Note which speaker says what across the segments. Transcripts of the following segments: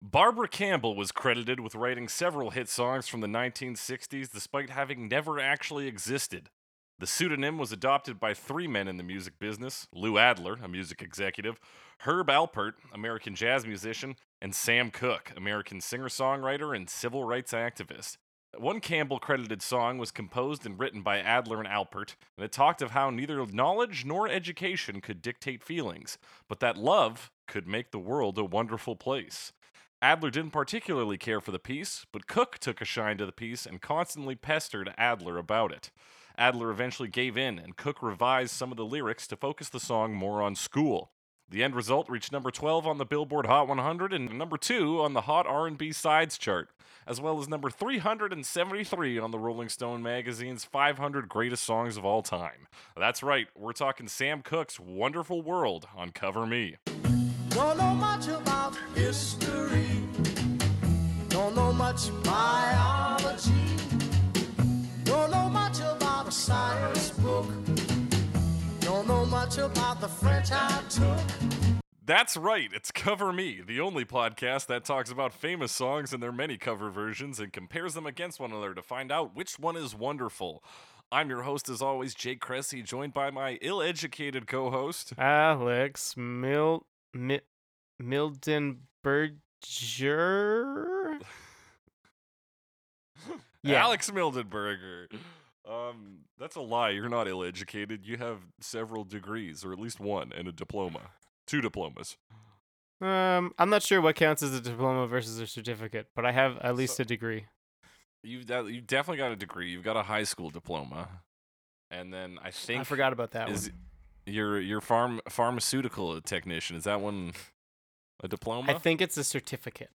Speaker 1: Barbara Campbell was credited with writing several hit songs from the 1960s despite having never actually existed. The pseudonym was adopted by three men in the music business Lou Adler, a music executive, Herb Alpert, American jazz musician, and Sam Cooke, American singer songwriter and civil rights activist. One Campbell credited song was composed and written by Adler and Alpert, and it talked of how neither knowledge nor education could dictate feelings, but that love could make the world a wonderful place. Adler didn't particularly care for the piece, but Cook took a shine to the piece and constantly pestered Adler about it. Adler eventually gave in, and Cook revised some of the lyrics to focus the song more on school. The end result reached number 12 on the Billboard Hot 100 and number 2 on the Hot R&B Sides chart, as well as number 373 on the Rolling Stone magazine's 500 Greatest Songs of All Time. That's right, we're talking Sam Cooke's Wonderful World on Cover Me.
Speaker 2: Don't know much about history. Don't know much biology. Don't know much about a science book. Don't know much about the French I took.
Speaker 1: That's right, it's Cover Me, the only podcast that talks about famous songs and their many cover versions and compares them against one another to find out which one is wonderful. I'm your host, as always, Jake Cressy, joined by my ill educated co host.
Speaker 3: Alex Mil Mi- Mildenberger. Yeah.
Speaker 1: Alex Mildenberger. Um, that's a lie. You're not ill educated. You have several degrees, or at least one, and a diploma. Two diplomas.
Speaker 3: Um, I'm not sure what counts as a diploma versus a certificate, but I have at least
Speaker 1: So-
Speaker 3: a degree.
Speaker 1: You've de- you definitely got a degree. You've got a high school diploma, and then I think
Speaker 3: I forgot about that
Speaker 1: is
Speaker 3: one.
Speaker 1: your your farm pharmaceutical technician is that one a diploma?
Speaker 3: I think it's a certificate.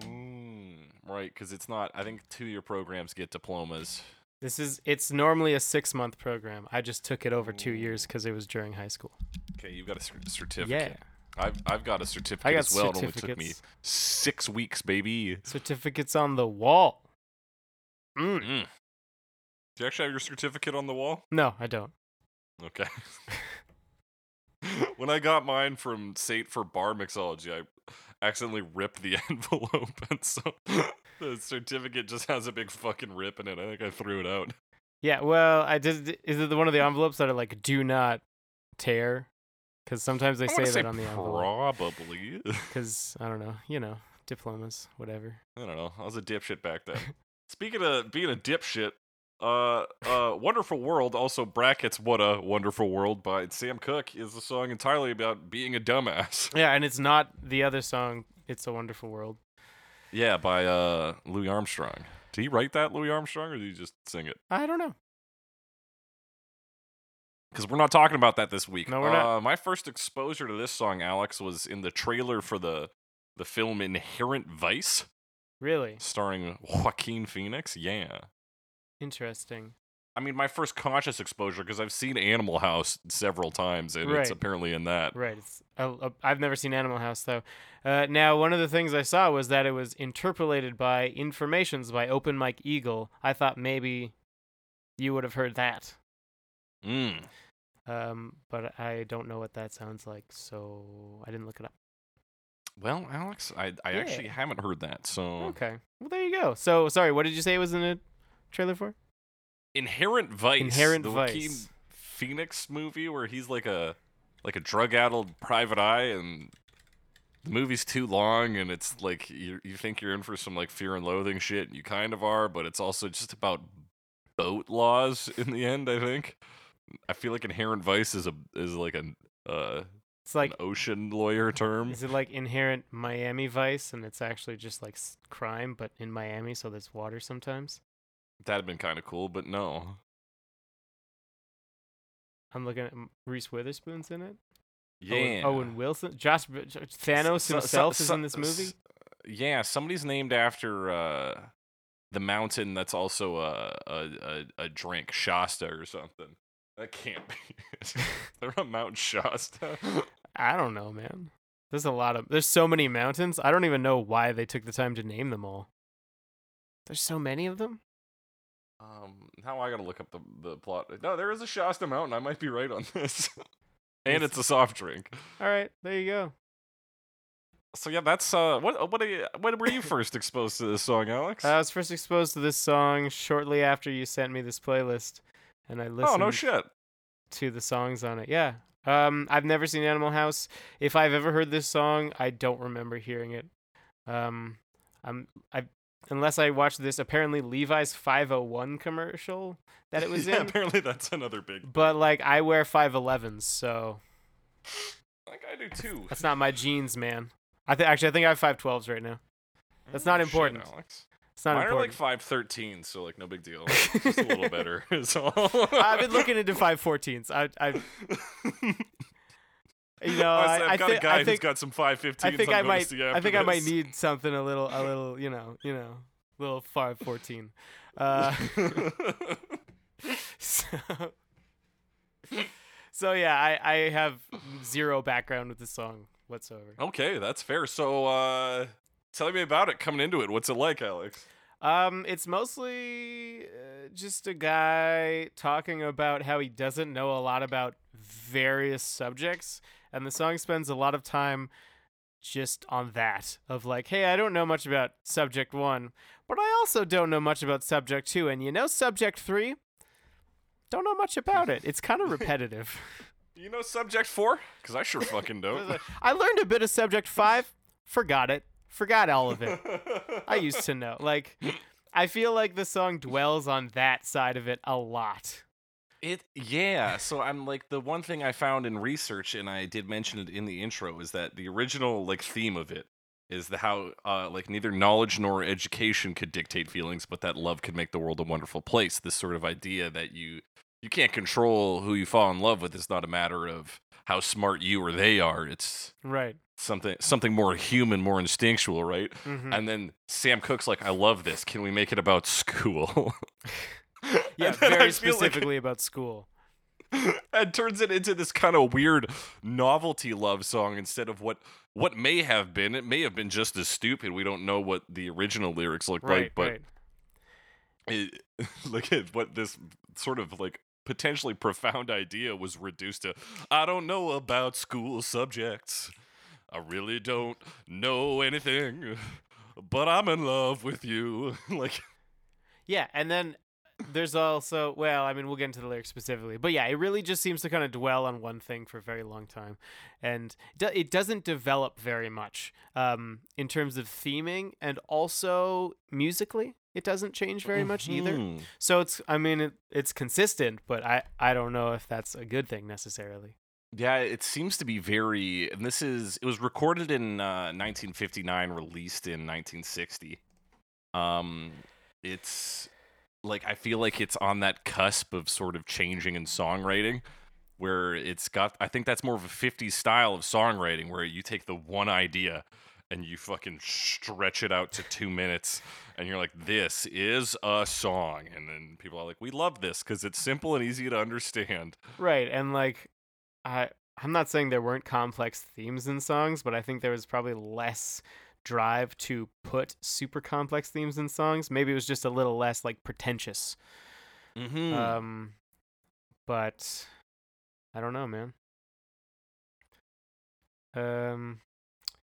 Speaker 1: Mm, right, because it's not. I think two year programs get diplomas.
Speaker 3: This is it's normally a six month program. I just took it over two years because it was during high school.
Speaker 1: Okay, you've got a cer- certificate.
Speaker 3: Yeah,
Speaker 1: I've I've got a certificate
Speaker 3: I got
Speaker 1: as well. It only took me
Speaker 3: certificates.
Speaker 1: six weeks, baby.
Speaker 3: certificates on the wall.
Speaker 1: Mm.
Speaker 3: Mm.
Speaker 1: Do you actually have your certificate on the wall?
Speaker 3: No, I don't.
Speaker 1: Okay. when I got mine from Sate for bar mixology, I accidentally ripped the envelope, and so the certificate just has a big fucking rip in it. I think I threw it out.
Speaker 3: Yeah, well, I did. Is it the one of the envelopes that are like "do not tear"? Because sometimes they
Speaker 1: I
Speaker 3: say
Speaker 1: wanna
Speaker 3: that
Speaker 1: say
Speaker 3: on the envelope.
Speaker 1: probably.
Speaker 3: Because I don't know, you know, diplomas, whatever.
Speaker 1: I don't know. I was a dipshit back then. Speaking of being a dipshit, uh, uh, Wonderful World, also brackets What a Wonderful World by Sam Cooke, is a song entirely about being a dumbass.
Speaker 3: Yeah, and it's not the other song. It's a wonderful world.
Speaker 1: Yeah, by uh, Louis Armstrong. Did he write that, Louis Armstrong, or did he just sing it?
Speaker 3: I don't know.
Speaker 1: Because we're not talking about that this week.
Speaker 3: No, we're
Speaker 1: uh,
Speaker 3: not.
Speaker 1: My first exposure to this song, Alex, was in the trailer for the the film Inherent Vice,
Speaker 3: Really
Speaker 1: starring Joaquin Phoenix. Yeah.
Speaker 3: interesting.
Speaker 1: I mean, my first conscious exposure because I've seen Animal House several times, and it's
Speaker 3: Right.
Speaker 1: apparently in that.
Speaker 3: Right. It's, I, uh, I've never seen Animal House though. Uh, now, one of the things I saw was that it was interpolated by "Informations" by Open Mike Eagle. I thought maybe you would have heard that,
Speaker 1: Mm.
Speaker 3: um, but I don't know what that sounds like, so I didn't look it up.
Speaker 1: Well, Alex, I, I actually
Speaker 3: Yeah.
Speaker 1: haven't heard that. So,
Speaker 3: Okay. Well, there you go. So, sorry. What did you say it was in a trailer for?
Speaker 1: Inherent Vice,
Speaker 3: Inherent
Speaker 1: the Joaquin
Speaker 3: Vice.
Speaker 1: Phoenix movie where he's like a like a drug-addled private eye, and the movie's too long, and it's like you you think you're in for some like fear and loathing shit, and you kind of are, but it's also just about boat laws in the end. I think. I feel like Inherent Vice is a is like an uh
Speaker 3: It's like
Speaker 1: an ocean lawyer term.
Speaker 3: Is it like inherent Miami Vice, and it's actually just like s- crime, but in Miami, so there's water sometimes?
Speaker 1: That'd been kind of cool, but no.
Speaker 3: I'm looking at m- Reese Witherspoon's in it.
Speaker 1: Yeah.
Speaker 3: Owen, Owen Wilson, Josh B- J- Thanos
Speaker 1: So- so-
Speaker 3: himself is
Speaker 1: so-
Speaker 3: in this movie.
Speaker 1: s- yeah, somebody's named after uh, the mountain that's also a, a a a drink, Shasta or something. That can't be. it. They're on Mount Shasta.
Speaker 3: I don't know, man. There's a lot of there's so many mountains. I don't even know why they took the time to name them all. There's so many of them.
Speaker 1: Um, now I gotta look up the the plot. No, there is a Shasta mountain. I might be right on this. and
Speaker 3: It's-
Speaker 1: it's a soft drink.
Speaker 3: All right, there you go.
Speaker 1: So yeah, that's uh, what what are you, when were you first exposed to this song, Alex?
Speaker 3: I was first exposed to this song shortly after you sent me this playlist, and I
Speaker 1: oh
Speaker 3: listened
Speaker 1: no shit.
Speaker 3: to the songs on it. Yeah. Um, I've never seen Animal House. If I've ever heard this song, I don't remember hearing it. Um, I'm I unless I watched this apparently Levi's 501 commercial that it was
Speaker 1: yeah,
Speaker 3: in.
Speaker 1: apparently that's another big.
Speaker 3: But like I wear 511s, so
Speaker 1: Like I do too.
Speaker 3: that's not my jeans, man. I think actually I think I have 512s right now. That's not
Speaker 1: Oh, Shit,
Speaker 3: important.
Speaker 1: Alex.
Speaker 3: It's not
Speaker 1: Mine are like
Speaker 3: important.
Speaker 1: five thirteen, so like no big deal. It's Just a little better. Is all.
Speaker 3: I've been looking into 514s. I I you
Speaker 1: Honestly,
Speaker 3: know, I,
Speaker 1: I've
Speaker 3: I,
Speaker 1: got
Speaker 3: thi-
Speaker 1: a guy
Speaker 3: I think
Speaker 1: who's got some five fifteen.
Speaker 3: I think I might.
Speaker 1: See
Speaker 3: I
Speaker 1: after
Speaker 3: think I might
Speaker 1: this.
Speaker 3: need something a little, a little, you know, you know, little far fourteen. Uh, so, so yeah, I I have zero background with this song whatsoever.
Speaker 1: okay, that's fair. So uh, tell me about it coming into it. What's it like, Alex?
Speaker 3: Um, it's mostly uh, just a guy talking about how he doesn't know a lot about various subjects, and the song spends a lot of time just on that of like, hey, I don't know much about subject one, but I also don't know much about subject two, and you know, subject three, don't know much about it. It's kind of repetitive.
Speaker 1: You know subject four? Because I sure fucking don't.
Speaker 3: I learned a bit of subject five, forgot it, forgot all of it. I used to know. Like, I feel like the song dwells on that side of it a lot.
Speaker 1: It yeah. So I'm like the one thing I found in research, and I did mention it in the intro, is that the original like theme of it is the how uh, like neither knowledge nor education could dictate feelings, but that love could make the world a wonderful place. This sort of idea that you you can't control who you fall in love with. It's not a matter of how smart you or they are. It's
Speaker 3: Right.
Speaker 1: something something more human, more instinctual, right?
Speaker 3: hmm
Speaker 1: And then Sam Cook's like, "I love this. Can we make it about school?"
Speaker 3: Yeah,
Speaker 1: And then I
Speaker 3: very
Speaker 1: feel like-
Speaker 3: specifically about school.
Speaker 1: and turns it into this kind of weird novelty love song instead of what what may have been. It may have been just as stupid. We don't know what the original lyrics looked
Speaker 3: Right.
Speaker 1: like, but
Speaker 3: right.
Speaker 1: it, look at what this sort of like potentially profound idea was reduced to. I don't know about school subjects. I really don't know anything, but I'm in love with you. like
Speaker 3: Yeah, and then there's also well, I mean, we'll get into the lyrics specifically, but yeah, it really just seems to kind of dwell on one thing for a very long time, and do- it doesn't develop very much um, in terms of theming, and also musically, it doesn't change very much either.
Speaker 1: Hmm.
Speaker 3: So it's I mean it, it's consistent, but I I don't know if that's a good thing necessarily.
Speaker 1: Yeah, it seems to be very. And this is it was recorded in uh, 1959, released in 1960. Um, it's like I feel like it's on that cusp of sort of changing in songwriting, where it's got. I think that's more of a 50s style of songwriting, where you take the one idea and you fucking stretch it out to two minutes, and you're like, "This is a song," and then people are like, "We love this because it's simple and easy to understand."
Speaker 3: Right, and like I I'm not saying there weren't complex themes in songs, but I think there was probably less drive to put super complex themes in songs. Maybe it was just a little less like pretentious.
Speaker 1: Mm-hmm.
Speaker 3: Um but I don't know, man. Um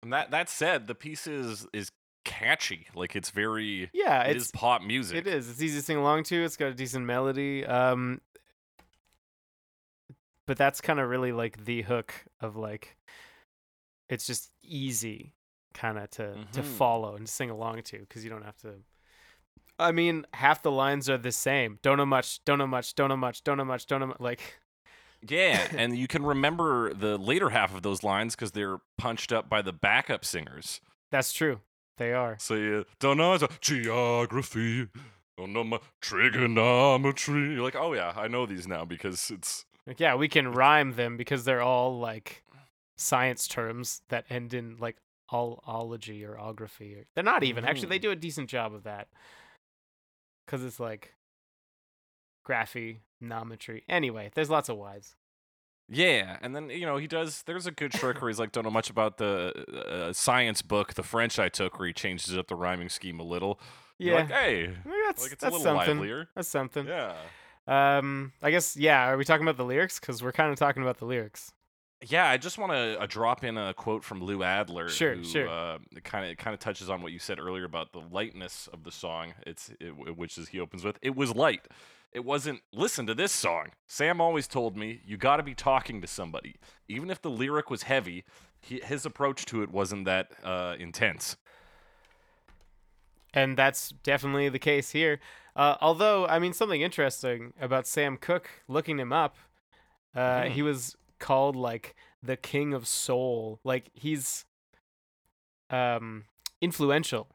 Speaker 1: And that that said, the piece is is catchy. Like it's very
Speaker 3: yeah,
Speaker 1: Uh, it
Speaker 3: it's
Speaker 1: is pop music.
Speaker 3: It is. It's easy to sing along to. It's got a decent melody. Um, but that's kind of really like the hook of like, it's just easy, kind of to to
Speaker 1: Mhm.
Speaker 3: follow and sing along to because you don't have to. I mean, half the lines are the same. Don't know much. Don't know much. Don't know much. Don't know much. Don't know mu- like.
Speaker 1: Yeah, and you can remember the later half of those lines because they're punched up by the backup singers.
Speaker 3: That's true. They are.
Speaker 1: So you don't know it's a geography, don't know my trigonometry. You're like, oh yeah, I know these now because it's
Speaker 3: Like, yeah, we can rhyme them because they're all like science terms that end in like all ology or ography. Or, they're not even. Actually, they
Speaker 1: Mhm.
Speaker 3: do a decent job of that because it's like graphy, nometry. Anyway, there's lots of Y's.
Speaker 1: yeah, and then you know he does. There's a good trick where he's like, don't know much about the uh, science book, the French I took, where he changes up the rhyming scheme a little. You're
Speaker 3: Yeah,
Speaker 1: like, hey,
Speaker 3: I mean, "Eh, that's,
Speaker 1: like it's
Speaker 3: that's
Speaker 1: a little
Speaker 3: something.
Speaker 1: livelier.
Speaker 3: That's something.
Speaker 1: Yeah.
Speaker 3: Um, I guess yeah. Are we talking about the lyrics? Because we're kind of talking about the lyrics.
Speaker 1: Yeah, I just want to uh, drop in a quote from Lou Adler.
Speaker 3: Sure,
Speaker 1: who,
Speaker 3: sure.
Speaker 1: Uh, kind of kind of touches on what you said earlier about the lightness of the song. It's it, w- which is he opens with it was light. It wasn't. Listen to this song. Sam always told me you got to be talking to somebody, even if the lyric was heavy. He, his approach to it wasn't that uh, intense.
Speaker 3: And that's definitely the case here. Uh, although, I mean, something interesting about Sam Cooke looking him up, uh,
Speaker 1: Hmm.
Speaker 3: he was called like the king of soul. Like he's um, influential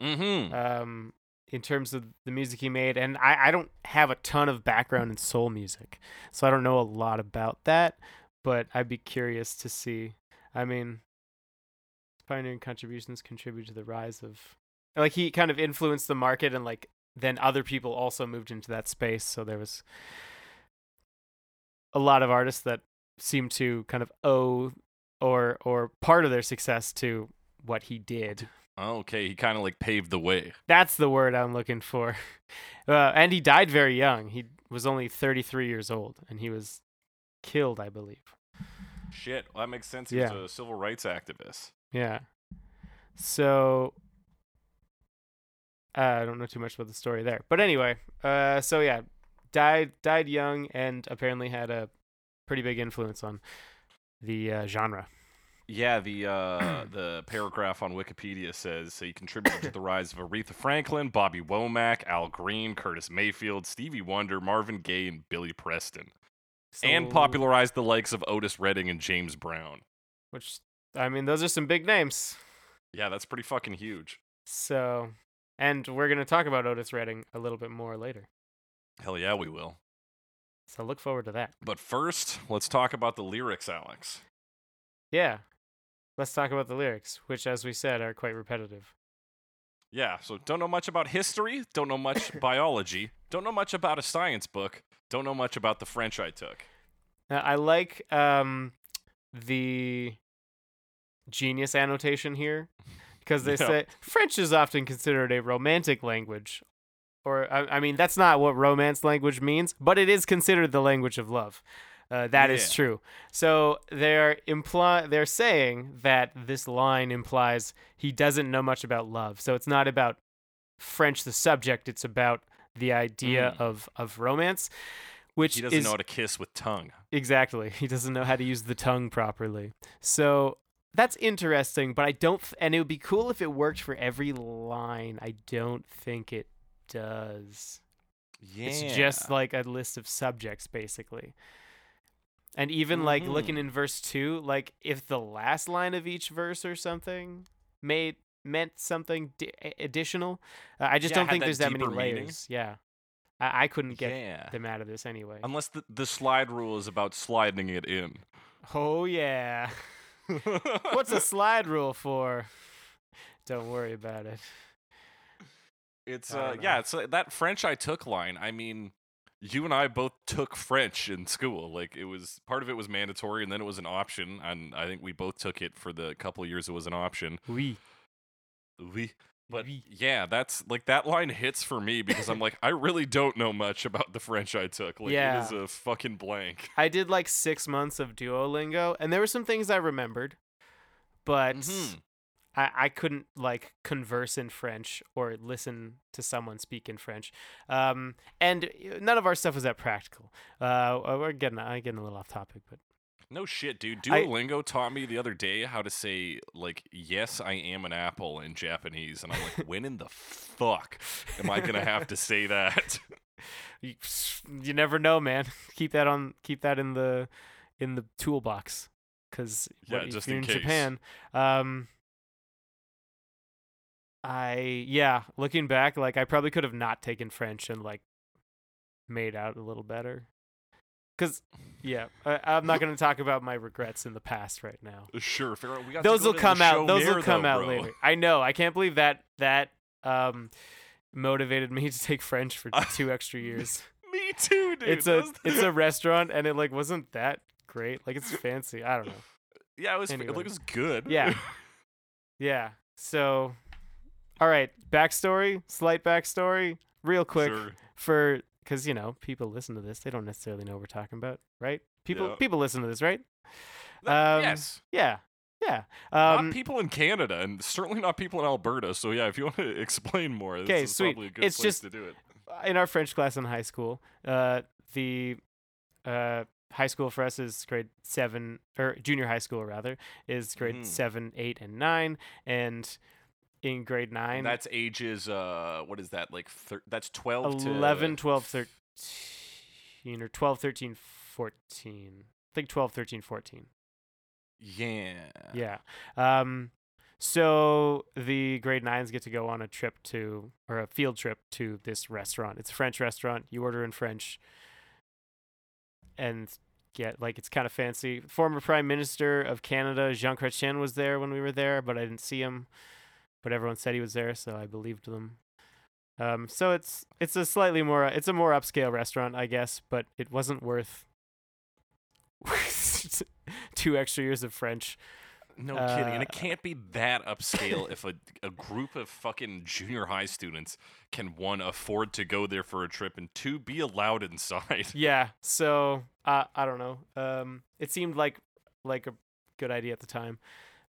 Speaker 1: Mm-hmm.
Speaker 3: um, in terms of the music he made. And I, I don't have a ton of background in soul music, so I don't know a lot about that. But I'd be curious to see. I mean, his pioneering contributions contributed to the rise of, like, he kind of influenced the market, and like then other people also moved into that space. So there was a lot of artists that seemed to kind of owe or or part of their success to what he did.
Speaker 1: okay, he kind of like paved the way.
Speaker 3: That's the word I'm looking for. Uh, and he died very young. He was only 33 years old, and he was killed, I believe.
Speaker 1: Shit, well, that makes sense. He
Speaker 3: Yeah.
Speaker 1: was a civil rights activist.
Speaker 3: Yeah. So uh, I don't know too much about the story there, but anyway, uh, so yeah, died died young, and apparently had a pretty big influence on the uh, genre.
Speaker 1: Yeah, the uh, the paragraph on Wikipedia says so he contributed to the rise of Aretha Franklin, Bobby Womack, Al Green, Curtis Mayfield, Stevie Wonder, Marvin Gaye, and Billy Preston, and
Speaker 3: So-
Speaker 1: popularized the likes of Otis Redding and James Brown.
Speaker 3: which I mean, those are some big names.
Speaker 1: Yeah, that's pretty fucking huge.
Speaker 3: So, and we're gonna talk about Otis Redding a little bit more later.
Speaker 1: Hell yeah, we will.
Speaker 3: So look forward to that.
Speaker 1: But first, let's talk about the lyrics, Alex.
Speaker 3: Yeah. Let's talk about the lyrics, which, as we said, are quite repetitive.
Speaker 1: Yeah, so don't know much about history, don't know much biology, don't know much about a science book, don't know much about the French I took.
Speaker 3: Now, Uh, I like um, the genius annotation here because they
Speaker 1: Yeah.
Speaker 3: say French is often considered a romantic language. Or, I, I mean, that's not what romance language means, but it is considered the language of love. Uh, that is
Speaker 1: Yeah.
Speaker 3: true. So they're imply they're saying that this line implies he doesn't know much about love. So it's not about French the subject, it's about the idea
Speaker 1: Mm.
Speaker 3: of of romance, which
Speaker 1: He doesn't
Speaker 3: is
Speaker 1: know how to kiss with tongue.
Speaker 3: exactly he doesn't know how to use the tongue properly. So that's interesting, but I don't. Th- and it would be cool if it worked for every line. I don't think it does.
Speaker 1: Yeah.
Speaker 3: It's just like a list of subjects, basically. And even like looking
Speaker 1: Mm-hmm.
Speaker 3: in verse two, like if the last line of each verse or something made meant something di- a- additional, uh, I just
Speaker 1: Yeah,
Speaker 3: don't
Speaker 1: had
Speaker 3: think
Speaker 1: that
Speaker 3: there's that many
Speaker 1: deeper meaning.
Speaker 3: layers. Yeah, I, I couldn't get
Speaker 1: yeah. Um
Speaker 3: them out of this anyway.
Speaker 1: Unless the, the slide rule is about sliding it in.
Speaker 3: oh yeah, what's a slide rule for? Don't worry about it.
Speaker 1: It's
Speaker 3: I
Speaker 1: uh,
Speaker 3: don't know.
Speaker 1: yeah, it's uh, that French I took line. I mean, you and I both took French in school. Like it was part of it was mandatory, and then it was an option. And I think we both took it for the couple years it was an option.
Speaker 3: We
Speaker 1: We. But
Speaker 3: Oui.
Speaker 1: yeah, that's like that line hits for me because I'm like, I really don't know much about the French I took. Like it is
Speaker 3: Yeah.
Speaker 1: a fucking blank.
Speaker 3: I did like six months of Duolingo, and there were some things I remembered, but.
Speaker 1: Mhm.
Speaker 3: I, I couldn't like converse in French or listen to someone speak in French. Um, and uh, none of our stuff was that practical. Uh, uh, we're getting I'm getting a little off topic, but
Speaker 1: No shit, dude.
Speaker 3: I-
Speaker 1: Duolingo taught me the other day how to say like "Yes, I am an apple" in Japanese, and I'm like, when in the fuck am I gonna have to say that?
Speaker 3: you, you never know, man. keep that on keep that in the in the toolbox because
Speaker 1: Yeah,
Speaker 3: if
Speaker 1: just
Speaker 3: you're
Speaker 1: in
Speaker 3: in
Speaker 1: case.
Speaker 3: Japan. Um, I yeah, looking back, like I probably could have not taken French and like made out a little better. Cause yeah, I, I'm not gonna talk about my regrets in the past right now.
Speaker 1: sure, Pharaoh. We got to
Speaker 3: Those
Speaker 1: go
Speaker 3: will
Speaker 1: to the
Speaker 3: come out.
Speaker 1: show
Speaker 3: Those will
Speaker 1: mirror,
Speaker 3: come
Speaker 1: though,
Speaker 3: out
Speaker 1: bro.
Speaker 3: later. I know. I can't believe that that um motivated me to take French for two extra years.
Speaker 1: Me too, dude.
Speaker 3: it's a
Speaker 1: Those-
Speaker 3: it's a restaurant, and it like wasn't that great. Like it's fancy. I don't know.
Speaker 1: yeah. It was
Speaker 3: anyway.
Speaker 1: it looks good.
Speaker 3: Yeah. Yeah. So, all right. Backstory, slight backstory, real quick
Speaker 1: Sure.
Speaker 3: for because you know people listen to this. They don't necessarily know what we're talking about, right? People
Speaker 1: Yeah.
Speaker 3: people listen to this, right? Um,
Speaker 1: yes.
Speaker 3: Yeah. Yeah.
Speaker 1: not
Speaker 3: Um,
Speaker 1: people in Canada, and certainly not people in Alberta. So yeah, if you want to explain more,
Speaker 3: Okay,
Speaker 1: this is
Speaker 3: sweet.
Speaker 1: probably a good
Speaker 3: It's
Speaker 1: place
Speaker 3: just-
Speaker 1: to do it.
Speaker 3: uh, in our French class in high school, uh, the uh, high school for us is grade seven or junior high school rather is grade
Speaker 1: Mhm.
Speaker 3: seven, eight, and nine, and in grade nine,
Speaker 1: And that's ages. Uh, what is that like? Thir- that's twelve to
Speaker 3: 11, 12, 13, or 12, 13, 14. I think 12, 13, 14.
Speaker 1: Yeah.
Speaker 3: Yeah. Um, so the grade nines get to go on a trip to, or a field trip to this restaurant. It's a French restaurant. You order in French and get, like, it's kind of fancy. Former Prime Minister of Canada, Jean Chrétien, was there when we were there, but I didn't see him. But everyone said he was there, so I believed them. Um, so it's it's a slightly more it's a more upscale restaurant, I guess, but it wasn't worth two extra years of French.
Speaker 1: No kidding. And it
Speaker 3: Uh,
Speaker 1: can't be that upscale if a, a group of fucking junior high students can one afford to go there for a trip and two be allowed inside.
Speaker 3: yeah so uh, i don't know um it seemed like like a good idea at the time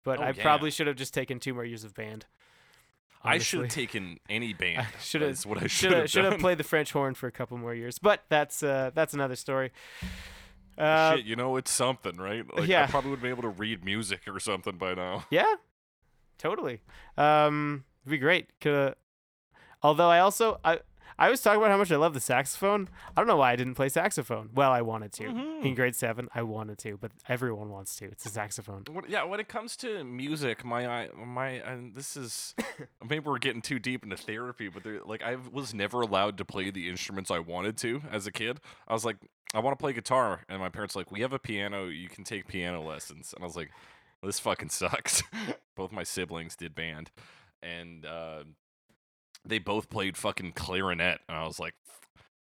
Speaker 3: but
Speaker 1: Oh,
Speaker 3: i
Speaker 1: yeah.
Speaker 3: probably should have just taken two more years of band
Speaker 1: I should have
Speaker 3: honestly.
Speaker 1: taken any band.
Speaker 3: I shoulda-
Speaker 1: That's what I should
Speaker 3: should
Speaker 1: have
Speaker 3: should have
Speaker 1: done.
Speaker 3: played the french horn for a couple more years but that's uh that's another story uh
Speaker 1: Shit, you know it's something, right? Like I
Speaker 3: yeah.
Speaker 1: probably would have been able to read music or something by now.
Speaker 3: yeah totally um it'd be great could although i also i I always talk about how much I love the saxophone. I don't know why I didn't play saxophone. Well, I wanted to.
Speaker 1: Mm-hmm.
Speaker 3: In grade seven, I wanted to, but everyone wants to. It's a saxophone.
Speaker 1: What, yeah, when it comes to music, my I- my and this is maybe we're getting too deep into therapy, but there, like I was never allowed to play the instruments I wanted to as a kid. I was like, I want to play guitar, and my parents were like, we have a piano, you can take piano lessons, and I was like, this fucking sucks. both my siblings did band, and uh, they both played fucking clarinet, and I was like.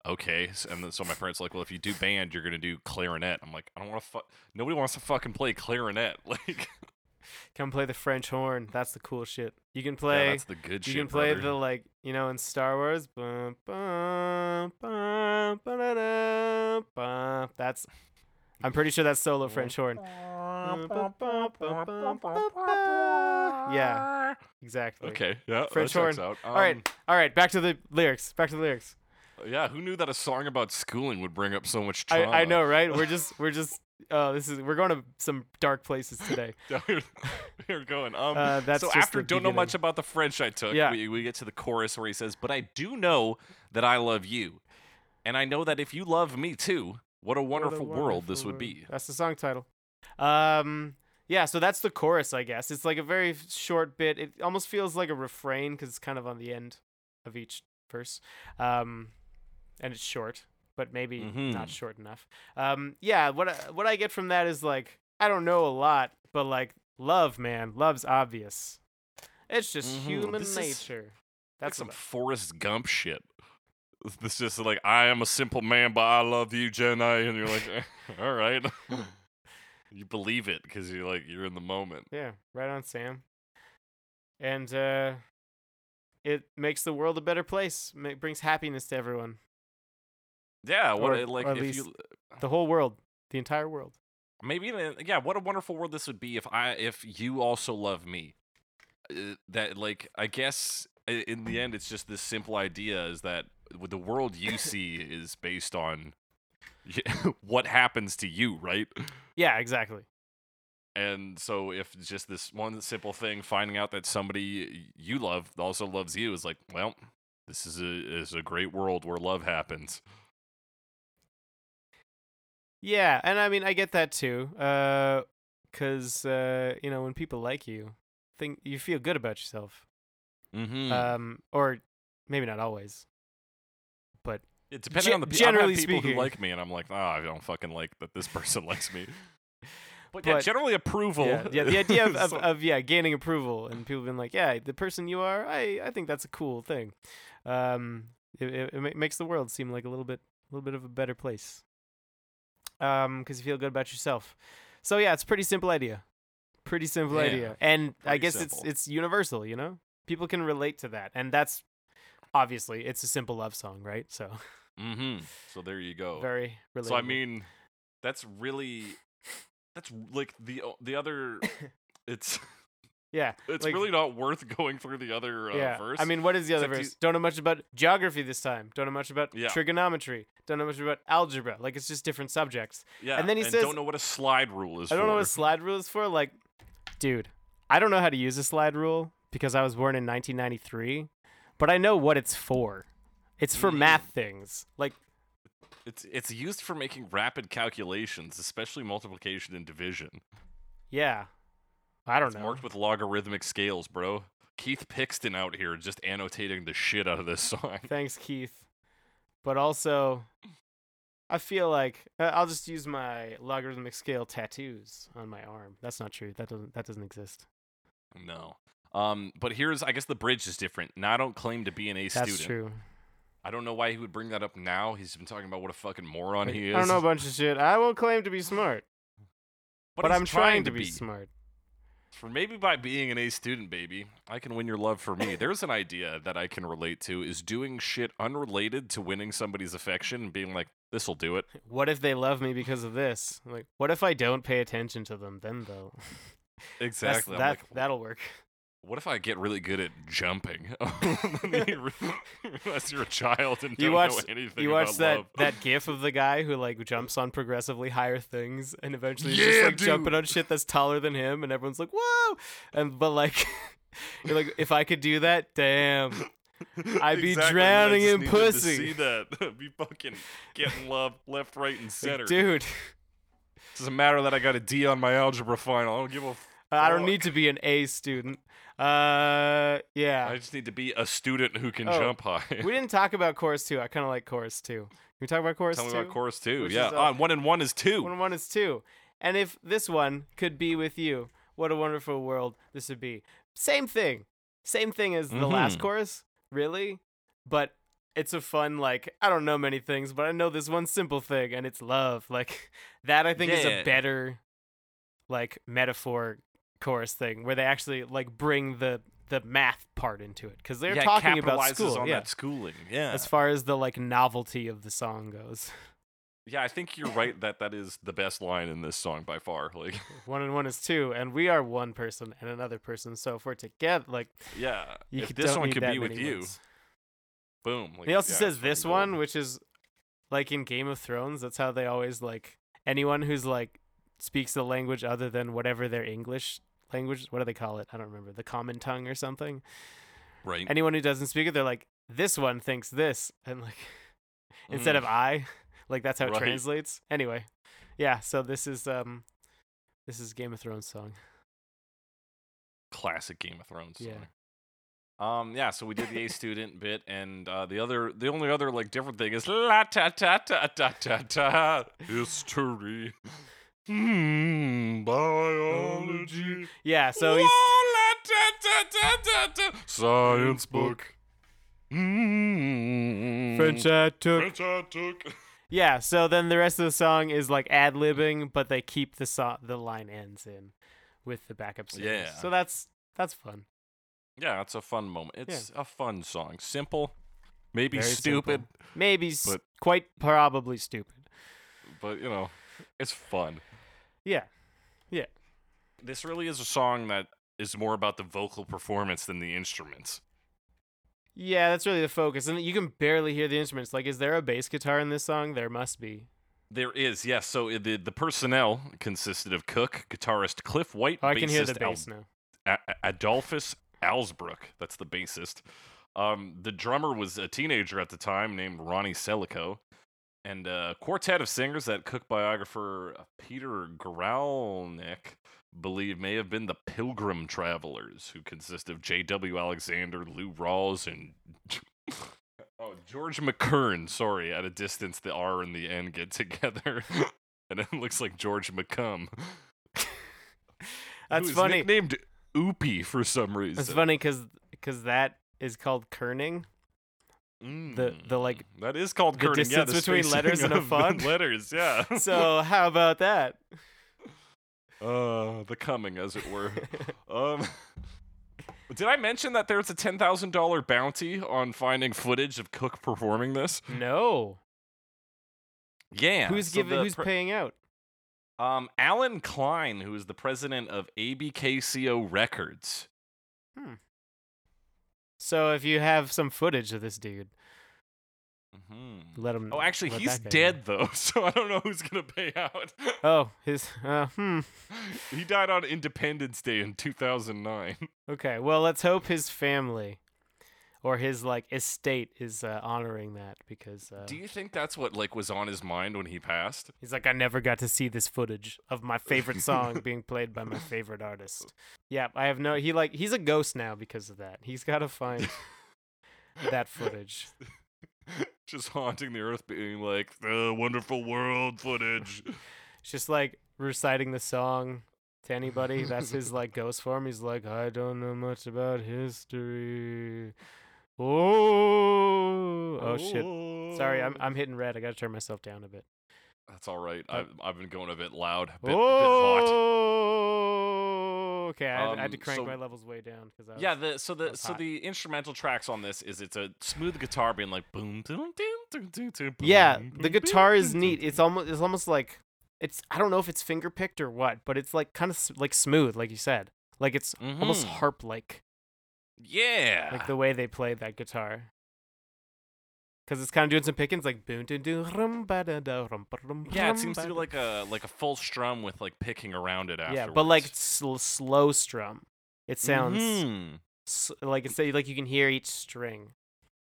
Speaker 1: Okay, S- and then, so my parents were like, well, if you do band, you're gonna do clarinet. I'm like, I don't want to fuck. Nobody wants to fucking play clarinet. Like,
Speaker 3: Come play the French horn. That's the cool shit. You can
Speaker 1: Yeah,
Speaker 3: play.
Speaker 1: that's the good shit.
Speaker 3: you can play
Speaker 1: brother.
Speaker 3: the like you know in Star Wars. bum, bum, bum, ba-da-da, bum. That's. I'm pretty sure that's solo French horn. Yeah. Exactly.
Speaker 1: Okay. Yeah.
Speaker 3: French
Speaker 1: that checks
Speaker 3: horn.
Speaker 1: Out.
Speaker 3: All right.
Speaker 1: Um,
Speaker 3: All right. Back to the lyrics. Back to the lyrics.
Speaker 1: Yeah. Who knew that a song about schooling would bring up so much
Speaker 3: I,
Speaker 1: trauma?
Speaker 3: I know, right? We're just we're just. Oh, this is we're going to some dark places today.
Speaker 1: Dude, You're going. Um,
Speaker 3: Uh, that's
Speaker 1: so
Speaker 3: just
Speaker 1: after
Speaker 3: the
Speaker 1: don't know much
Speaker 3: beginning.
Speaker 1: about the French I took,
Speaker 3: Yeah.
Speaker 1: we, we get to the chorus where he says, "But I do know that I love you, and I know that if you love me too, what a wonderful, world this would be."
Speaker 3: That's the song title. Um, yeah, so that's the chorus, I guess. It's like a very f- short bit. It almost feels like a refrain because it's kind of on the end of each verse, um, and it's short, but maybe not
Speaker 1: Mhm.
Speaker 3: short enough. Um, yeah, what I, what I get from that is like I don't know a lot, but like love, man, love's obvious. It's just
Speaker 1: Mhm.
Speaker 3: human
Speaker 1: This is-
Speaker 3: nature. That's
Speaker 1: like some
Speaker 3: what I-
Speaker 1: Forrest Gump shit. It's just like I am a simple man, but I love you, Jenny, and you're like, "Eh, all right, you believe it because you're like you're in the moment.
Speaker 3: Yeah, right on, Sam. And uh, it makes the world a better place. ma- brings happiness to everyone.
Speaker 1: Yeah, what
Speaker 3: Or-
Speaker 1: it- like
Speaker 3: or
Speaker 1: if
Speaker 3: at
Speaker 1: you
Speaker 3: least- The whole world, the entire world.
Speaker 1: maybe even- yeah, what a wonderful world this would be if I if you also love me. Uh, that like I guess i- in the end it's just this simple idea is that w- the world you see is based on what happens to you, right?
Speaker 3: Yeah, exactly.
Speaker 1: And so, if it's just this one simple thing, finding out that somebody you love also loves you is like, well, this is a is a great world where love happens.
Speaker 3: Yeah, and I mean, I get that too. Uh, cause uh, you know, when people like you, think you feel good about yourself.
Speaker 1: Mm-hmm.
Speaker 3: Um, or maybe not always. But
Speaker 1: it, depending
Speaker 3: gen-
Speaker 1: on the pe-
Speaker 3: generally
Speaker 1: I've had people
Speaker 3: speaking.
Speaker 1: who like me, and I'm like, ah, I don't fucking like that this person likes me. But, yeah,
Speaker 3: But-
Speaker 1: generally approval.
Speaker 3: yeah, yeah, the idea of,
Speaker 1: is
Speaker 3: of,
Speaker 1: like-
Speaker 3: of yeah gaining approval and people being like, yeah, the person you are, I, I think that's a cool thing. Um, it, it, it ma- makes the world seem like a little bit a little bit of a better place. Um, because you feel good about yourself. So yeah, it's a pretty simple idea. Pretty simple
Speaker 1: Yeah,
Speaker 3: idea, and I
Speaker 1: pretty
Speaker 3: guess
Speaker 1: simple.
Speaker 3: it's it's universal. You know, people can relate to that, and that's obviously it's a simple love song, right? So
Speaker 1: Mhm. So there you go.
Speaker 3: very relatable.
Speaker 1: so I mean, that's really That's like the o- the other. It's
Speaker 3: Yeah.
Speaker 1: it's
Speaker 3: like-
Speaker 1: really not worth going through the other uh,
Speaker 3: yeah.
Speaker 1: verse.
Speaker 3: I mean, what is the other
Speaker 1: Except you-
Speaker 3: verse? Don't know much about geography this time. Don't know much about
Speaker 1: Yeah.
Speaker 3: trigonometry. Don't know much about algebra. Like it's just different subjects.
Speaker 1: yeah.
Speaker 3: and then he says-
Speaker 1: "Don't know what a slide rule is."
Speaker 3: I don't
Speaker 1: for.
Speaker 3: know what a slide rule is for. Like, dude, I don't know how to use a slide rule because I was born in 1993, but I know what it's for. It's for
Speaker 1: Mm.
Speaker 3: math things. Like,
Speaker 1: It's it's used for making rapid calculations, especially multiplication and division.
Speaker 3: yeah. I don't
Speaker 1: It's
Speaker 3: know.
Speaker 1: marked with logarithmic scales, bro. Keith Pixton out here just annotating the shit out of this song.
Speaker 3: Thanks, Keith. But also, I feel like uh, I'll just use my logarithmic scale tattoos on my arm. That's not true. That doesn't. That doesn't exist.
Speaker 1: No. Um, but here's I guess the bridge is different. Now I don't claim to be an A
Speaker 3: That's
Speaker 1: student.
Speaker 3: true.
Speaker 1: I don't know why he would bring that up now. He's been talking about what a fucking moron he
Speaker 3: I
Speaker 1: is.
Speaker 3: don't know a bunch of shit. I won't claim to be smart,
Speaker 1: but,
Speaker 3: but,
Speaker 1: he's
Speaker 3: I'm trying to be,
Speaker 1: be.
Speaker 3: smart.
Speaker 1: For maybe by being an A student, baby, I can win your love for me. There's an idea that I can relate to is doing shit unrelated to winning somebody's affection and being like, this'll do it.
Speaker 3: What if they love me because of this? Like, what if I don't pay attention to them then though? That's-
Speaker 1: Exactly. I'm
Speaker 3: that
Speaker 1: like,
Speaker 3: that'll work.
Speaker 1: What if I get really good at jumping? Then you re- realize you're a child and
Speaker 3: You
Speaker 1: don't
Speaker 3: watch
Speaker 1: know anything
Speaker 3: you
Speaker 1: about
Speaker 3: watch that
Speaker 1: love.
Speaker 3: that gif of the guy who like jumps on progressively higher things and eventually is
Speaker 1: Yeah,
Speaker 3: just like jumping
Speaker 1: dude.
Speaker 3: on shit that's taller than him and everyone's like whoa and but like you're like if I could do that damn I
Speaker 1: Exactly,
Speaker 3: be
Speaker 1: man,
Speaker 3: drowning
Speaker 1: just
Speaker 3: in
Speaker 1: needed to
Speaker 3: pussy.
Speaker 1: see that. be fucking getting love left, right, and center.
Speaker 3: like, dude
Speaker 1: doesn't matter that I got a D on my algebra final. I don't give a. F-
Speaker 3: I don't need to be an A student uh yeah
Speaker 1: I just need to be a student who can
Speaker 3: Oh,
Speaker 1: jump high.
Speaker 3: we didn't talk about chorus two I kind of like chorus two can we talk about chorus
Speaker 1: Tell me
Speaker 3: two
Speaker 1: about chorus two.
Speaker 3: Which
Speaker 1: Yeah,
Speaker 3: is, uh,
Speaker 1: Ah, one and one is two.
Speaker 3: One and one is two. And if this one could be with you, what a wonderful world this would be. Same thing. Same thing as the last
Speaker 1: Mhm.
Speaker 3: chorus, really. But it's a fun, like, I don't know many things, but I know this one simple thing, and it's love. Like, that I think is
Speaker 1: Yeah.
Speaker 3: a better, like, metaphor chorus thing where they actually, like, bring the the math part into it because they're
Speaker 1: yeah,
Speaker 3: talking about
Speaker 1: capitalizes
Speaker 3: school
Speaker 1: on
Speaker 3: yeah,
Speaker 1: that schooling. Yeah,
Speaker 3: as far as the like novelty of the song goes
Speaker 1: yeah. I think you're right that that is the best line in this song by far. Like,
Speaker 3: one and one is two, and we are one person and another person. So if we're together, like
Speaker 1: yeah,
Speaker 3: you
Speaker 1: if
Speaker 3: could-
Speaker 1: this
Speaker 3: don't
Speaker 1: one
Speaker 3: need
Speaker 1: could
Speaker 3: that
Speaker 1: be with
Speaker 3: many
Speaker 1: you,
Speaker 3: ones.
Speaker 1: boom. Like,
Speaker 3: he also
Speaker 1: yeah,
Speaker 3: says
Speaker 1: it's fucking
Speaker 3: this
Speaker 1: gold.
Speaker 3: one, which is like in Game of Thrones. That's how they always like anyone who's like speaks the language other than whatever their English language. What do they call it? I don't remember the common tongue or something.
Speaker 1: right?
Speaker 3: Anyone who doesn't speak it, they're like this one thinks this, and like instead
Speaker 1: Mm.
Speaker 3: of I, like that's how it
Speaker 1: Right.
Speaker 3: translates. Anyway, yeah. So this is um, this is Game of Thrones song.
Speaker 1: classic Game of Thrones.
Speaker 3: Yeah.
Speaker 1: song. Um. Yeah. So we did the A student bit, and uh, the other, the only other like different thing is la ta ta ta ta ta ta history. Hmm, biology.
Speaker 3: Yeah. So he's.
Speaker 1: Whoa, la ta ta ta ta ta. Science book. Mm.
Speaker 3: French I took.
Speaker 1: French I took.
Speaker 3: Yeah, so then the rest of the song is like ad libbing, but they keep the so- the line ends in with the backup singers.
Speaker 1: Yeah.
Speaker 3: So that's that's fun.
Speaker 1: Yeah, it's a fun moment. It's a fun song. Simple, maybe
Speaker 3: Very
Speaker 1: stupid,
Speaker 3: simple. Maybe s-
Speaker 1: but-
Speaker 3: quite probably stupid.
Speaker 1: but you know, it's fun.
Speaker 3: Yeah.
Speaker 1: this really is a song that is more about the vocal performance than the instruments.
Speaker 3: Yeah, that's really the focus. And you can barely hear the instruments. Like is there a bass guitar in this song? There must be.
Speaker 1: There is, yes. So i- the the personnel consisted of Cook, guitarist Cliff White,
Speaker 3: Oh, I can hear the
Speaker 1: bassist Al-
Speaker 3: bass now.
Speaker 1: A- A- Adolphus Alsbrook. That's the bassist. Um, the drummer was a teenager at the time named Ronnie Selico. And a quartet of singers that Cook biographer Peter Gralnick believed may have been the Pilgrim Travelers, who consist of J.W. Alexander, Lou Rawls, and oh George McKern. Sorry, at a distance the R and the N get together, and it looks like George McCum.
Speaker 3: That's
Speaker 1: who is
Speaker 3: funny.
Speaker 1: Nicknamed Oopie for some reason.
Speaker 3: That's funny cuz cuz that is called kerning. the- the, like,
Speaker 1: Mm, that is called
Speaker 3: the
Speaker 1: kerning. yeah,
Speaker 3: distance between
Speaker 1: spacing
Speaker 3: letters in a
Speaker 1: of the
Speaker 3: font.
Speaker 1: Letters, yeah.
Speaker 3: So how about that?
Speaker 1: uh, the coming, as it were. um, did I mention that there's a ten thousand dollar bounty on finding footage of Cook performing this?
Speaker 3: No.
Speaker 1: Yeah.
Speaker 3: who's
Speaker 1: so
Speaker 3: giving
Speaker 1: the
Speaker 3: who's
Speaker 1: pr-
Speaker 3: paying out?
Speaker 1: Um, Alan Klein, who is the president of ABKCO Records.
Speaker 3: So if you have some footage of this dude,
Speaker 1: Mhm.
Speaker 3: let him.
Speaker 1: Oh, actually,
Speaker 3: let
Speaker 1: he's
Speaker 3: that guy
Speaker 1: dead though, so I don't know who's gonna pay out.
Speaker 3: know. Oh, his. Uh, hmm.
Speaker 1: he died on Independence Day in 2009.
Speaker 3: Okay. Well, let's hope his family, or his like estate, is uh, honoring that because uh,
Speaker 1: Do you think that's what like was on his mind when he passed?
Speaker 3: he's like, I never got to see this footage of my favorite song being played by my favorite artist. Yeah, I have no. He like he's a ghost now because of that. He's got to find that footage.
Speaker 1: Just haunting the earth, being like the wonderful world footage.
Speaker 3: It's just like reciting the song to anybody. That's his like ghost form. He's like, I don't know much about history. Oh, oh shit. Sorry, I'm Uh, I'm hitting red. I gotta turn myself down a bit.
Speaker 1: That's all right. I've, I've been going a bit loud, a bit, a bit hot.
Speaker 3: Oh, okay. I, had- I had to
Speaker 1: Um,
Speaker 3: crank
Speaker 1: so-
Speaker 3: my levels way down because I
Speaker 1: Yeah,
Speaker 3: was-
Speaker 1: the so the
Speaker 3: was
Speaker 1: so
Speaker 3: hot.
Speaker 1: the instrumental tracks on this is it's a smooth guitar being like boom boom boom boom boom.
Speaker 3: yeah. The guitar is neat. It's almost it's almost like it's I don't know if it's finger picked or what, but it's like kind of s- like smooth, like you said. Like it's almost
Speaker 1: Mhm.
Speaker 3: harp like.
Speaker 1: yeah.
Speaker 3: like the way they play that guitar. Cause it's kind of doing some pickings, like boom, doo, doo, rum, ba, da, da, rum, ba, rum,
Speaker 1: yeah,
Speaker 3: rum,
Speaker 1: it seems
Speaker 3: ba,
Speaker 1: to be
Speaker 3: da.
Speaker 1: like a like a full strum with like picking around it afterwards.
Speaker 3: yeah, but like sl- slow strum. It sounds
Speaker 1: Mhm.
Speaker 3: s- like it's like you can hear each string.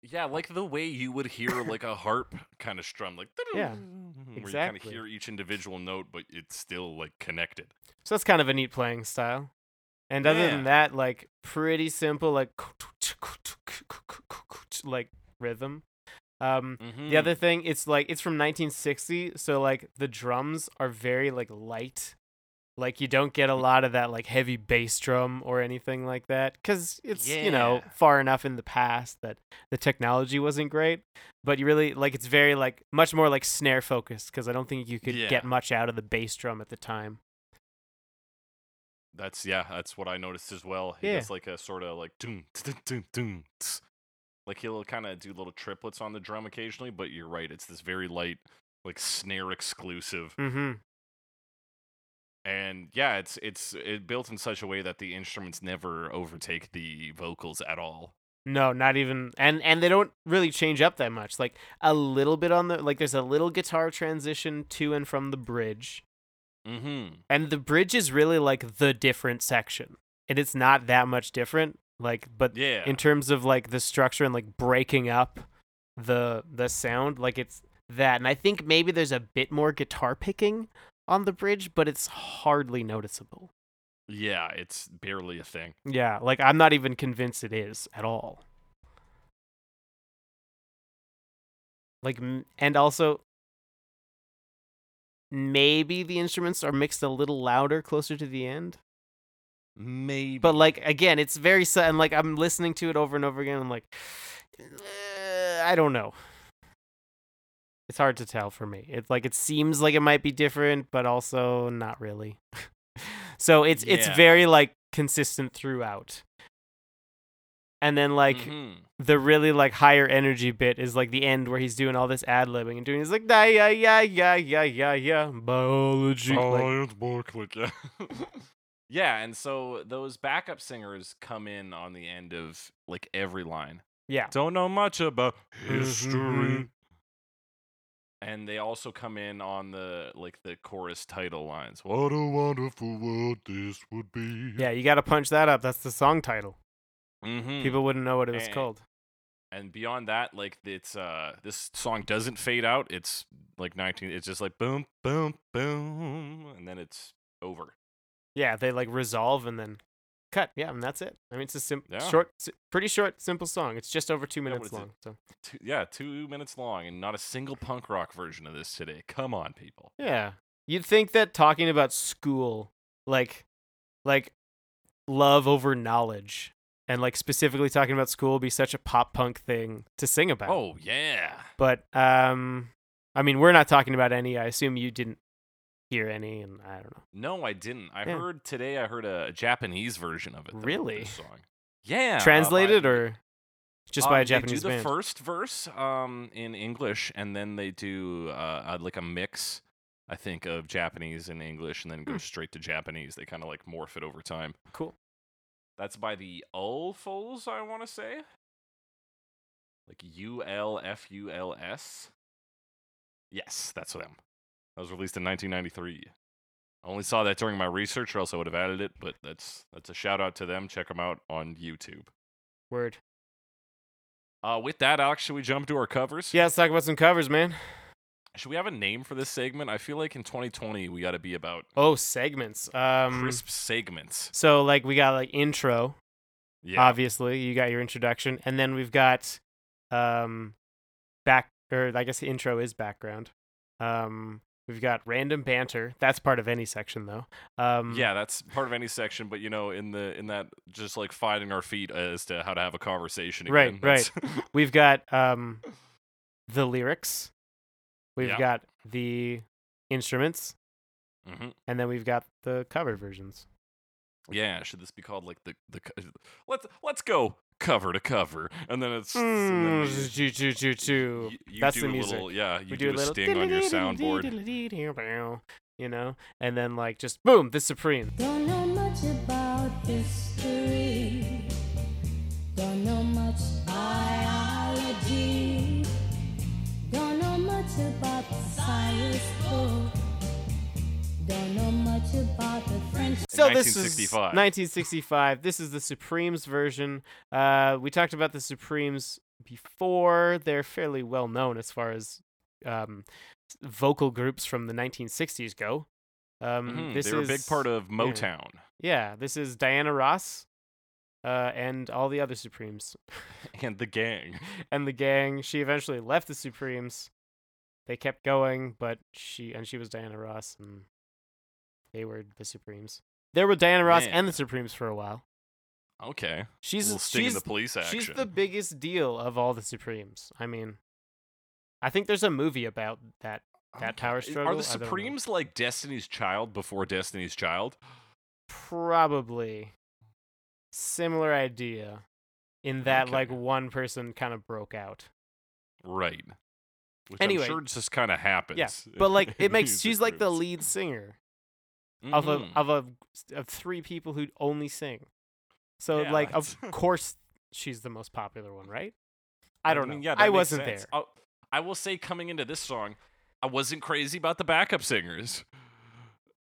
Speaker 1: Yeah, like the way you would hear like a harp kind of strum, like
Speaker 3: Yeah,
Speaker 1: where you kind
Speaker 3: exactly.
Speaker 1: of hear each individual note, but it's still like connected.
Speaker 3: So that's kind of a neat playing style. And other
Speaker 1: Yeah.
Speaker 3: than that, like pretty simple, like like rhythm. Um,
Speaker 1: Mm-hmm.
Speaker 3: The other thing, it's like it's from 1960, so like the drums are very like light. Like you don't
Speaker 1: Mm.
Speaker 3: get a lot of that like heavy bass drum or anything like that cuz it's you know
Speaker 1: Yeah.
Speaker 3: far enough in the past that the technology wasn't great, but you really like it's very like much more like snare focused cuz I don't think you could
Speaker 1: Yeah.
Speaker 3: get much out of the bass drum at the time.
Speaker 1: That's yeah, that's what I noticed as well. He
Speaker 3: Yeah.
Speaker 1: does like a sort of like doom tsk, tsk, doom doom tsk. like he'll kind of do little triplets on the drum occasionally, but you're right, it's this very light like snare exclusive.
Speaker 3: Mhm.
Speaker 1: And yeah, it's it's it built in such a way that the instruments never overtake the vocals at all.
Speaker 3: No, not even and and they don't really change up that much. Like a little bit on the like there's a little guitar transition to and from the bridge.
Speaker 1: Mhm.
Speaker 3: and the bridge is really like the different section and it's not that much different like but
Speaker 1: Yeah.
Speaker 3: in terms of like the structure and like breaking up the the sound like it's that and i think maybe there's a bit more guitar picking on the bridge but it's hardly noticeable
Speaker 1: yeah, it's barely a thing.
Speaker 3: yeah like i'm not even convinced it is at all like m- and also maybe the instruments are mixed a little louder closer to the end
Speaker 1: Maybe.
Speaker 3: but like again it's very sudden like i'm listening to it over and over again i'm like "Uh, i don't know it's hard to tell for me it's like it seems like it might be different but also not really so it's it's
Speaker 1: Yeah.
Speaker 3: very like consistent throughout and then like
Speaker 1: Mhm.
Speaker 3: the really like higher energy bit is like the end where he's doing all this ad libbing and doing he's like yeah yeah yeah yeah yeah yeah yeah biology like,
Speaker 1: Science booklet, yeah. yeah, and so those backup singers come in on the end of like every line.
Speaker 3: yeah
Speaker 1: Don't know much about
Speaker 3: Mhm.
Speaker 1: history. And they also come in on the like the chorus title lines. What a wonderful world this would be.
Speaker 3: yeah you gotta punch that up that's the song title
Speaker 1: Mhm.
Speaker 3: People wouldn't know what it was
Speaker 1: And-
Speaker 3: called.
Speaker 1: and beyond that, like it's uh this song doesn't fade out. It's like 19 it's just like boom boom boom and then it's over.
Speaker 3: Yeah, they like resolve and then cut. Yeah, and that's it. I mean, it's a sim-
Speaker 1: Yeah.
Speaker 3: short, si- pretty short, simple song. It's just over two
Speaker 1: Yeah, what
Speaker 3: minutes
Speaker 1: is it?
Speaker 3: long. So
Speaker 1: two, yeah, two minutes long, and not a single punk rock version of this today. Come on, people.
Speaker 3: yeah, you'd think that talking about school, like, like love over knowledge, and like specifically talking about school, would be such a pop punk thing to sing about.
Speaker 1: Oh yeah,
Speaker 3: but um, I mean, we're not talking about any. I assume you didn't hear any, and I don't know.
Speaker 1: no, I didn't. I
Speaker 3: Yeah.
Speaker 1: heard today. I heard a Japanese version of it. though, of
Speaker 3: Really?
Speaker 1: this song. Yeah. um,
Speaker 3: Translated
Speaker 1: I-
Speaker 3: or just by
Speaker 1: um,
Speaker 3: a Japanese
Speaker 1: They do
Speaker 3: band?
Speaker 1: the first verse um in English, and then they do uh, uh, like a mix I think, of Japanese and English and then go straight to Japanese. They kind of like morph it over time.
Speaker 3: Hmm. Cool.
Speaker 1: That's by the Ulfuls, I want to say. Like U L F U L S. Yes, that's them. That was released in 1993. I only saw that during my research, or else I would have added it. But that's that's a shout out to them. Check them out on YouTube.
Speaker 3: Word.
Speaker 1: Uh, with that, Alex, should we jump to our covers?
Speaker 3: Yeah, let's talk about some covers, man.
Speaker 1: Should we have a name for this segment? I feel like in 2020 we got to be about
Speaker 3: Oh, segments. Um,
Speaker 1: crisp segments.
Speaker 3: So like we got like intro,
Speaker 1: Yeah.
Speaker 3: obviously. You got your introduction, and then we've got um back or I guess the intro is background. Um we've got random banter. That's part of any section though. Um
Speaker 1: yeah, that's part of any section, but you know, in the in that just like finding our feet as to how to have a conversation.
Speaker 3: Right,
Speaker 1: Again.
Speaker 3: right.
Speaker 1: That's-
Speaker 3: We've got um the lyrics. We've
Speaker 1: Yeah.
Speaker 3: got the instruments,
Speaker 1: Mhm.
Speaker 3: and then we've got the cover versions.
Speaker 1: Yeah, should this be called like the the co- let's let's go cover to cover, and then it's and then you-
Speaker 3: Mm, choo, choo, choo, choo.
Speaker 1: you, you
Speaker 3: That's
Speaker 1: do
Speaker 3: the
Speaker 1: a
Speaker 3: music.
Speaker 1: little yeah, you do,
Speaker 3: we do, a
Speaker 1: a
Speaker 3: little
Speaker 1: sting on your soundboard.
Speaker 3: You know, and then like just boom, the Supreme.
Speaker 4: Don't know much about history. Don't know much biology. Don't know much about the science book. Don't know much about the French.
Speaker 3: So this is
Speaker 1: 1965.
Speaker 3: 1965. This is the Supremes version. Uh, we talked about the Supremes before. They're fairly well known as far as um, s- vocal groups from the 1960s go. Um,
Speaker 1: Mhm,
Speaker 3: this
Speaker 1: they were a big
Speaker 3: is-
Speaker 1: part of Motown.
Speaker 3: Yeah, this is Diana Ross uh, and all the other Supremes
Speaker 1: and the gang.
Speaker 3: and the gang. She eventually left the Supremes. They kept going, but she and she was Diana Ross, and they were the Supremes. There were Diana Ross and
Speaker 1: Man.
Speaker 3: the Supremes for a while.
Speaker 1: Okay,
Speaker 3: She's
Speaker 1: little sting in
Speaker 3: she's
Speaker 1: the police action.
Speaker 3: she's the biggest deal of all the Supremes. I mean, I think there's a movie about that. that power
Speaker 1: Is- Are
Speaker 3: struggle?
Speaker 1: the
Speaker 3: I don't know.
Speaker 1: Supremes like Destiny's Child before Destiny's Child?
Speaker 3: Probably similar idea, in that like
Speaker 1: Okay.
Speaker 3: one person kind of broke out.
Speaker 1: Right. Which
Speaker 3: Anyway.
Speaker 1: I'm sure just kind of happens.
Speaker 3: Yeah, but like it
Speaker 1: in
Speaker 3: makes
Speaker 1: music
Speaker 3: she's like the
Speaker 1: groups.
Speaker 3: lead singer. of a
Speaker 1: Mhm.
Speaker 3: of a of three people who only sing. So
Speaker 1: Yeah,
Speaker 3: like of
Speaker 1: it's-
Speaker 3: course she's the most popular one, right? I don't
Speaker 1: mean,
Speaker 3: know.
Speaker 1: Mm-hmm. Yeah, that
Speaker 3: I
Speaker 1: makes
Speaker 3: wasn't
Speaker 1: sense.
Speaker 3: there.
Speaker 1: I'll- Oh, I will say, coming into this song, I wasn't crazy about the backup singers.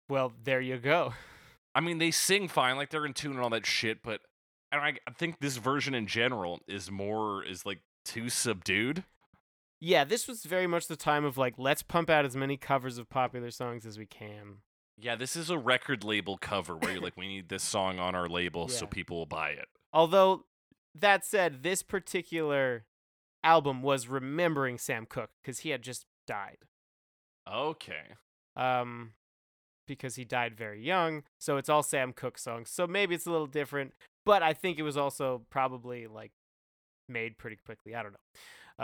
Speaker 3: Well, there you go.
Speaker 1: I mean, they sing fine, like they're in tune and all that shit, but and I, I think this version in general is more is like too subdued.
Speaker 3: Yeah, this was very much the time of like let's pump out as many covers of popular songs as we can.
Speaker 1: Yeah, this is a record label cover where you're like, we need this song on our label so
Speaker 3: Yeah.
Speaker 1: people will buy it.
Speaker 3: Although that said, this particular album was remembering Sam Cooke cuz he had just died.
Speaker 1: Okay.
Speaker 3: um, because he died very young. So it's all Sam Cooke songs. So maybe it's a little different, but I think it was also probably like made pretty quickly. I don't know.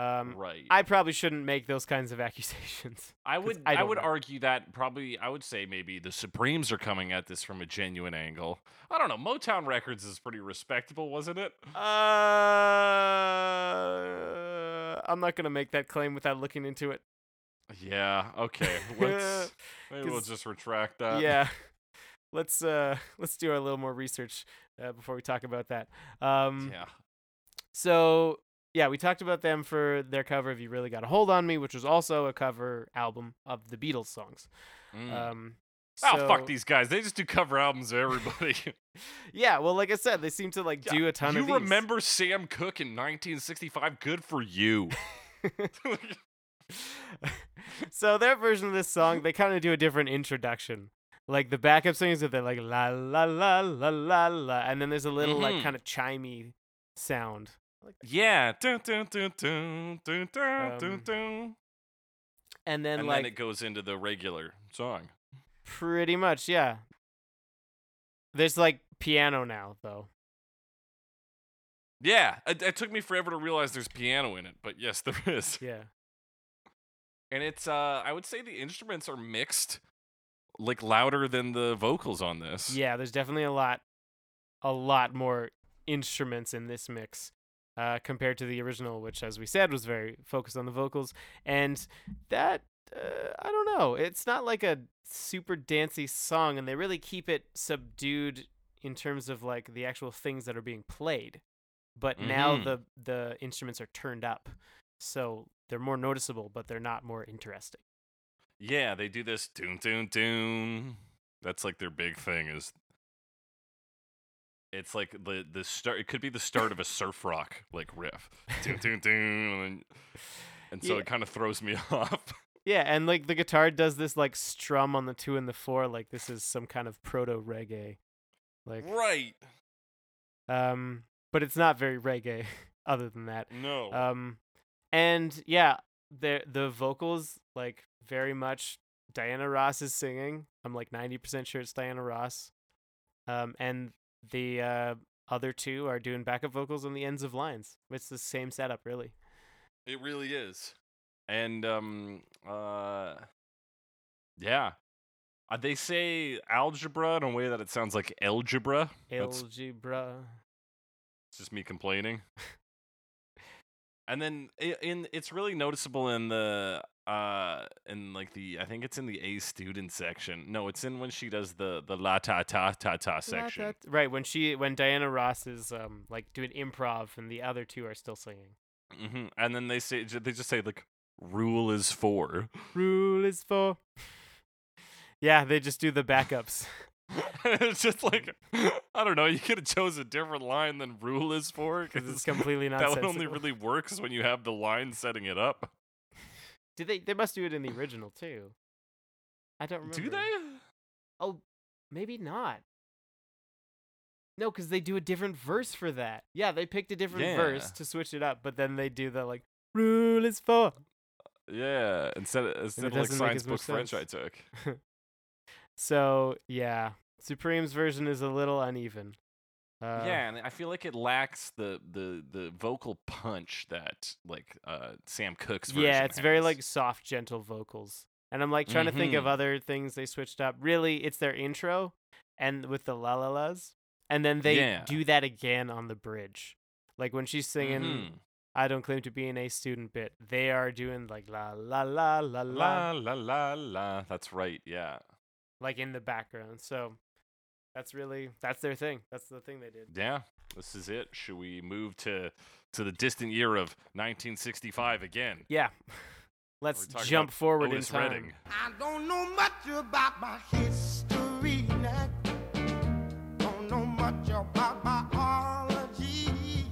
Speaker 3: Um,
Speaker 1: right.
Speaker 3: I probably shouldn't make those kinds of accusations.
Speaker 1: I
Speaker 3: 'Cause
Speaker 1: would
Speaker 3: I
Speaker 1: I,
Speaker 3: don't
Speaker 1: would
Speaker 3: know.
Speaker 1: argue that probably I would say maybe the Supremes are coming at this from a genuine angle. I don't know. Motown Records is pretty respectable, wasn't it?
Speaker 3: Uh, I'm not gonna make that claim without looking into it.
Speaker 1: Yeah. Okay. Let's maybe we'll
Speaker 3: 'Cause-
Speaker 1: just retract that.
Speaker 3: yeah, let's uh, let's do a little more research uh, before we talk about that. Um,
Speaker 1: Yeah.
Speaker 3: So yeah, we talked about them for their cover of "You Really Got a Hold on Me," which was also a cover album of the Beatles songs.
Speaker 1: Mm.
Speaker 3: Um,
Speaker 1: oh fuck
Speaker 3: so-
Speaker 1: these guys! They just do cover albums of everybody.
Speaker 3: Yeah, well, like I said, they seem to like
Speaker 1: Yeah,
Speaker 3: do a ton
Speaker 1: you
Speaker 3: of. these.
Speaker 1: remember Sam Cooke in 1965? Good for you.
Speaker 3: so their version of this song, they kind of do a different introduction. Like the backup singers, that they're like la la la la la la, and then there's a little like
Speaker 1: Mhm.
Speaker 3: kind of chimey sound.
Speaker 1: yeah. Dun, dun, dun, dun, dun, dun, dun,
Speaker 3: Um,
Speaker 1: dun.
Speaker 3: And then
Speaker 1: And
Speaker 3: like
Speaker 1: then it goes into the regular song.
Speaker 3: Pretty much, yeah. There's like piano now, though.
Speaker 1: Yeah, it, it took me forever to realize there's piano in it, but yes, there is.
Speaker 3: Yeah.
Speaker 1: And it's uh I would say the instruments are mixed like louder than the vocals on this.
Speaker 3: Yeah, there's definitely a lot, a lot more instruments in this mix uh, compared to the original, which, as we said, was very focused on the vocals. And that uh, I don't know. It's not like a super dancey song, and they really keep it subdued in terms of like the actual things that are being played. But now
Speaker 1: Mhm.
Speaker 3: the the instruments are turned up, so they're more noticeable, but they're not more interesting.
Speaker 1: Yeah, they do this doon doon doon. That's like their big thing is it's like the the start it could be the start of a surf rock like riff. Doon doon doon and, then- and so
Speaker 3: Yeah.
Speaker 1: it kind of throws me off.
Speaker 3: Yeah, and like the guitar does this like strum on the two and the four, like this is some kind of proto reggae, like
Speaker 1: right.
Speaker 3: um, but it's not very reggae. Other than that,
Speaker 1: No.
Speaker 3: Um, and yeah, the the vocals like very much Diana Ross is singing. I'm like 90% sure it's Diana Ross. Um, and the uh, other two are doing backup vocals on the ends of lines. It's the same setup, really.
Speaker 1: it really is. And um uh yeah. Uh, they say algebra in a way that it sounds like algebra. That's
Speaker 3: Algebra.
Speaker 1: It's just me complaining. and then i in it's really noticeable in the uh in like the I think it's in the A student section. No, it's in when she does the the la ta ta ta ta section.
Speaker 3: Right when she when Diana Ross is um like doing improv and the other two are still singing.
Speaker 1: hmm And then they say ju- they just say like rule is four.
Speaker 3: Rule is for. yeah, they just do the backups.
Speaker 1: it's just like I don't know. You could have chose a different line than rule is four
Speaker 3: Because it's completely
Speaker 1: that
Speaker 3: nonsensical.
Speaker 1: one only really works when you have the line setting it up.
Speaker 3: Did they? They must do it in the original too. I don't remember.
Speaker 1: Do they?
Speaker 3: Oh, maybe not. No, because they do a different verse for that. Yeah, they picked a different verse
Speaker 1: Yeah.
Speaker 3: to switch it up, but then they do the like rule is for.
Speaker 1: Yeah, instead of, instead of like
Speaker 3: doesn't make
Speaker 1: science
Speaker 3: as much
Speaker 1: book French, I
Speaker 3: sense.
Speaker 1: took.
Speaker 3: So yeah, Supreme's version is a little uneven. Uh,
Speaker 1: yeah, and I feel like it lacks the the the vocal punch that like uh Sam Cooke's version.
Speaker 3: Yeah, it's very
Speaker 1: has.
Speaker 3: like soft, gentle vocals. And I'm like trying to think of
Speaker 1: Mhm.
Speaker 3: other things they switched up. Really, it's their intro and with the la la las. And then they
Speaker 1: Yeah.
Speaker 3: do that again on the bridge. Like when she's singing
Speaker 1: Mhm.
Speaker 3: I don't claim to be an A student bit, they are doing like la la la la la
Speaker 1: la Mm-hmm. la la la. That's right. Yeah,
Speaker 3: like in the background. So that's really that's their thing. That's the thing they did.
Speaker 1: yeah. This is it. Should we move to to the distant year of 1965 again?
Speaker 3: Yeah. Let's
Speaker 1: We're talking
Speaker 3: jump
Speaker 1: about
Speaker 3: forward
Speaker 1: Otis
Speaker 3: in time.
Speaker 1: Redding.
Speaker 2: I don't know much about my history now. Don't know much about biology.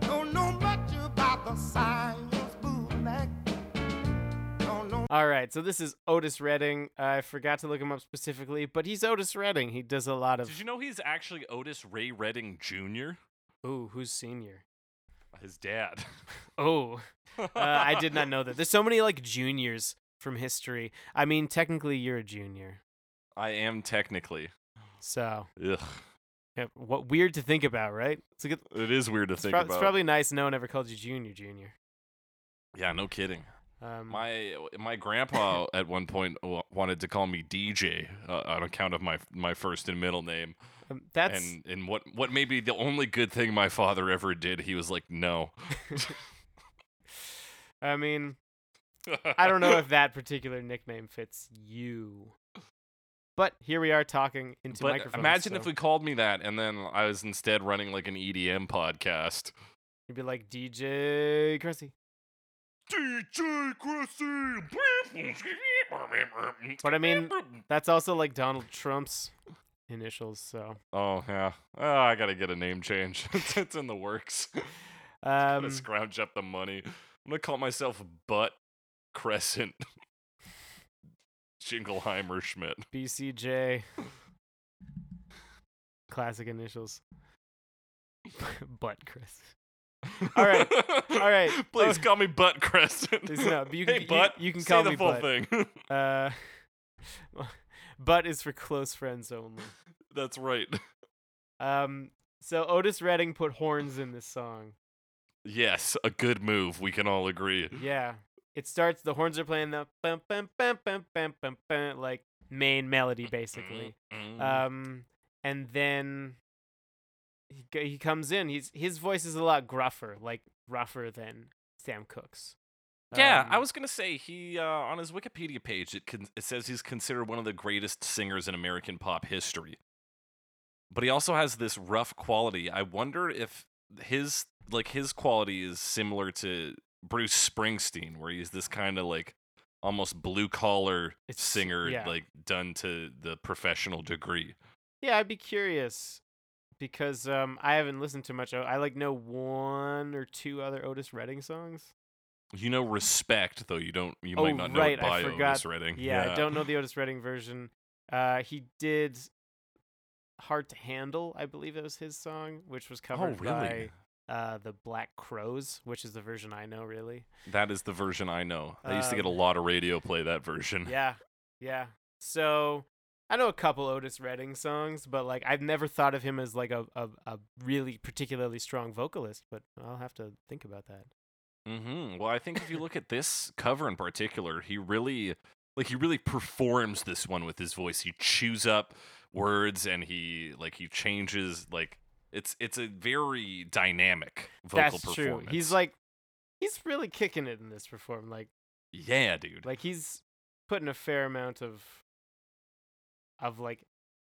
Speaker 2: Don't know much about the science book. Don't know
Speaker 3: All right, so this is Otis Redding. I forgot to look him up specifically, but he's Otis Redding. He does a lot of
Speaker 1: Did you know he's actually Otis Ray Redding Jr.
Speaker 3: Ooh, who's senior?
Speaker 1: His dad.
Speaker 3: Oh, uh, I did not know that. There's so many like juniors from history. I mean, technically you're a junior,
Speaker 1: I am technically.
Speaker 3: so
Speaker 1: Ugh.
Speaker 3: yeah, what weird to think about, right? It's, a good,
Speaker 1: It is weird to
Speaker 3: it's,
Speaker 1: think
Speaker 3: prob-
Speaker 1: about.
Speaker 3: it's probably nice no one ever called you junior, junior.
Speaker 1: yeah, no kidding.
Speaker 3: Um,
Speaker 1: My my grandpa at one point w- wanted to call me DJ uh, on account of my my first and middle name,
Speaker 3: um, that's
Speaker 1: and and what what may be the only good thing my father ever did, he was like, no.
Speaker 3: I mean, I don't know if that particular nickname fits you, but here we are talking into
Speaker 1: but
Speaker 3: microphones.
Speaker 1: imagine if
Speaker 3: so
Speaker 1: we called me that, and then I was instead running like an EDM podcast.
Speaker 3: you'd be like DJ Cressy.
Speaker 1: DJ Cressy.
Speaker 3: But I mean, That's also like Donald Trump's initials, so.
Speaker 1: Oh yeah, oh, I gotta get a name change. it's, it's in the works. I'm
Speaker 3: Um,
Speaker 1: gonna scrounge up the money. I'm gonna call myself Butt Crescent Jingleheimer Schmidt.
Speaker 3: BCJ. Classic initials. Butt Chris. All right, all right.
Speaker 1: Please
Speaker 3: Oh.
Speaker 1: call me Butt Crescent.
Speaker 3: Please, no, but you
Speaker 1: hey,
Speaker 3: can- you-
Speaker 1: Butt.
Speaker 3: you can
Speaker 1: say
Speaker 3: call
Speaker 1: the
Speaker 3: me
Speaker 1: full
Speaker 3: Butt.
Speaker 1: thing.
Speaker 3: Uh, butt is for close friends only.
Speaker 1: That's right.
Speaker 3: Um, so Otis Redding put horns in this song.
Speaker 1: Yes, a good move. We can all agree.
Speaker 3: Yeah, it starts. The horns are playing the bum, bum, bum, bum, bum, bum, bum, like main melody, basically.
Speaker 1: Mm, mm.
Speaker 3: Um, and then he go- he comes in. He's his voice is a lot gruffer, like rougher than Sam Cooke's.
Speaker 1: Yeah, I
Speaker 3: Um,
Speaker 1: was gonna say he uh, on his Wikipedia page it, con- it says he's considered one of the greatest singers in American pop history. But he also has this rough quality. I wonder if his like his quality is similar to Bruce Springsteen, where he's this kind of like almost blue collar
Speaker 3: It's-
Speaker 1: singer,
Speaker 3: yeah.
Speaker 1: like done to the professional degree.
Speaker 3: Yeah, I'd be curious because um, I haven't listened to much. O- I like know one or two other Otis Redding songs.
Speaker 1: You know, respect though you don't you
Speaker 3: Oh,
Speaker 1: might not know
Speaker 3: right,
Speaker 1: it by
Speaker 3: I forgot.
Speaker 1: Otis Redding.
Speaker 3: Yeah, I don't know the Otis Redding version. Uh, he did "Hard to Handle," I believe that was his song, which was
Speaker 1: Oh,
Speaker 3: covered
Speaker 1: really?
Speaker 3: by uh, the Black Crows, which is the version I know really.
Speaker 1: That is the version I know. I used to get a
Speaker 3: Um,
Speaker 1: lot of radio play that version.
Speaker 3: Yeah, yeah. So I know a couple Otis Redding songs, but like I've never thought of him as like a, a, a really particularly strong vocalist. But I'll have to think about that.
Speaker 1: hmm Well, I think if you look at this cover in particular, he really like he really performs this one with his voice. He chews up words and he like he changes like it's it's a very dynamic vocal
Speaker 3: That's true.
Speaker 1: performance.
Speaker 3: He's like he's really kicking it in this perform. Like
Speaker 1: yeah, dude.
Speaker 3: like he's putting a fair amount of of like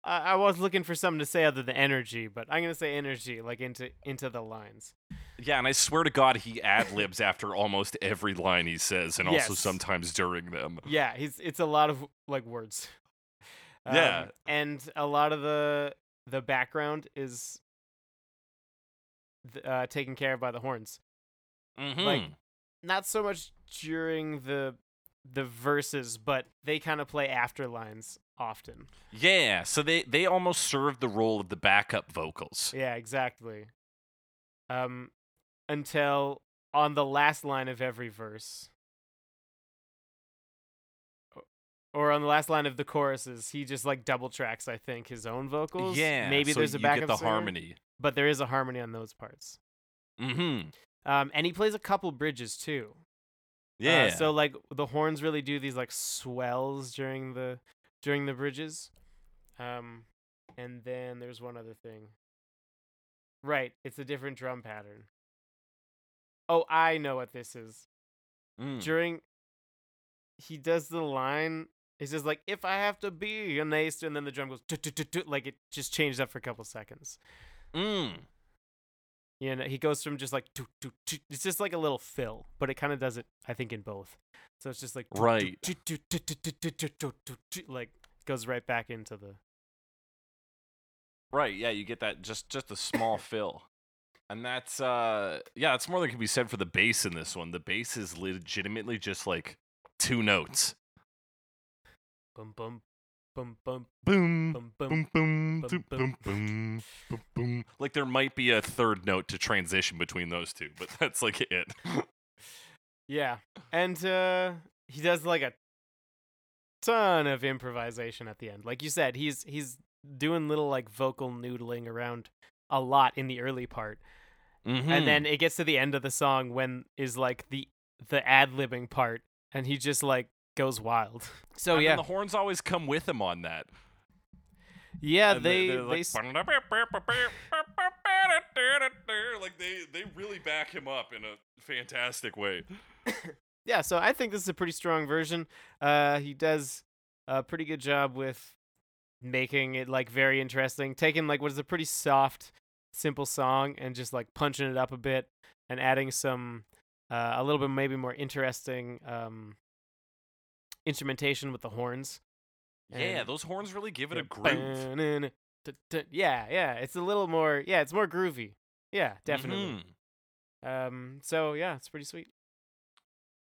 Speaker 3: I, I was looking for something to say other than energy, but I'm gonna say energy like into into the lines.
Speaker 1: yeah, and I swear to God, he ad libs after almost every line he says, and also
Speaker 3: Yes.
Speaker 1: sometimes during them.
Speaker 3: Yeah, he's it's a lot of like words.
Speaker 1: Yeah.
Speaker 3: Um, and a lot of the the background is th- uh, taken care of by the horns.
Speaker 1: Mm-hmm.
Speaker 3: Like, not so much during the the verses, but they kind of play after lines often.
Speaker 1: yeah, so they they almost serve the role of the backup vocals.
Speaker 3: Yeah, exactly. Um, until on the last line of every verse, O- or on the last line of the choruses, he just like double tracks. I think his own vocals.
Speaker 1: Yeah,
Speaker 3: maybe
Speaker 1: so
Speaker 3: there's a
Speaker 1: you
Speaker 3: backup
Speaker 1: get the
Speaker 3: singer,
Speaker 1: harmony.
Speaker 3: but there is a harmony on those parts.
Speaker 1: Mm-hmm.
Speaker 3: Um, and he plays a couple bridges too. Uh,
Speaker 1: Yeah.
Speaker 3: so like the horns really do these like swells during the during the bridges. Um and then there's one other thing. Right, it's a different drum pattern. Oh, I know what this is.
Speaker 1: Mm.
Speaker 3: During he does the line it's just like if I have to be an ace and then the drum goes "Tut, tut, tut, tut," like it just changed up for a couple seconds.
Speaker 1: Mm.
Speaker 3: You know, he goes from just like "Tut, tut, tut," it's just like a little fill, but it kind of does it I think in both. So it's just like "Tut,
Speaker 1: Right.
Speaker 3: like goes right back into the
Speaker 1: Right. Yeah, you get that just just a small fill. And that's uh yeah, that's more than can be said for the bass in this one. The bass is legitimately just like two notes.
Speaker 3: bum bum bum bum
Speaker 1: Boom.
Speaker 3: bum bum.
Speaker 1: Boom boom
Speaker 3: Bum,
Speaker 1: zoop, boom
Speaker 3: bum.
Speaker 1: boom boom boom. Like there might be a third note to transition between those two, but that's like it.
Speaker 3: Yeah, and uh, he does like a ton of improvisation at the end. Like you said, he's he's doing little like vocal noodling around a lot in the early part,
Speaker 1: Mhm.
Speaker 3: and then it gets to the end of the song when is like the the ad libbing part, and he just like goes wild. So
Speaker 1: And then
Speaker 3: oh, yeah,
Speaker 1: the horns always come with him on that.
Speaker 3: yeah,
Speaker 1: And
Speaker 3: they
Speaker 1: they're like,
Speaker 3: they, s-
Speaker 1: like they they really back him up in a fantastic way.
Speaker 3: yeah, so I think this is a pretty strong version. Uh, he does a pretty good job with making it like very interesting, taking like what is a pretty soft, simple song and just like punching it up a bit and adding some uh, a little bit maybe more interesting um, instrumentation with the horns.
Speaker 1: Yeah,
Speaker 3: And-
Speaker 1: those horns really give it a
Speaker 3: Yeah,
Speaker 1: groove.
Speaker 3: ba-na-na, da-da. Yeah, yeah, it's a little more. Yeah, it's more groovy. Yeah, definitely.
Speaker 1: Mhm.
Speaker 3: Um, so yeah, it's pretty sweet.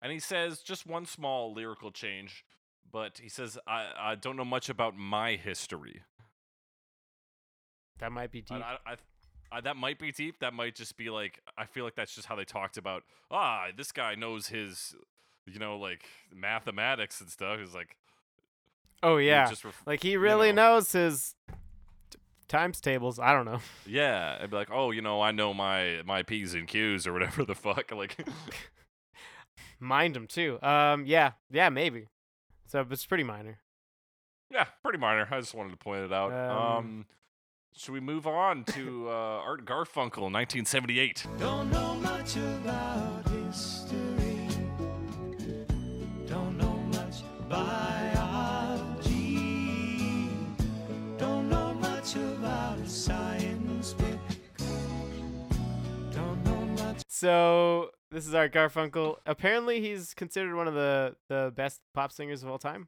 Speaker 1: And he says just one small lyrical change, but he says I, I don't know much about my history.
Speaker 3: That might be deep.
Speaker 1: And I, I, I- that might be deep. That might just be like I feel like that's just how they talked about. Ah, this guy knows his, you know, like mathematics and stuff. He's like
Speaker 3: Oh
Speaker 1: he
Speaker 3: yeah.
Speaker 1: just ref-
Speaker 3: Like he
Speaker 1: you
Speaker 3: really
Speaker 1: know.
Speaker 3: knows his t- times tables. I don't know.
Speaker 1: yeah. I'd be like, oh, you know, I know my my p's and q's or whatever the fuck. Like,
Speaker 3: Mind him too. Um, yeah, yeah, maybe. So it's pretty minor.
Speaker 1: Yeah, pretty minor. I just wanted to point it out. Um,
Speaker 3: Um,
Speaker 1: should we move on to uh, Art Garfunkel, 1978?
Speaker 2: Don't know much about history.
Speaker 3: So this is Art Garfunkel. Apparently, he's considered one of the the best pop singers of all time.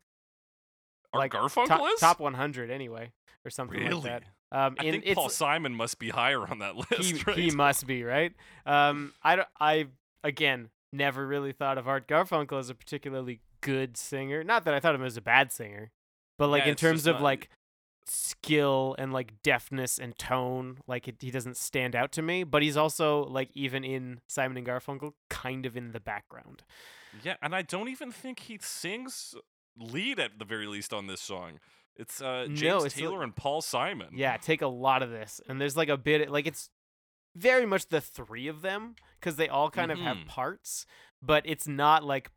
Speaker 1: Art
Speaker 3: Like,
Speaker 1: Garfunkel
Speaker 3: top,
Speaker 1: is
Speaker 3: top 100 anyway, or something
Speaker 1: really.
Speaker 3: like that. Um,
Speaker 1: I
Speaker 3: in-
Speaker 1: think
Speaker 3: it's-
Speaker 1: Paul Simon must be higher on that list.
Speaker 3: he,
Speaker 1: right?
Speaker 3: he must be right. Um, I don't, I again never really thought of Art Garfunkel as a particularly good singer. Not that I thought of him as a bad singer, but like
Speaker 1: Yeah,
Speaker 3: in
Speaker 1: it's just
Speaker 3: terms of
Speaker 1: not-
Speaker 3: like skill and like deftness and tone, like it, he doesn't stand out to me. But he's also like even in Simon and Garfunkel, kind of in the background.
Speaker 1: Yeah, and I don't even think he sings lead at the very least on this song. It's uh,
Speaker 3: No,
Speaker 1: James
Speaker 3: it's li-
Speaker 1: Taylor and Paul Simon.
Speaker 3: Yeah, take a lot of this, and there's like a bit like it's very much the three of them because they all kind of
Speaker 1: Mhm.
Speaker 3: have parts, but it's not like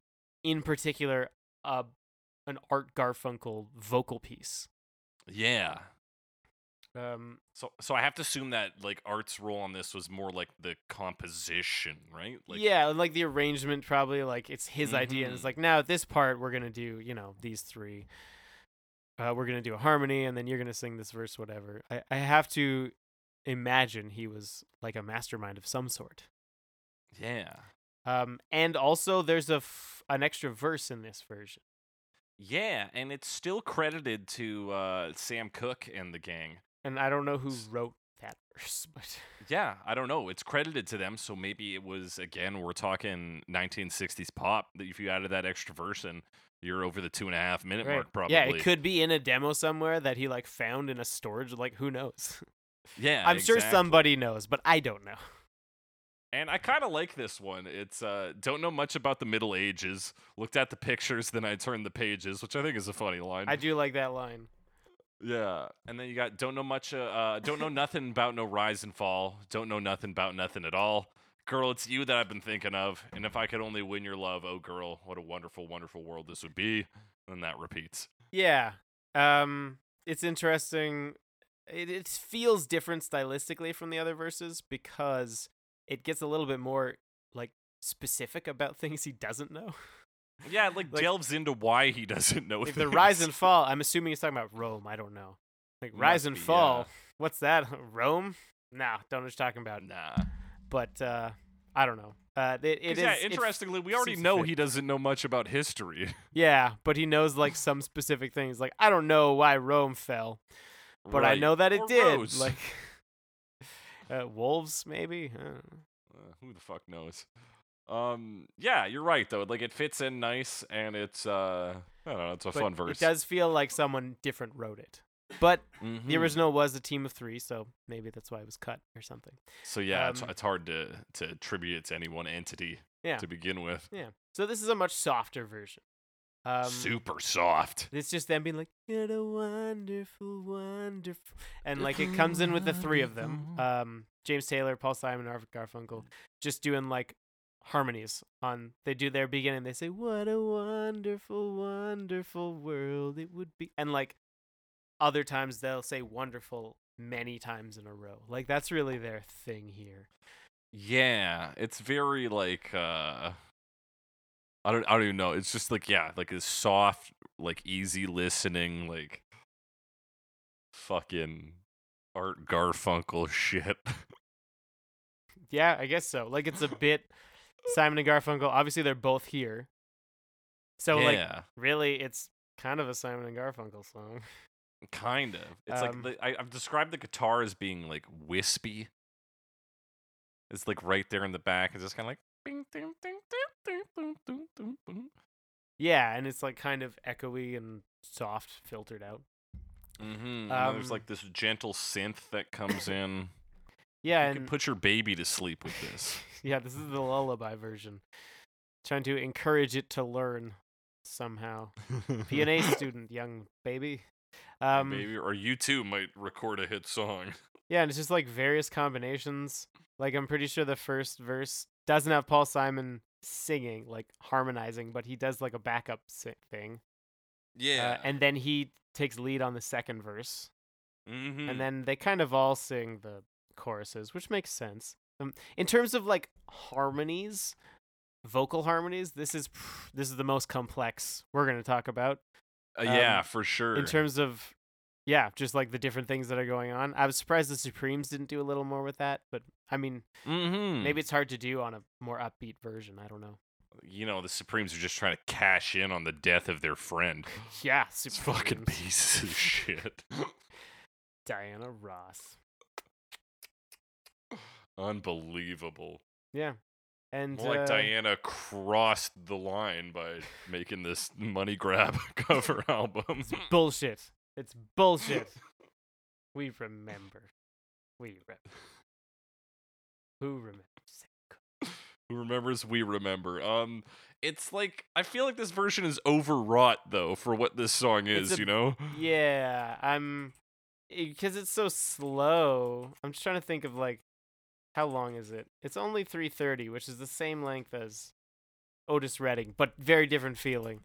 Speaker 3: in particular uh, an Art Garfunkel vocal piece.
Speaker 1: Yeah.
Speaker 3: Um,
Speaker 1: So, so I have to assume that like Art's role on this was more like the composition, right? Like,
Speaker 3: yeah, and like the arrangement probably like it's his idea, and
Speaker 1: Mhm.
Speaker 3: it's like now at this part we're gonna do you know these three. Uh, we're gonna do a harmony, and then you're gonna sing this verse, whatever. I, I have to imagine he was like a mastermind of some sort.
Speaker 1: yeah,
Speaker 3: Um, and also there's a f- an extra verse in this version.
Speaker 1: yeah, and it's still credited to uh, Sam Cooke and the gang.
Speaker 3: And I don't know who
Speaker 1: S-
Speaker 3: wrote that verse, but
Speaker 1: Yeah, I don't know. It's credited to them, so maybe it was again. We're talking 1960s pop. That if you added that extra verse in, you're over the two and a half minute mark, probably.
Speaker 3: yeah, it could be in a demo somewhere that he like found in a storage. Like who knows?
Speaker 1: Yeah,
Speaker 3: I'm sure
Speaker 1: exactly.
Speaker 3: somebody knows, but I don't know.
Speaker 1: And I kind of like this one. It's uh, don't know much about the Middle Ages. Looked at the pictures, then I turned the pages, which I think is a funny line.
Speaker 3: I do like that line.
Speaker 1: yeah. And then you got don't know much. Uh, uh, don't know nothing about no rise and fall. Don't know nothing about nothing at all. Girl, it's you that I've been thinking of. And if I could only win your love, oh girl, what a wonderful, wonderful world this would be. And that repeats.
Speaker 3: Yeah. Um, it's interesting. It, it feels different stylistically from the other verses because it gets a little bit more like specific about things he doesn't know.
Speaker 1: Yeah, it like,
Speaker 3: Like-
Speaker 1: delves into why he doesn't know.
Speaker 3: if the
Speaker 1: things.
Speaker 3: rise and fall, I'm assuming he's talking about Rome. I don't know. Like
Speaker 1: Must
Speaker 3: rise and
Speaker 1: be, yeah.
Speaker 3: fall. What's that? Rome? Nah, don't know what you're talking about.
Speaker 1: Nah.
Speaker 3: But uh, I don't know. Uh, it, it
Speaker 1: 'Cause
Speaker 3: is
Speaker 1: yeah,
Speaker 3: it-
Speaker 1: interestingly, we already
Speaker 3: seems to
Speaker 1: know
Speaker 3: fit.
Speaker 1: he doesn't know much about history.
Speaker 3: yeah, but he knows like some specific things. Like I don't know why Rome fell, but I
Speaker 1: Right.
Speaker 3: know that it
Speaker 1: Or
Speaker 3: did.
Speaker 1: Rose.
Speaker 3: Like uh, wolves, maybe. I don't know.
Speaker 1: Uh, who the fuck knows? Um, yeah, you're right though. Like it fits in nice, and it's uh, I don't know, it's a
Speaker 3: But
Speaker 1: fun verse.
Speaker 3: It does feel like someone different wrote it. But the
Speaker 1: Mhm.
Speaker 3: original was a team of three, so maybe that's why it was cut or something.
Speaker 1: So yeah, it's,
Speaker 3: um,
Speaker 1: it's hard to to attribute it to any one entity.
Speaker 3: Yeah.
Speaker 1: To begin with,
Speaker 3: Yeah. So this is a much softer version. Um,
Speaker 1: super soft.
Speaker 3: It's just them being like, "You're a wonderful, wonderful," and like it comes in with the three of them: um, James Taylor, Paul Simon, and Art Garfunkel, just doing like harmonies on. They do their beginning. They say, "What a wonderful, wonderful world it would be," and like other times they'll say "wonderful" many times in a row. Like that's really their thing here.
Speaker 1: Yeah, it's very like uh, I don't I don't even know. It's just like yeah, like a soft, like easy listening, like fucking Art Garfunkel shit.
Speaker 3: Yeah, I guess so. Like it's a bit Simon and Garfunkel. Obviously, they're both here, so like
Speaker 1: yeah.
Speaker 3: really it's kind of a Simon and Garfunkel song.
Speaker 1: Kind of. It's like
Speaker 3: Um,
Speaker 1: the, I, I've described the guitar as being like wispy. It's like right there in the back. It's just kind of like. Bing, ding, ding, ding, ding, ding, ding, ding, ding.
Speaker 3: Yeah, and it's like kind of echoey and soft, filtered out.
Speaker 1: Mm-hmm. and there's
Speaker 3: Um,
Speaker 1: like this gentle synth that comes in.
Speaker 3: Yeah,
Speaker 1: you can
Speaker 3: and
Speaker 1: put your baby to sleep with this.
Speaker 3: yeah, this is the lullaby version. Trying to encourage it to learn somehow. PNA student, young baby. Um, Uh,
Speaker 1: Maybe, or you too might record a hit song.
Speaker 3: Yeah, and it's just like various combinations. Like I'm pretty sure the first verse doesn't have Paul Simon singing, like harmonizing, but he does like a backup si- thing. Uh, and then he takes lead on the second verse.
Speaker 1: mm-hmm.
Speaker 3: and then they kind of all sing the choruses, which makes sense. Um, in terms of like harmonies, vocal harmonies, this is pr- this is the most complex we're going to talk about
Speaker 1: uh, yeah,
Speaker 3: um,
Speaker 1: for sure.
Speaker 3: in terms of yeah, just like the different things that are going on. I was surprised the Supremes didn't do a little more with that, but I mean,
Speaker 1: Mm-hmm.
Speaker 3: maybe it's hard to do on a more upbeat version. I don't know.
Speaker 1: you know the Supremes are just trying to cash in on the death of their friend.
Speaker 3: Yeah,
Speaker 1: It's fucking
Speaker 3: Supremes.
Speaker 1: pieces of shit.
Speaker 3: Diana Ross.
Speaker 1: Unbelievable.
Speaker 3: Yeah, and
Speaker 1: More like
Speaker 3: uh,
Speaker 1: Diana crossed the line by making this money grab cover album.
Speaker 3: Bullshit. It's bullshit. we remember. We remember. Who remembers?
Speaker 1: Who remembers? We remember. Um, it's like I feel like this version is overwrought though for what this song
Speaker 3: It's
Speaker 1: is.
Speaker 3: a-
Speaker 1: you know,
Speaker 3: Yeah, I'm because it's so slow. I'm just trying to think of like how long is it? It's only 3:30, which is the same length as Otis Redding, but very different feeling.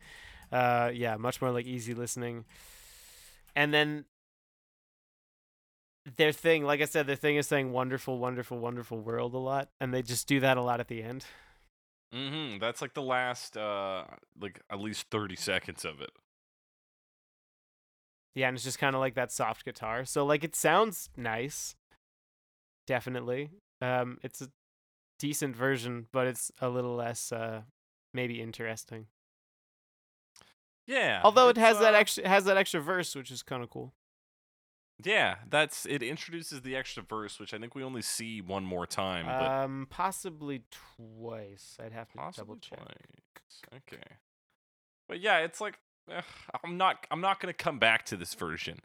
Speaker 3: Uh yeah, much more like easy listening. And then their thing, like I said, their thing is saying wonderful, wonderful, wonderful world a lot, and they just do that a lot at the end.
Speaker 1: mm-hmm. that's like the last, uh, like at least thirty seconds of it.
Speaker 3: Yeah, and it's just kind of like that soft guitar. So like it sounds nice. Definitely. Um it's a decent version, but it's a little less uh maybe interesting.
Speaker 1: Yeah.
Speaker 3: Although it
Speaker 1: it's,
Speaker 3: has that
Speaker 1: uh,
Speaker 3: extra has that extra verse, which is kind of cool.
Speaker 1: Yeah, that's it. Introduces the extra verse, which I think we only see one more time, but
Speaker 3: Um possibly twice. I'd have to double
Speaker 1: possibly
Speaker 3: check.
Speaker 1: twice. Okay. But yeah, it's like ugh, I'm not. I'm not gonna come back to this version.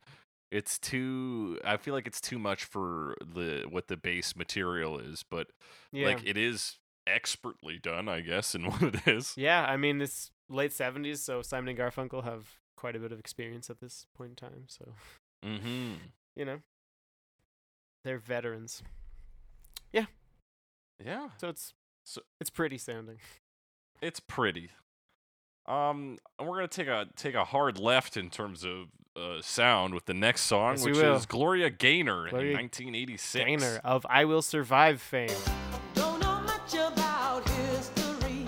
Speaker 1: It's too. I feel like it's too much for the what the base material is, but
Speaker 3: Yeah.
Speaker 1: like it is expertly done, I guess, in what it is.
Speaker 3: yeah, I mean it's late 70s, so Simon and Garfunkel have quite a bit of experience at this point in time, so
Speaker 1: Mm-hmm.
Speaker 3: you know. They're veterans. Yeah,
Speaker 1: Yeah.
Speaker 3: so it's
Speaker 1: So-
Speaker 3: it's pretty sounding.
Speaker 1: it's pretty. Um, and we're gonna take a take a hard left in terms of uh, sound with the next song,
Speaker 3: Yes, we
Speaker 1: which
Speaker 3: will.
Speaker 1: is Gloria Gaynor
Speaker 3: Gloria
Speaker 1: in 1986.
Speaker 3: Gainer of I Will Survive fame.
Speaker 2: Don't know much about history.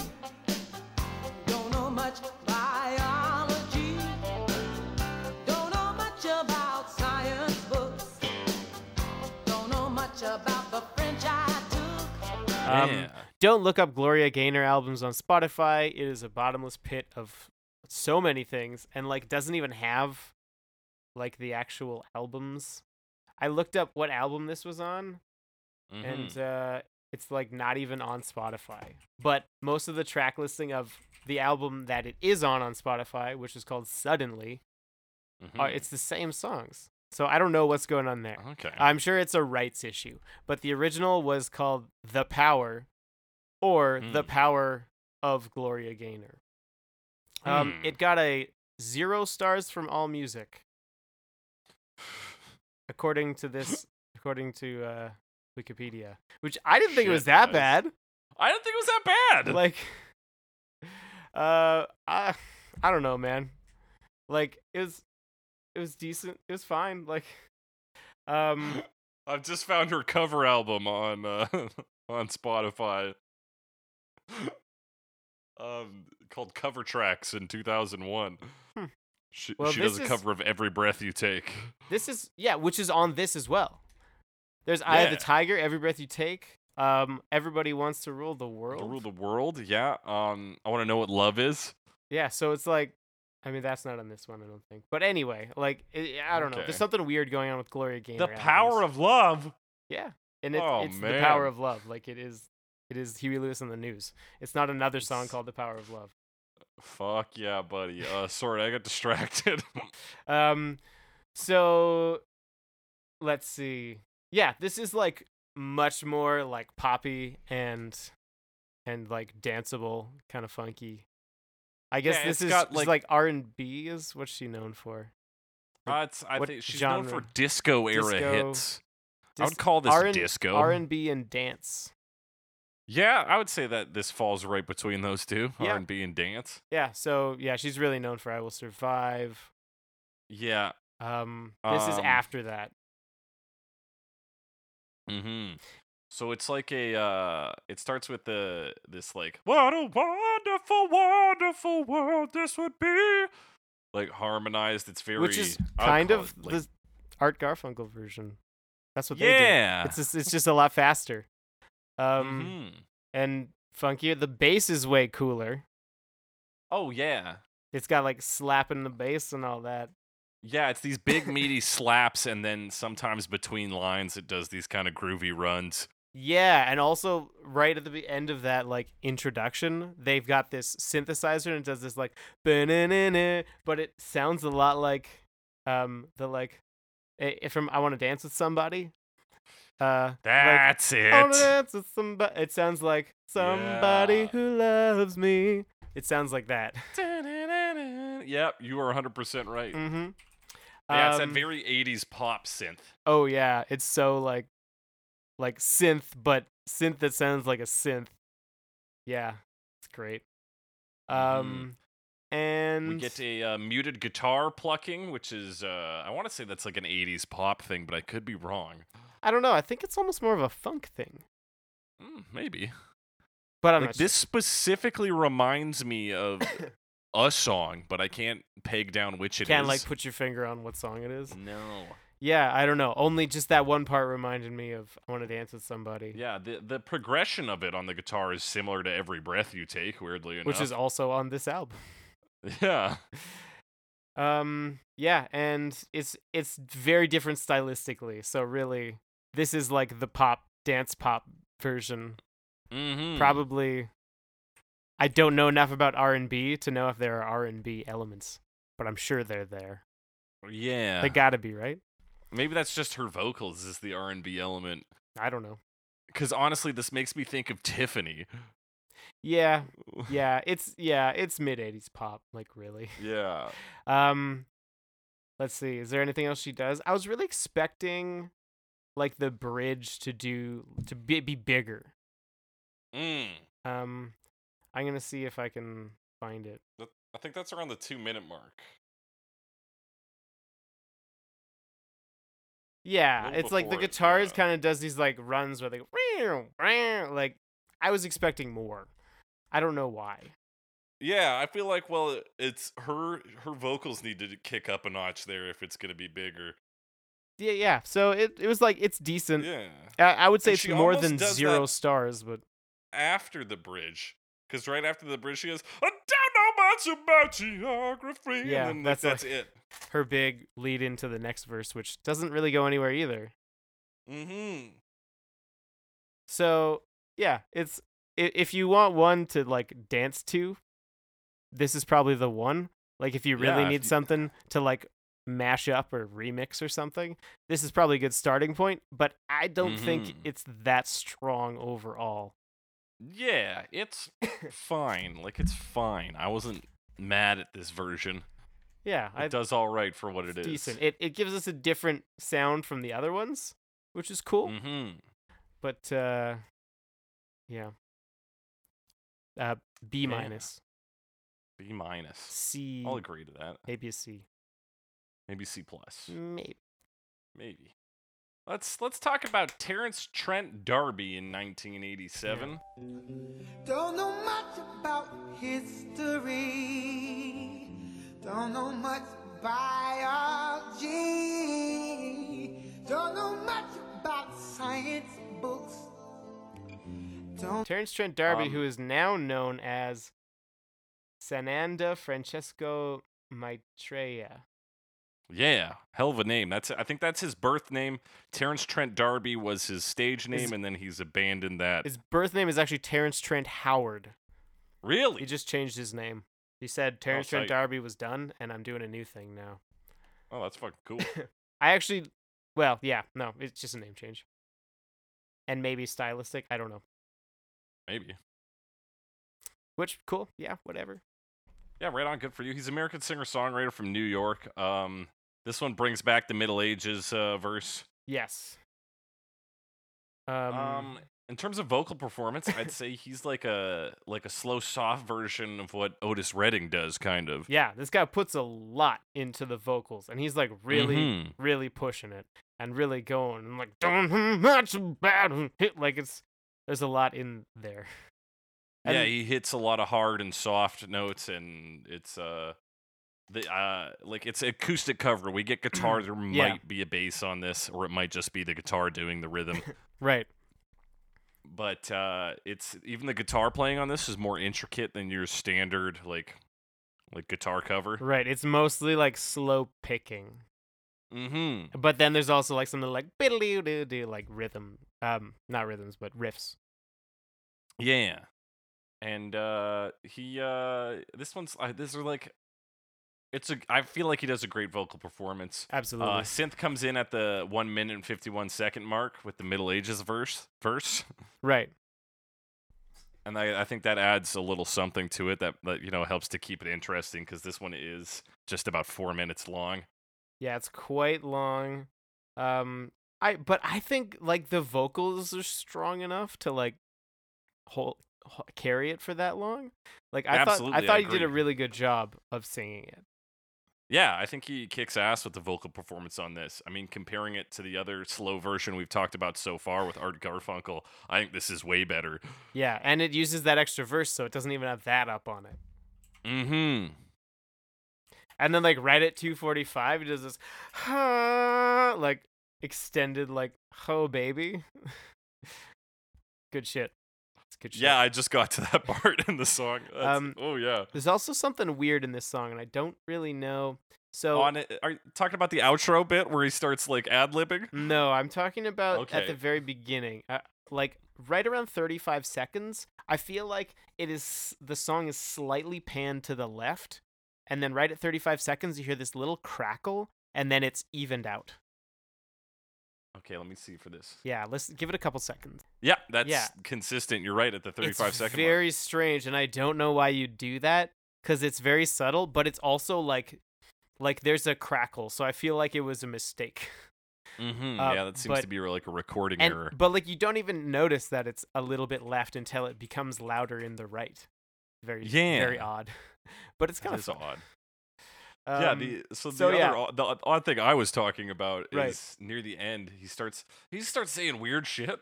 Speaker 2: Don't know much biology. Don't know much about science books. Don't know much about the French I took.
Speaker 3: Um,
Speaker 1: Yeah.
Speaker 3: Don't look up Gloria Gaynor albums on Spotify. It is a bottomless pit of so many things and like doesn't even have like the actual albums. I looked up what album this was on
Speaker 1: Mhm.
Speaker 3: and uh, it's like not even on Spotify. But most of the track listing of the album that it is on on Spotify, which is called Suddenly,
Speaker 1: Mhm.
Speaker 3: are it's the same songs. So I don't know what's going on there.
Speaker 1: okay.
Speaker 3: I'm sure uh, it's a rights issue, but the original was called The Power or The
Speaker 1: Mm.
Speaker 3: Power of Gloria Gaynor. Um,
Speaker 1: Hmm.
Speaker 3: It got a zero stars from All Music, according to this, according to uh, Wikipedia, which I didn't think it was
Speaker 1: Shit,
Speaker 3: that
Speaker 1: guys.
Speaker 3: bad.
Speaker 1: I didn't think it was that bad.
Speaker 3: Like, uh, I, I don't know, man. Like, it was, it was decent. It was fine. Like, um,
Speaker 1: I've just found her cover album on uh, on Spotify. um, called Cover Tracks in 2001.
Speaker 3: Hmm.
Speaker 1: She,
Speaker 3: Well,
Speaker 1: she does
Speaker 3: this
Speaker 1: a
Speaker 3: is-
Speaker 1: cover of Every Breath You Take.
Speaker 3: This is yeah, which is on this as well. There's Eye of the
Speaker 1: Yeah.
Speaker 3: Tiger, Every Breath You Take. Um, everybody wants to rule the
Speaker 1: To
Speaker 3: world.
Speaker 1: Rule the world, yeah. Um, I want to know what love is.
Speaker 3: yeah, so it's like, I mean, that's not on this one, I don't think. But anyway, like, i I don't know.
Speaker 1: Okay.
Speaker 3: There's something weird going on with Gloria Gaynor.
Speaker 1: the power of love.
Speaker 3: yeah, and it's,
Speaker 1: Oh,
Speaker 3: it's the power
Speaker 1: man.
Speaker 3: of love. Like it is, it is Huey Lewis in the news. It's not another song
Speaker 1: It's-
Speaker 3: called The Power of Love.
Speaker 1: Fuck yeah, buddy. Uh, sorry, I got distracted.
Speaker 3: Um, so let's see. Yeah, this is like much more like poppy and and like danceable, kind of funky. I guess
Speaker 1: Yeah,
Speaker 3: this
Speaker 1: it's
Speaker 3: is
Speaker 1: got,
Speaker 3: is
Speaker 1: like-
Speaker 3: like R and B is what she known for.
Speaker 1: uh, it's, I
Speaker 3: What
Speaker 1: think she's known for
Speaker 3: genre?
Speaker 1: disco era
Speaker 3: Disco-
Speaker 1: hits. I would call this
Speaker 3: R&-
Speaker 1: disco.
Speaker 3: R and B and dance.
Speaker 1: yeah, I would say that this falls right between those two,
Speaker 3: Yeah.
Speaker 1: R&B and dance.
Speaker 3: Yeah, so yeah, she's really known for I Will Survive.
Speaker 1: Yeah.
Speaker 3: Um, this is
Speaker 1: Um,
Speaker 3: after that.
Speaker 1: Mm-hmm. So it's like a. Uh, it starts with the this like what a wonderful, wonderful world this would be. Like harmonized, it's very
Speaker 3: Which is
Speaker 1: I'd
Speaker 3: kind
Speaker 1: call
Speaker 3: of
Speaker 1: it, like,
Speaker 3: the Art Garfunkel version. That's what they do.
Speaker 1: yeah.
Speaker 3: It's just, it's just a lot faster. Um
Speaker 1: Mhm.
Speaker 3: and funkier. The bass is way cooler.
Speaker 1: Oh yeah.
Speaker 3: It's got like slapping the bass and all that.
Speaker 1: Yeah, it's these big meaty slaps, and then sometimes between lines, it does these kind of groovy runs.
Speaker 3: Yeah, and also right at the be- end of that like introduction, they've got this synthesizer and it does this like "Ba-na-na-na," but it sounds a lot like um the like i- i- from I Want to Dance with Somebody. Uh like,
Speaker 1: That's
Speaker 3: I want to
Speaker 1: it.
Speaker 3: dance with somebody. It sounds like somebody
Speaker 1: Yeah.
Speaker 3: who loves me. It sounds like that.
Speaker 1: Yep, you are 100% right.
Speaker 3: Mm-hmm.
Speaker 1: Yeah,
Speaker 3: Um,
Speaker 1: it's that very 80s pop synth.
Speaker 3: Oh yeah, it's so like like synth, but synth that sounds like a synth. Yeah, it's great.
Speaker 1: Mhm.
Speaker 3: Um, and
Speaker 1: We get a uh, muted guitar plucking, which is, uh, I want to say that's like an 80s pop thing, but I could be wrong.
Speaker 3: I don't know. I think it's almost more of a funk thing,
Speaker 1: Mm, maybe.
Speaker 3: but I'm
Speaker 1: Like,
Speaker 3: not
Speaker 1: this specifically reminds me of a song, but I can't peg down which it
Speaker 3: sure.
Speaker 1: is. Mm.
Speaker 3: can't like put your finger on what song it is.
Speaker 1: No.
Speaker 3: Yeah, I don't know. Only just that one part reminded me of I want to dance with somebody,
Speaker 1: Yeah, the, the progression of it on the guitar is similar to Every Breath You Take, weirdly enough.
Speaker 3: which is also on this album.
Speaker 1: Yeah.
Speaker 3: Um, yeah, and it's it's very different stylistically. So really, this is like the pop dance pop version
Speaker 1: Mm-hmm.
Speaker 3: probably I don't know enough about R&B to know if there are R&B elements, but I'm sure they're there.
Speaker 1: Yeah.
Speaker 3: They got to be, right?
Speaker 1: Maybe that's just her vocals is the R&B element.
Speaker 3: I don't know.
Speaker 1: Because honestly, this makes me think of Tiffany.
Speaker 3: Yeah, yeah, it's yeah, it's mid 80s pop like really.
Speaker 1: Yeah.
Speaker 3: Um let's see. Is there anything else she does? I was really expecting like the bridge to do to be, be bigger.
Speaker 1: Mm.
Speaker 3: Um I'm going to see if I can find it.
Speaker 1: That- I think that's around the two minute mark.
Speaker 3: Yeah,
Speaker 1: little
Speaker 3: it's like the
Speaker 1: before it,
Speaker 3: guitars
Speaker 1: yeah.
Speaker 3: kind of does these like runs where they go "Meow, meow," like I was expecting more. I don't know why.
Speaker 1: Yeah, I feel like well, it's her her vocals need to kick up a notch there if it's gonna be bigger.
Speaker 3: Yeah, yeah. So it it was like it's decent.
Speaker 1: Yeah.
Speaker 3: I, I would say
Speaker 1: And
Speaker 3: it's
Speaker 1: she
Speaker 3: more
Speaker 1: almost
Speaker 3: than
Speaker 1: does
Speaker 3: zero
Speaker 1: that-
Speaker 3: stars, but
Speaker 1: After the bridge, because right after the bridge, she goes, "I don't know much about geography."
Speaker 3: Yeah,
Speaker 1: and then,
Speaker 3: that's
Speaker 1: like,
Speaker 3: like-
Speaker 1: that's it.
Speaker 3: her big lead into the next verse, which doesn't really go anywhere either.
Speaker 1: Mm-hmm.
Speaker 3: So yeah, it's i- if you want one to like dance to, this is probably the one. Like if you really
Speaker 1: Yeah, if
Speaker 3: need
Speaker 1: you-
Speaker 3: something to like mash up or remix or something, this is probably a good starting point. But I don't think
Speaker 1: Mhm.
Speaker 3: it's that strong overall.
Speaker 1: Yeah, it's fine. Like it's fine. I wasn't mad at this version.
Speaker 3: Yeah,
Speaker 1: It
Speaker 3: I
Speaker 1: does all right for what
Speaker 3: it's
Speaker 1: it is.
Speaker 3: decent. It it gives us a different sound from the other ones, which is cool.
Speaker 1: Mm-hmm.
Speaker 3: But uh, yeah, uh, B
Speaker 1: Yeah.
Speaker 3: minus,
Speaker 1: B minus.
Speaker 3: C,
Speaker 1: I'll agree to that.
Speaker 3: maybe a C,
Speaker 1: Maybe C plus.
Speaker 3: maybe.
Speaker 1: Maybe. Let's let's talk about Terrence Trent D'Arby in 1987.
Speaker 2: Don't know much about history. Don't know much biology. Don't know much about science books. Don't
Speaker 3: Terence Trent D'Arby,
Speaker 1: Um,
Speaker 3: who is now known as Sananda Francesco Maitreya.
Speaker 1: Yeah, hell of a name. That's I think that's his birth name. Terrence Trent D'Arby was his stage name,
Speaker 3: Is-
Speaker 1: and then he's abandoned that.
Speaker 3: His birth name is actually Terence Trent Howard.
Speaker 1: really?
Speaker 3: He just changed his name. He
Speaker 1: Oh,
Speaker 3: said Terence Trent
Speaker 1: tight.
Speaker 3: D'Arby was done, and I'm doing a new thing now.
Speaker 1: oh, that's fucking cool.
Speaker 3: I actually, well, yeah, no, it's just a name change, and maybe stylistic. I don't know.
Speaker 1: Maybe.
Speaker 3: Which cool, yeah, whatever.
Speaker 1: Yeah, right on. Good for you. He's an American singer songwriter from New York. Um, this one brings back the Middle Ages uh, verse.
Speaker 3: Yes. Um,
Speaker 1: Um, in terms of vocal performance, I'd say he's like a like a slow, soft version of what Otis Redding does, kind of.
Speaker 3: Yeah, this guy puts a lot into the vocals, and he's like really,
Speaker 1: Mhm.
Speaker 3: really pushing it and really going and like hmm, don't know much about it. hmm," Like it's there's a lot in there.
Speaker 1: yeah,
Speaker 3: And-
Speaker 1: he hits a lot of hard and soft notes, and it's uh, the uh like it's acoustic cover. We get guitar. There
Speaker 3: Yeah.
Speaker 1: might be a bass on this, or it might just be the guitar doing the rhythm.
Speaker 3: Right.
Speaker 1: but uh it's even the guitar playing on this is more intricate than your standard like like guitar cover.
Speaker 3: Right. It's mostly like slow picking.
Speaker 1: Mm-hmm.
Speaker 3: But then there's also like something like biddle doo doo like rhythm. Um not rhythms, but riffs.
Speaker 1: Yeah. And uh he uh this one's I this are like it's a I feel like he does a great vocal performance.
Speaker 3: Absolutely.
Speaker 1: Uh, synth comes in at the 1 minute and 51 second mark with the Middle Ages verse verse.
Speaker 3: right.
Speaker 1: and I, I think that adds a little something to it that, that you know helps to keep it interesting because this one is just about four minutes long.
Speaker 3: Yeah, it's quite long. Um I but I think like the vocals are strong enough to like hold, ho- carry it for that long. Like I thought
Speaker 1: Absolutely,
Speaker 3: I
Speaker 1: I
Speaker 3: thought he did a
Speaker 1: agree.
Speaker 3: really good job of singing it.
Speaker 1: Yeah, I think he kicks ass with the vocal performance on this. I mean, comparing it to the other slow version we've talked about so far with Art Garfunkel, I think this is way better.
Speaker 3: Yeah, and it uses that extra verse so it doesn't even have that up on it.
Speaker 1: Mm-hmm.
Speaker 3: And then like right at 245 it does this huh, like extended like ho baby. good shit. It's good shit.
Speaker 1: Yeah, I just got to that part in the song. That's-
Speaker 3: Um,
Speaker 1: oh yeah.
Speaker 3: There's also something weird in this song and I don't really know. So
Speaker 1: on it, are you talking about the outro bit where he starts like ad libbing?
Speaker 3: No, I'm talking about at
Speaker 1: Okay.
Speaker 3: the very beginning, uh, like right around 35 seconds. I feel like it is the song is slightly panned to the left, and then right at 35 seconds, you hear this little crackle, and then it's evened out.
Speaker 1: Okay, let me see for this.
Speaker 3: Yeah, let's give it a couple seconds.
Speaker 1: Yeah, that's
Speaker 3: Yeah.
Speaker 1: consistent. You're right at the 35
Speaker 3: it's
Speaker 1: second mark.
Speaker 3: Very strange, and I don't know why you do that because it's very subtle, but it's also like, like there's a crackle, so I feel like it was a mistake.
Speaker 1: Mm-hmm.
Speaker 3: Uh,
Speaker 1: yeah, that seems to
Speaker 3: but-
Speaker 1: be like a recording
Speaker 3: And
Speaker 1: error.
Speaker 3: but like you don't even notice that it's a little bit left until it becomes louder in the right. Very very
Speaker 1: Yeah.
Speaker 3: odd. But it's Um,
Speaker 1: That
Speaker 3: kind of
Speaker 1: is odd. yeah. The, so the
Speaker 3: so
Speaker 1: other
Speaker 3: yeah.
Speaker 1: o- the o- odd thing I was talking about
Speaker 3: Right.
Speaker 1: is near the end he starts he starts saying weird shit.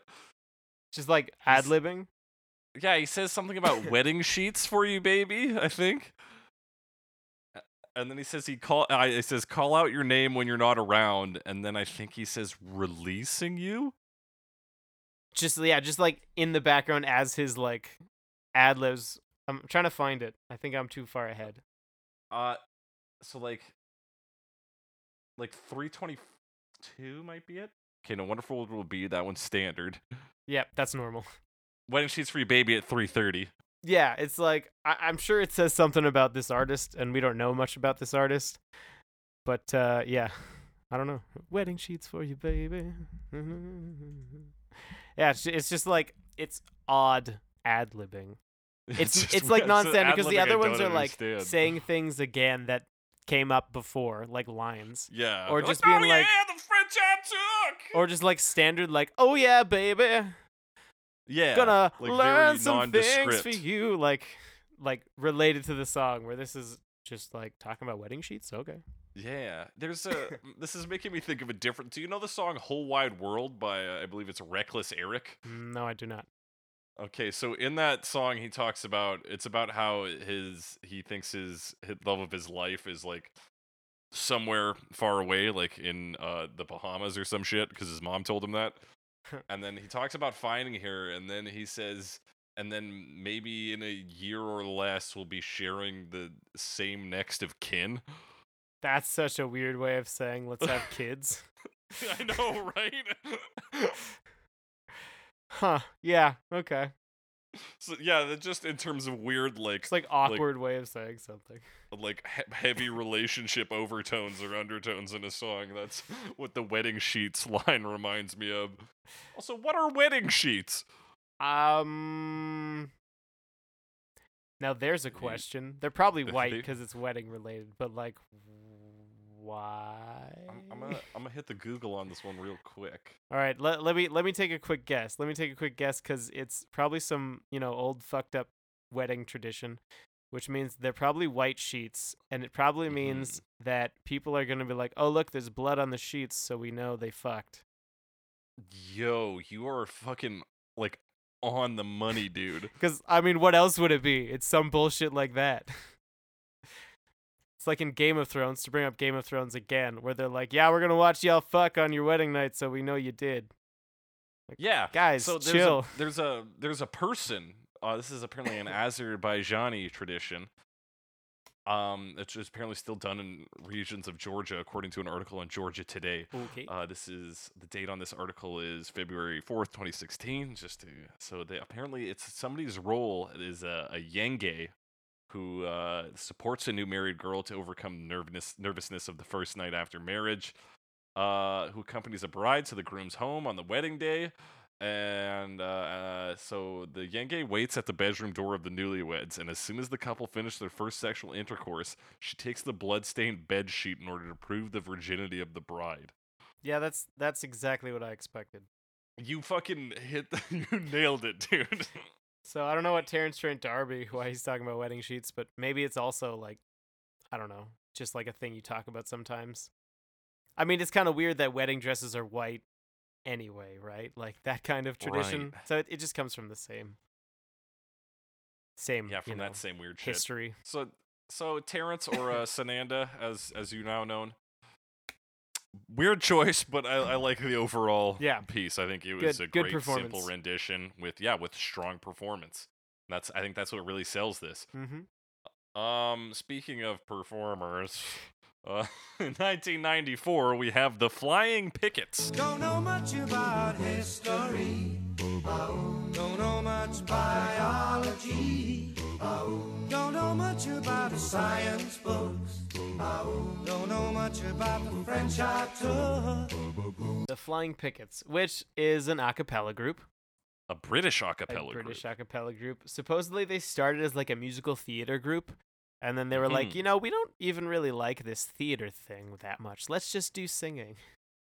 Speaker 3: just like ad
Speaker 1: he's-
Speaker 3: libbing.
Speaker 1: Yeah, he says something about wedding sheets for you, baby. I think. A- And then he says he call. Uh, he says call out your name when you're not around. And then I think he says releasing you.
Speaker 3: Just yeah, just like in the background as his like ad libs. I'm trying to find it. I think I'm too far ahead.
Speaker 1: Uh, so like, like three twenty two might be it. Okay, no wonderful world will be that one's standard.
Speaker 3: Yep, that's normal.
Speaker 1: Wedding sheets for you, baby at three thirty.
Speaker 3: Yeah, it's like I- I'm sure it says something about this artist, and we don't know much about this artist. But uh, yeah, I don't know. Wedding sheets for you, baby. yeah, it's, it's just like it's odd ad libbing. It's it's, like nonsense because the other ones are like saying things again that came up before, like lines,
Speaker 1: yeah,
Speaker 3: or
Speaker 1: They're
Speaker 3: just
Speaker 1: like,
Speaker 3: being
Speaker 1: "Oh,
Speaker 3: like-
Speaker 1: yeah, the French I took.
Speaker 3: or just like standard like "Oh yeah, baby,
Speaker 1: yeah,
Speaker 3: gonna
Speaker 1: like
Speaker 3: learn
Speaker 1: very
Speaker 3: some things for
Speaker 1: nondescript.
Speaker 3: you like like related to the song where this is just like talking about wedding sheets okay
Speaker 1: Yeah, there's a. this is making me think of a different. Do you know the song "Whole Wide World" by uh, I believe it's Reckless Eric?
Speaker 3: Mm, no i do not
Speaker 1: Okay, so in that song, he talks about it's about how his he thinks his, his love of his life is like somewhere far away, like in uh, the Bahamas or some shit, because his mom told him that. and then he talks about finding her, and then he says, and then maybe in a year or less, we'll be sharing the same next of kin.
Speaker 3: that's such a weird way of saying let's have kids
Speaker 1: I know, right?
Speaker 3: huh yeah okay
Speaker 1: so yeah, that just in terms of weird, like
Speaker 3: it's like awkward way of saying something
Speaker 1: like he- heavy relationship overtones or undertones in a song. That's what the wedding sheets line reminds me of. Also, what are wedding sheets?
Speaker 3: um now there's a
Speaker 1: You-
Speaker 3: question they're probably
Speaker 1: They-
Speaker 3: white
Speaker 1: they-
Speaker 3: because it's wedding related but like why
Speaker 1: I'm, I'm gonna I'm gonna hit the Google on this one real quick.
Speaker 3: All right, let, let me let me take a quick guess. Let me take a quick guess because it's probably some you know old fucked up wedding tradition, which means they're probably white sheets, and it probably
Speaker 1: Mm-hmm.
Speaker 3: means that people are gonna be like, oh look, there's blood on the sheets, so we know they fucked.
Speaker 1: Yo, you are fucking like on the money, dude.
Speaker 3: Because I mean, what else would it be? It's some bullshit like that. It's like in Game of Thrones, to bring up Game of Thrones again, where they're like, yeah, we're going to watch y'all fuck on your wedding night so we know you did.
Speaker 1: Yeah,
Speaker 3: Guys,
Speaker 1: So there's
Speaker 3: chill.
Speaker 1: A, there's a there's a person. Uh, this is apparently an Azerbaijani tradition. Um, it's just apparently still done in regions of Georgia, according to an article in Georgia Today.
Speaker 3: Okay.
Speaker 1: Uh, this is the date on this article is February fourth, twenty sixteen. Just to so they apparently it's somebody's role is a, a yenge who uh, supports a new married girl to overcome nervousness nervousness of the first night after marriage. Uh, who accompanies a bride to the groom's home on the wedding day. And uh, uh, so the yenge waits at the bedroom door of the newlyweds, and as soon as the couple finish their first sexual intercourse, she takes the bloodstained bed sheet in order to prove the virginity of the bride.
Speaker 3: yeah, that's that's exactly what I expected.
Speaker 1: You fucking hit. The, you nailed it, dude.
Speaker 3: So I don't know what Terrence Trent D'Arby why he's talking about wedding sheets, but maybe it's also like I don't know, just like a thing you talk about sometimes. I mean, it's kind of weird that wedding dresses are white anyway, right? Like that kind of tradition. So it, it just comes from the same same
Speaker 1: yeah, from
Speaker 3: you know,
Speaker 1: that same weird shit.
Speaker 3: history.
Speaker 1: So, so Terrence or uh, Sananda, as as you now known. Weird choice, but I, I like the overall
Speaker 3: Yeah.
Speaker 1: piece. I think it
Speaker 3: Good-
Speaker 1: was a
Speaker 3: good
Speaker 1: great, simple
Speaker 3: performance.
Speaker 1: rendition with yeah, with strong performance. That's I think that's what really sells this.
Speaker 3: Mm-hmm.
Speaker 1: Um, speaking of performers, uh, in 1994 we have the Flying Pickets.
Speaker 2: Don't know much about history. Oh, don't know much biology. Oh, don't know much about the science books. Oh, don't know much about the French I took.
Speaker 3: The Flying Pickets, which is an a cappella group.
Speaker 1: A British a
Speaker 3: a
Speaker 1: cappella group.
Speaker 3: British a cappella group. Supposedly they started as like a musical theater group and then they were like,
Speaker 1: Mhm.
Speaker 3: you know, we don't even really like this theater thing that much. Let's just do singing.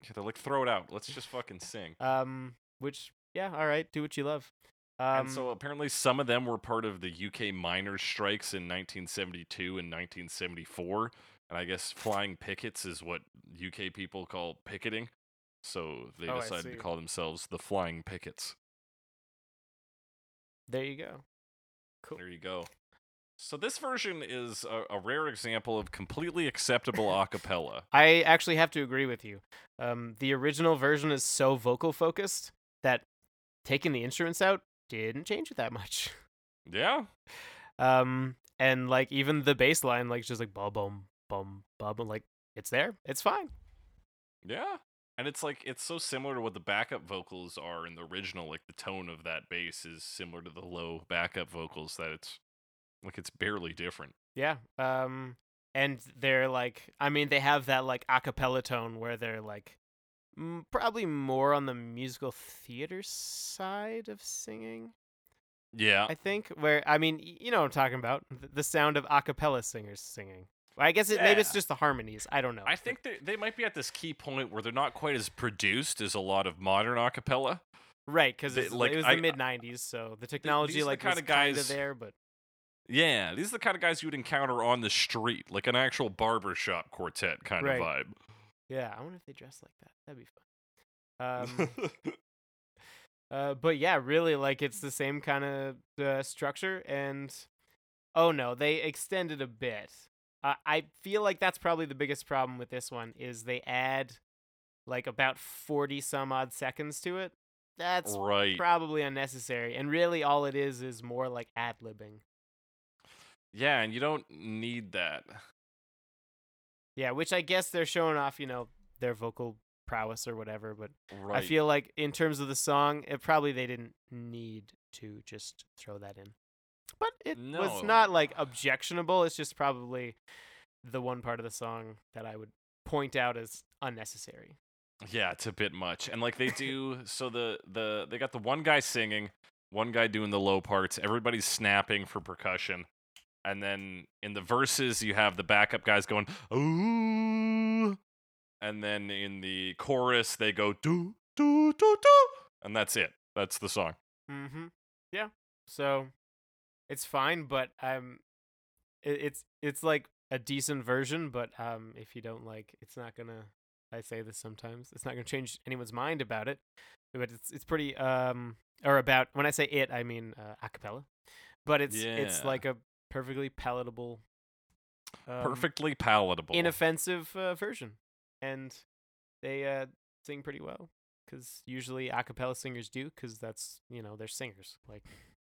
Speaker 1: Yeah, they're like, throw it out. Let's just fucking sing.
Speaker 3: Um which yeah, all right, do what you love. Um
Speaker 1: and so apparently some of them were part of the UK miners' strikes in 1972 and 1974. And I guess flying pickets is what UK people call picketing. So they
Speaker 3: Oh, I
Speaker 1: decided to
Speaker 3: see.
Speaker 1: call themselves the flying pickets.
Speaker 3: there you go. Cool.
Speaker 1: There you go. So this version is a, a rare example of completely acceptable a cappella.
Speaker 3: I actually have to agree with you. Um the original version is so vocal focused that taking the instruments out didn't change it that much.
Speaker 1: Yeah.
Speaker 3: Um, and like even the bass line, like it's just like bum bum bum bum, like it's there, it's fine.
Speaker 1: Yeah. And it's like it's so similar to what the backup vocals are in the original. Like the tone of that bass is similar to the low backup vocals that it's like it's barely different.
Speaker 3: Yeah. Um, and they're like, I mean, they have that like a cappella tone where they're like, m- probably more on the musical theater side of singing.
Speaker 1: Yeah.
Speaker 3: I think where I mean, y- you know what I'm talking about, th- the sound of a cappella singers singing. I guess it, maybe it's
Speaker 1: Yeah.
Speaker 3: just the harmonies. I don't know.
Speaker 1: I think they they might be at this key point where they're not quite as produced as a lot of modern a cappella.
Speaker 3: right because
Speaker 1: they-
Speaker 3: it
Speaker 1: like,
Speaker 3: was
Speaker 1: I-
Speaker 3: the mid '90s, so the technology
Speaker 1: are the
Speaker 3: like
Speaker 1: kinda
Speaker 3: was
Speaker 1: guys-
Speaker 3: kinda there, but
Speaker 1: Yeah, these are the kind of guys you would encounter on the street, like an actual barbershop quartet kind
Speaker 3: Right.
Speaker 1: of
Speaker 3: Yeah, I wonder if they dress like that. That'd be fun. Um,
Speaker 1: vibe.
Speaker 3: uh, but yeah, really, like it's the same kind of uh, structure. And oh no, they extended a bit. Uh, I feel like that's probably the biggest problem with this one is they add like about forty some odd seconds to it. That's
Speaker 1: right.
Speaker 3: probably unnecessary. And really, all it is is more like ad libbing.
Speaker 1: yeah, and you don't need that.
Speaker 3: Yeah, which I guess they're showing off, you know, their vocal prowess or whatever. But
Speaker 1: Right.
Speaker 3: I feel like in terms of the song, it probably they didn't need to just throw that in. But it was not
Speaker 1: No.
Speaker 3: like objectionable. It's just probably the one part of the song that I would point out as unnecessary.
Speaker 1: Yeah, it's a bit much. And like they do so the the they got the one guy singing, one guy doing the low parts, everybody's snapping for percussion. And then in the verses you have the backup guys going ooh. And then in the chorus they go do do do do and that's it. That's the song.
Speaker 3: Mm-hmm. Yeah. So it's fine, but um, it, it's it's like a decent version. But um, if you don't like, it's not gonna. I say this sometimes. It's not gonna change anyone's mind about it. But it's it's pretty um or about when I say it, I mean uh, a cappella. But it's it's
Speaker 1: Yeah.
Speaker 3: like a perfectly palatable um,
Speaker 1: Perfectly palatable.
Speaker 3: inoffensive uh, version, and they uh, sing pretty well because usually a cappella singers do because that's you know they're singers. Like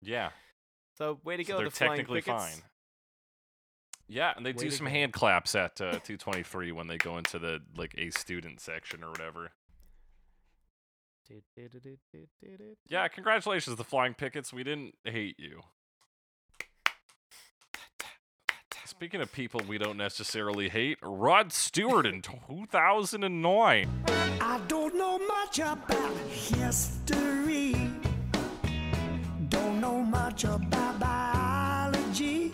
Speaker 1: yeah.
Speaker 3: so, way to
Speaker 1: So
Speaker 3: go.
Speaker 1: they're
Speaker 3: the Flying
Speaker 1: technically
Speaker 3: Crickets.
Speaker 1: fine. Yeah, and they
Speaker 3: Way
Speaker 1: do
Speaker 3: to
Speaker 1: some
Speaker 3: go.
Speaker 1: hand claps at uh, 223 when they go into the like a student section or whatever.
Speaker 3: Du- du- du- du- du- du- du-
Speaker 1: Yeah, congratulations, the Flying Pickets. We didn't hate you. Speaking of people we don't necessarily hate, Rod Stewart in 2009.
Speaker 2: I don't know much about history. Don't know much about biology.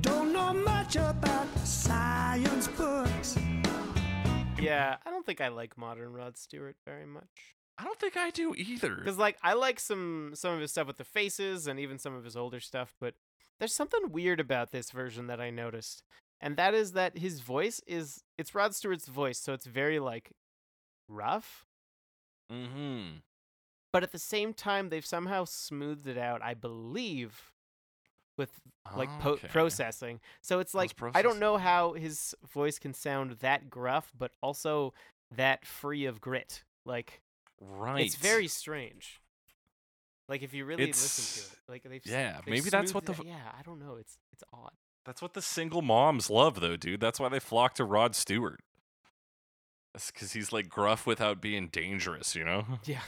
Speaker 2: Don't know much about science books.
Speaker 3: Yeah, I don't think I like modern Rod Stewart very much.
Speaker 1: I don't think I do either.
Speaker 3: Because like I like some some of his stuff with the faces and even some of his older stuff, but there's something weird about this version that I noticed. And that is that his voice is it's Rod Stewart's voice, so it's very like rough,
Speaker 1: Mm-hmm.
Speaker 3: but at the same time they've somehow smoothed it out, I believe, with like po- processing. So it's
Speaker 1: How's
Speaker 3: like I don't
Speaker 1: processing?
Speaker 3: know how his voice can sound that gruff but also that free of grit. Like
Speaker 1: Right.
Speaker 3: It's very strange. Like if you really listen to
Speaker 1: It's-
Speaker 3: it, like they've s-
Speaker 1: yeah,
Speaker 3: they've
Speaker 1: maybe that's what
Speaker 3: smoothed
Speaker 1: the
Speaker 3: it- yeah I don't know it's it's odd.
Speaker 1: That's what the single moms love, though, dude. That's why they flock to Rod Stewart. That's because he's like gruff without being dangerous, you know?
Speaker 3: Yeah,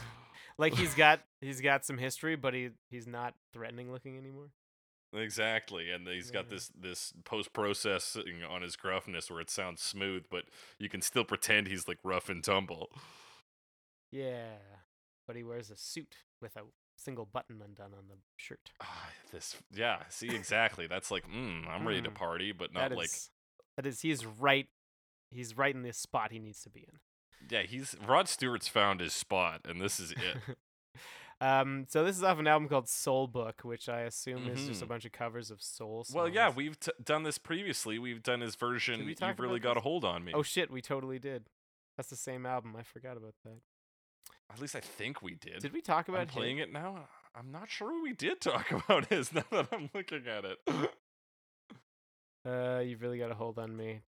Speaker 3: like he's got he's got some history, but he he's not threatening looking anymore.
Speaker 1: Exactly, and he's got
Speaker 3: Yeah.
Speaker 1: this this post processing on his gruffness where it sounds smooth, but you can still pretend he's like rough and tumble.
Speaker 3: Yeah, but he wears a suit with a single button undone on the shirt.
Speaker 1: Ah, this, yeah, see, exactly. That's like, mm, I'm ready to
Speaker 3: Mm.
Speaker 1: party, but not
Speaker 3: That is
Speaker 1: like,
Speaker 3: that is he's right. He's right in the spot he needs to be in.
Speaker 1: yeah. He's Rod Stewart's found his spot, and this is it.
Speaker 3: Um, so this is off an album called Soul Book, which I assume is just a
Speaker 1: Mhm.
Speaker 3: bunch of covers of soul songs.
Speaker 1: well, yeah, we've t- done this previously. We've done his version.
Speaker 3: we
Speaker 1: You've
Speaker 3: talk
Speaker 1: really
Speaker 3: about
Speaker 1: got a
Speaker 3: this?
Speaker 1: hold on me.
Speaker 3: Oh shit, we totally did. That's the same album. I forgot about that.
Speaker 1: At least I think we did.
Speaker 3: Did we talk about
Speaker 1: I'm playing
Speaker 3: Hit?
Speaker 1: it now. I'm not sure we did talk about his now that I'm looking at it.
Speaker 3: Uh, you've really got a hold on me.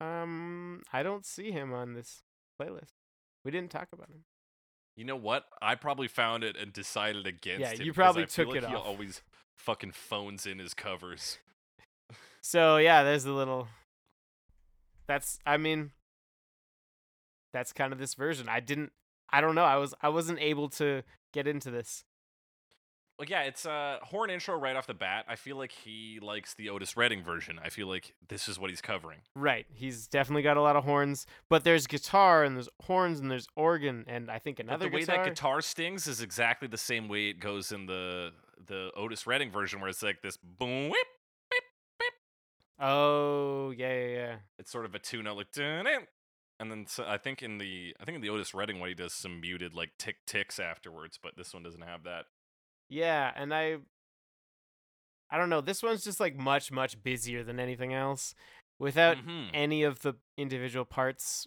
Speaker 3: Um, I don't see him on this playlist. We didn't talk about him.
Speaker 1: You know what? I probably found it and decided against
Speaker 3: Yeah,
Speaker 1: it.
Speaker 3: you
Speaker 1: because
Speaker 3: probably
Speaker 1: I feel
Speaker 3: took
Speaker 1: like
Speaker 3: it
Speaker 1: he
Speaker 3: off.
Speaker 1: always fucking phones in his covers.
Speaker 3: So yeah, there's a little. That's I mean. That's kind of this version. I didn't. I don't know. I was I wasn't able to get into this.
Speaker 1: Well, yeah, it's a horn intro right off the bat. I feel like he likes the Otis Redding version. I feel like this is what he's covering.
Speaker 3: Right, he's definitely got a lot of horns, but there's guitar and there's horns and there's organ and I think
Speaker 1: But
Speaker 3: another
Speaker 1: the way
Speaker 3: guitar.
Speaker 1: that guitar stings is exactly the same way it goes in the the Otis Redding version, where it's like this boom whip.
Speaker 3: oh yeah yeah yeah.
Speaker 1: it's sort of a tune out like "Dun-dun." and then so, I think in the I think in the Otis Redding one he does some muted like tick ticks afterwards, but this one doesn't have that.
Speaker 3: Yeah, and I I don't know, this one's just like much much busier than anything else without
Speaker 1: Mhm.
Speaker 3: any of the individual parts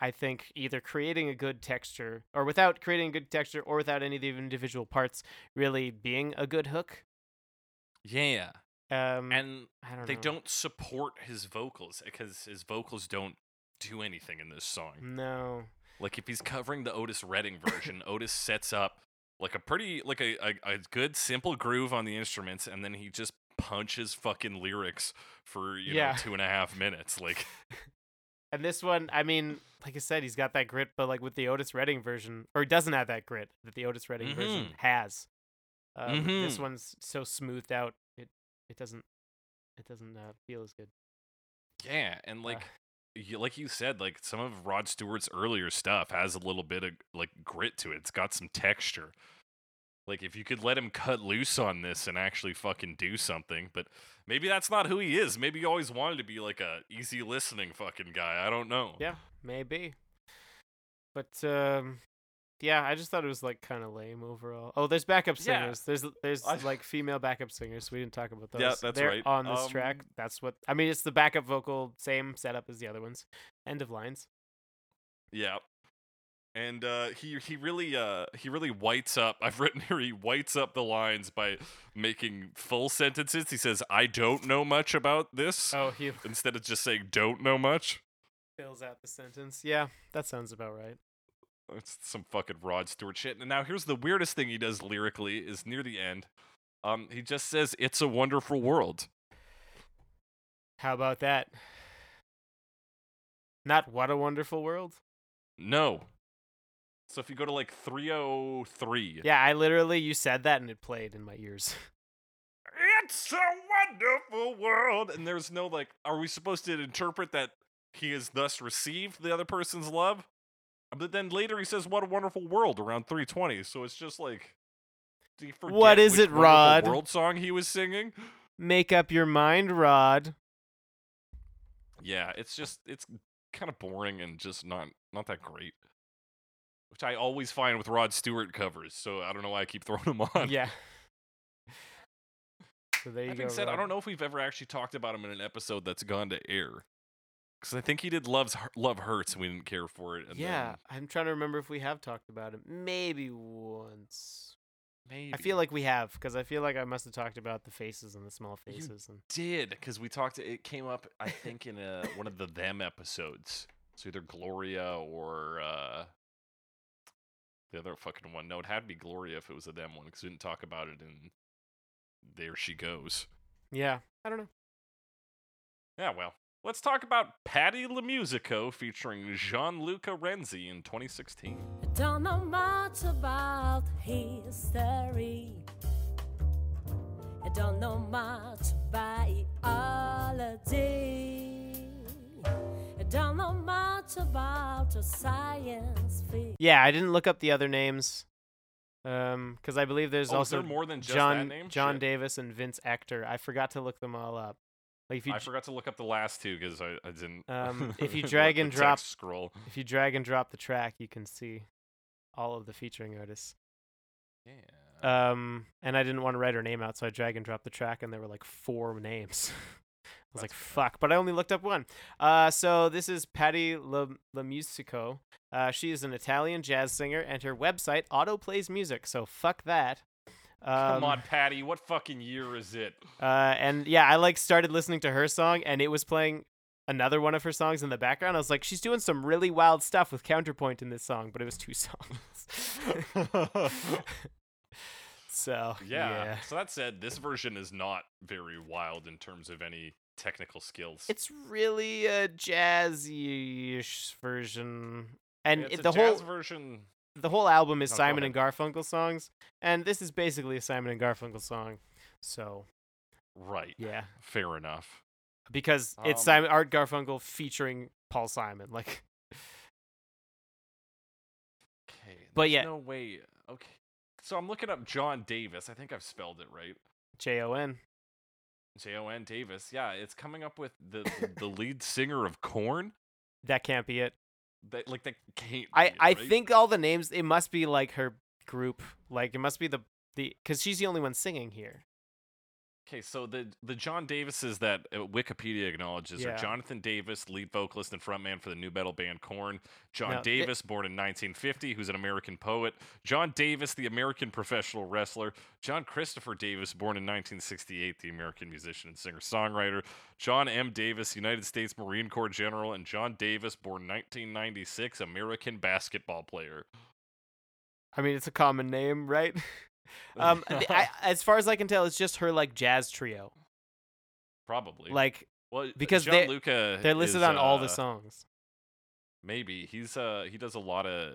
Speaker 3: I think either creating a good texture or without creating a good texture or without any of the individual parts really being a good hook.
Speaker 1: Yeah,
Speaker 3: Um
Speaker 1: and
Speaker 3: I don't
Speaker 1: they
Speaker 3: know.
Speaker 1: don't support his vocals because his vocals don't do anything in this
Speaker 3: Mm.
Speaker 1: song.
Speaker 3: No.
Speaker 1: Like if he's covering the Otis Redding version, Otis sets up like a pretty like a, a a good simple groove on the instruments, and then he just punches fucking lyrics for you
Speaker 3: Yeah.
Speaker 1: know two and a half minutes. Like
Speaker 3: And this one, I mean, like I said, he's got that grit, but like with the Otis Redding version, or he doesn't have that grit that the Otis Redding version
Speaker 1: Mm-hmm.
Speaker 3: has. Um, This
Speaker 1: Mhm.
Speaker 3: one's so smoothed out, it it doesn't it doesn't uh, feel as good.
Speaker 1: Yeah, and like you, like you said, like some of Rod Stewart's earlier stuff has a little bit of like grit to it. It's got some texture. Like if you could let him cut loose on this and actually fucking do something, but maybe that's not who he is. Maybe he always wanted to be like a easy listening fucking guy. I don't know.
Speaker 3: Yeah, maybe. But um, yeah, I just thought it was like kind of lame overall. Oh, there's backup
Speaker 1: Yeah.
Speaker 3: singers. There's there's
Speaker 1: I-
Speaker 3: like female backup singers. We didn't talk about those.
Speaker 1: Yeah, that's
Speaker 3: They're
Speaker 1: right.
Speaker 3: On this track,
Speaker 1: Um,
Speaker 3: that's what I mean. It's the backup vocal, same setup as the other ones. End of lines.
Speaker 1: Yeah. and uh, he he really uh, he really whites up. I've written here he whites up the lines by making full sentences. He says, "I don't know much about this,"
Speaker 3: Oh, he
Speaker 1: instead of just saying "don't know much."
Speaker 3: fills out the sentence. Yeah, that sounds about right.
Speaker 1: It's some fucking Rod Stewart shit. And now here's the weirdest thing he does lyrically is near the end. Um, he just says, "It's a wonderful world."
Speaker 3: How about that? Not what a wonderful world.
Speaker 1: No. So if you go to like 303,
Speaker 3: Yeah, I literally you said that and it played in my ears.
Speaker 1: It's a wonderful world. And there's no like, are we supposed to interpret that he has thus received the other person's love? But then later he says, "What a wonderful world" around 320. So it's just like, do you forget
Speaker 3: What is
Speaker 1: which
Speaker 3: it,
Speaker 1: Wonderful
Speaker 3: Rod?
Speaker 1: World song he was singing.
Speaker 3: Make up your mind, Rod.
Speaker 1: Yeah, it's just it's kind of boring and just not not that great. Which I always find with Rod Stewart covers, so I don't know why I keep throwing them on.
Speaker 3: Yeah. So there you
Speaker 1: Having
Speaker 3: go.
Speaker 1: said, I
Speaker 3: Rod.
Speaker 1: don't know if we've ever actually talked about him in an episode that's gone to air, because I think he did loves Hu- love hurts and we didn't care for it. And
Speaker 3: yeah,
Speaker 1: then
Speaker 3: I'm trying to remember if we have talked about it. Maybe once.
Speaker 1: maybe
Speaker 3: I feel like we have because I feel like I must have talked about the faces and the small
Speaker 1: You
Speaker 3: faces. And
Speaker 1: did because we talked. It came up, I think, in a, one of the them episodes. So either Gloria or uh, the other fucking one. No, it had to be Gloria if it was a them one because we didn't talk about it in there she goes.
Speaker 3: yeah, I don't know.
Speaker 1: Yeah, well, let's talk about Patty LaMusico featuring Gianluca Renzi in 2016.
Speaker 4: Don't know much about history. I don't know much biology. I don't know much about the science fiction.
Speaker 3: Yeah, I didn't look up the other names. Um, because I believe there's
Speaker 1: Oh, is
Speaker 3: also
Speaker 1: there more than just that
Speaker 3: John
Speaker 1: name?
Speaker 3: John
Speaker 1: Shit.
Speaker 3: Davis and Vince Ector. I forgot to look them all up. Like if you
Speaker 1: I
Speaker 3: j-
Speaker 1: forgot to look up the last two because I, I didn't.
Speaker 3: Um, if you
Speaker 1: let
Speaker 3: drag
Speaker 1: the
Speaker 3: and drop-
Speaker 1: text scroll.
Speaker 3: if you drag and drop the track, you can see all of the featuring artists.
Speaker 1: Yeah.
Speaker 3: Um, and I didn't want to write her name out, so I drag and dropped the track, and there were like four names. I was like,
Speaker 1: That's
Speaker 3: "Fuck!" But I only looked up one. Uh, so this is Patty La Lamusico. Uh, she is an Italian jazz singer, and her website auto plays music. So fuck that.
Speaker 1: Come
Speaker 3: Um,
Speaker 1: on, Patty. What fucking year is it?
Speaker 3: Uh, and yeah, I like started listening to her song, and it was playing another one of her songs in the background. I was like, "She's doing some really wild stuff with counterpoint in this song," but it was two songs. so
Speaker 1: Yeah. So that said, this version is not very wild in terms of any technical skills.
Speaker 3: It's really a jazzy-ish version, and
Speaker 1: It's
Speaker 3: it,
Speaker 1: a
Speaker 3: the whole
Speaker 1: jazz version.
Speaker 3: the whole album is
Speaker 1: No, go
Speaker 3: Simon and Garfunkel songs, and this is basically a Simon and Garfunkel song. So
Speaker 1: Right.
Speaker 3: yeah,
Speaker 1: Fair enough.
Speaker 3: because it's
Speaker 1: Um,
Speaker 3: Simon Art Garfunkel featuring Paul Simon. Like,
Speaker 1: Okay.
Speaker 3: But
Speaker 1: there's
Speaker 3: yeah.
Speaker 1: No way. Okay. So I'm looking up John Davis. I think I've spelled it right.
Speaker 3: J O N.
Speaker 1: J O N Davis. Yeah, it's coming up with the the lead singer of Corn.
Speaker 3: That can't be it.
Speaker 1: That like that can't.
Speaker 3: I,
Speaker 1: be it,
Speaker 3: I
Speaker 1: right?
Speaker 3: think all the names. It must be like her group. Like it must be the the because she's the only one singing here.
Speaker 1: Okay, so the the John Davises that uh, Wikipedia acknowledges
Speaker 3: Yeah.
Speaker 1: are Jonathan Davis, lead vocalist and frontman for the new metal band Korn. John
Speaker 3: Now, thi-
Speaker 1: Davis, born in 1950, who's an American poet. John Davis, the American professional wrestler. John Christopher Davis, born in 1968, the American musician and singer songwriter. John M. Davis, United States Marine Corps general, and John Davis, born 1996, American basketball player.
Speaker 3: I mean, it's a common name, right? um, th- I, as far as I can tell, it's just her like jazz trio.
Speaker 1: Probably
Speaker 3: Like
Speaker 1: well
Speaker 3: because
Speaker 1: John
Speaker 3: they-
Speaker 1: Luca
Speaker 3: they're
Speaker 1: is,
Speaker 3: listed on all the
Speaker 1: uh,
Speaker 3: songs.
Speaker 1: Maybe he's uh he does a lot of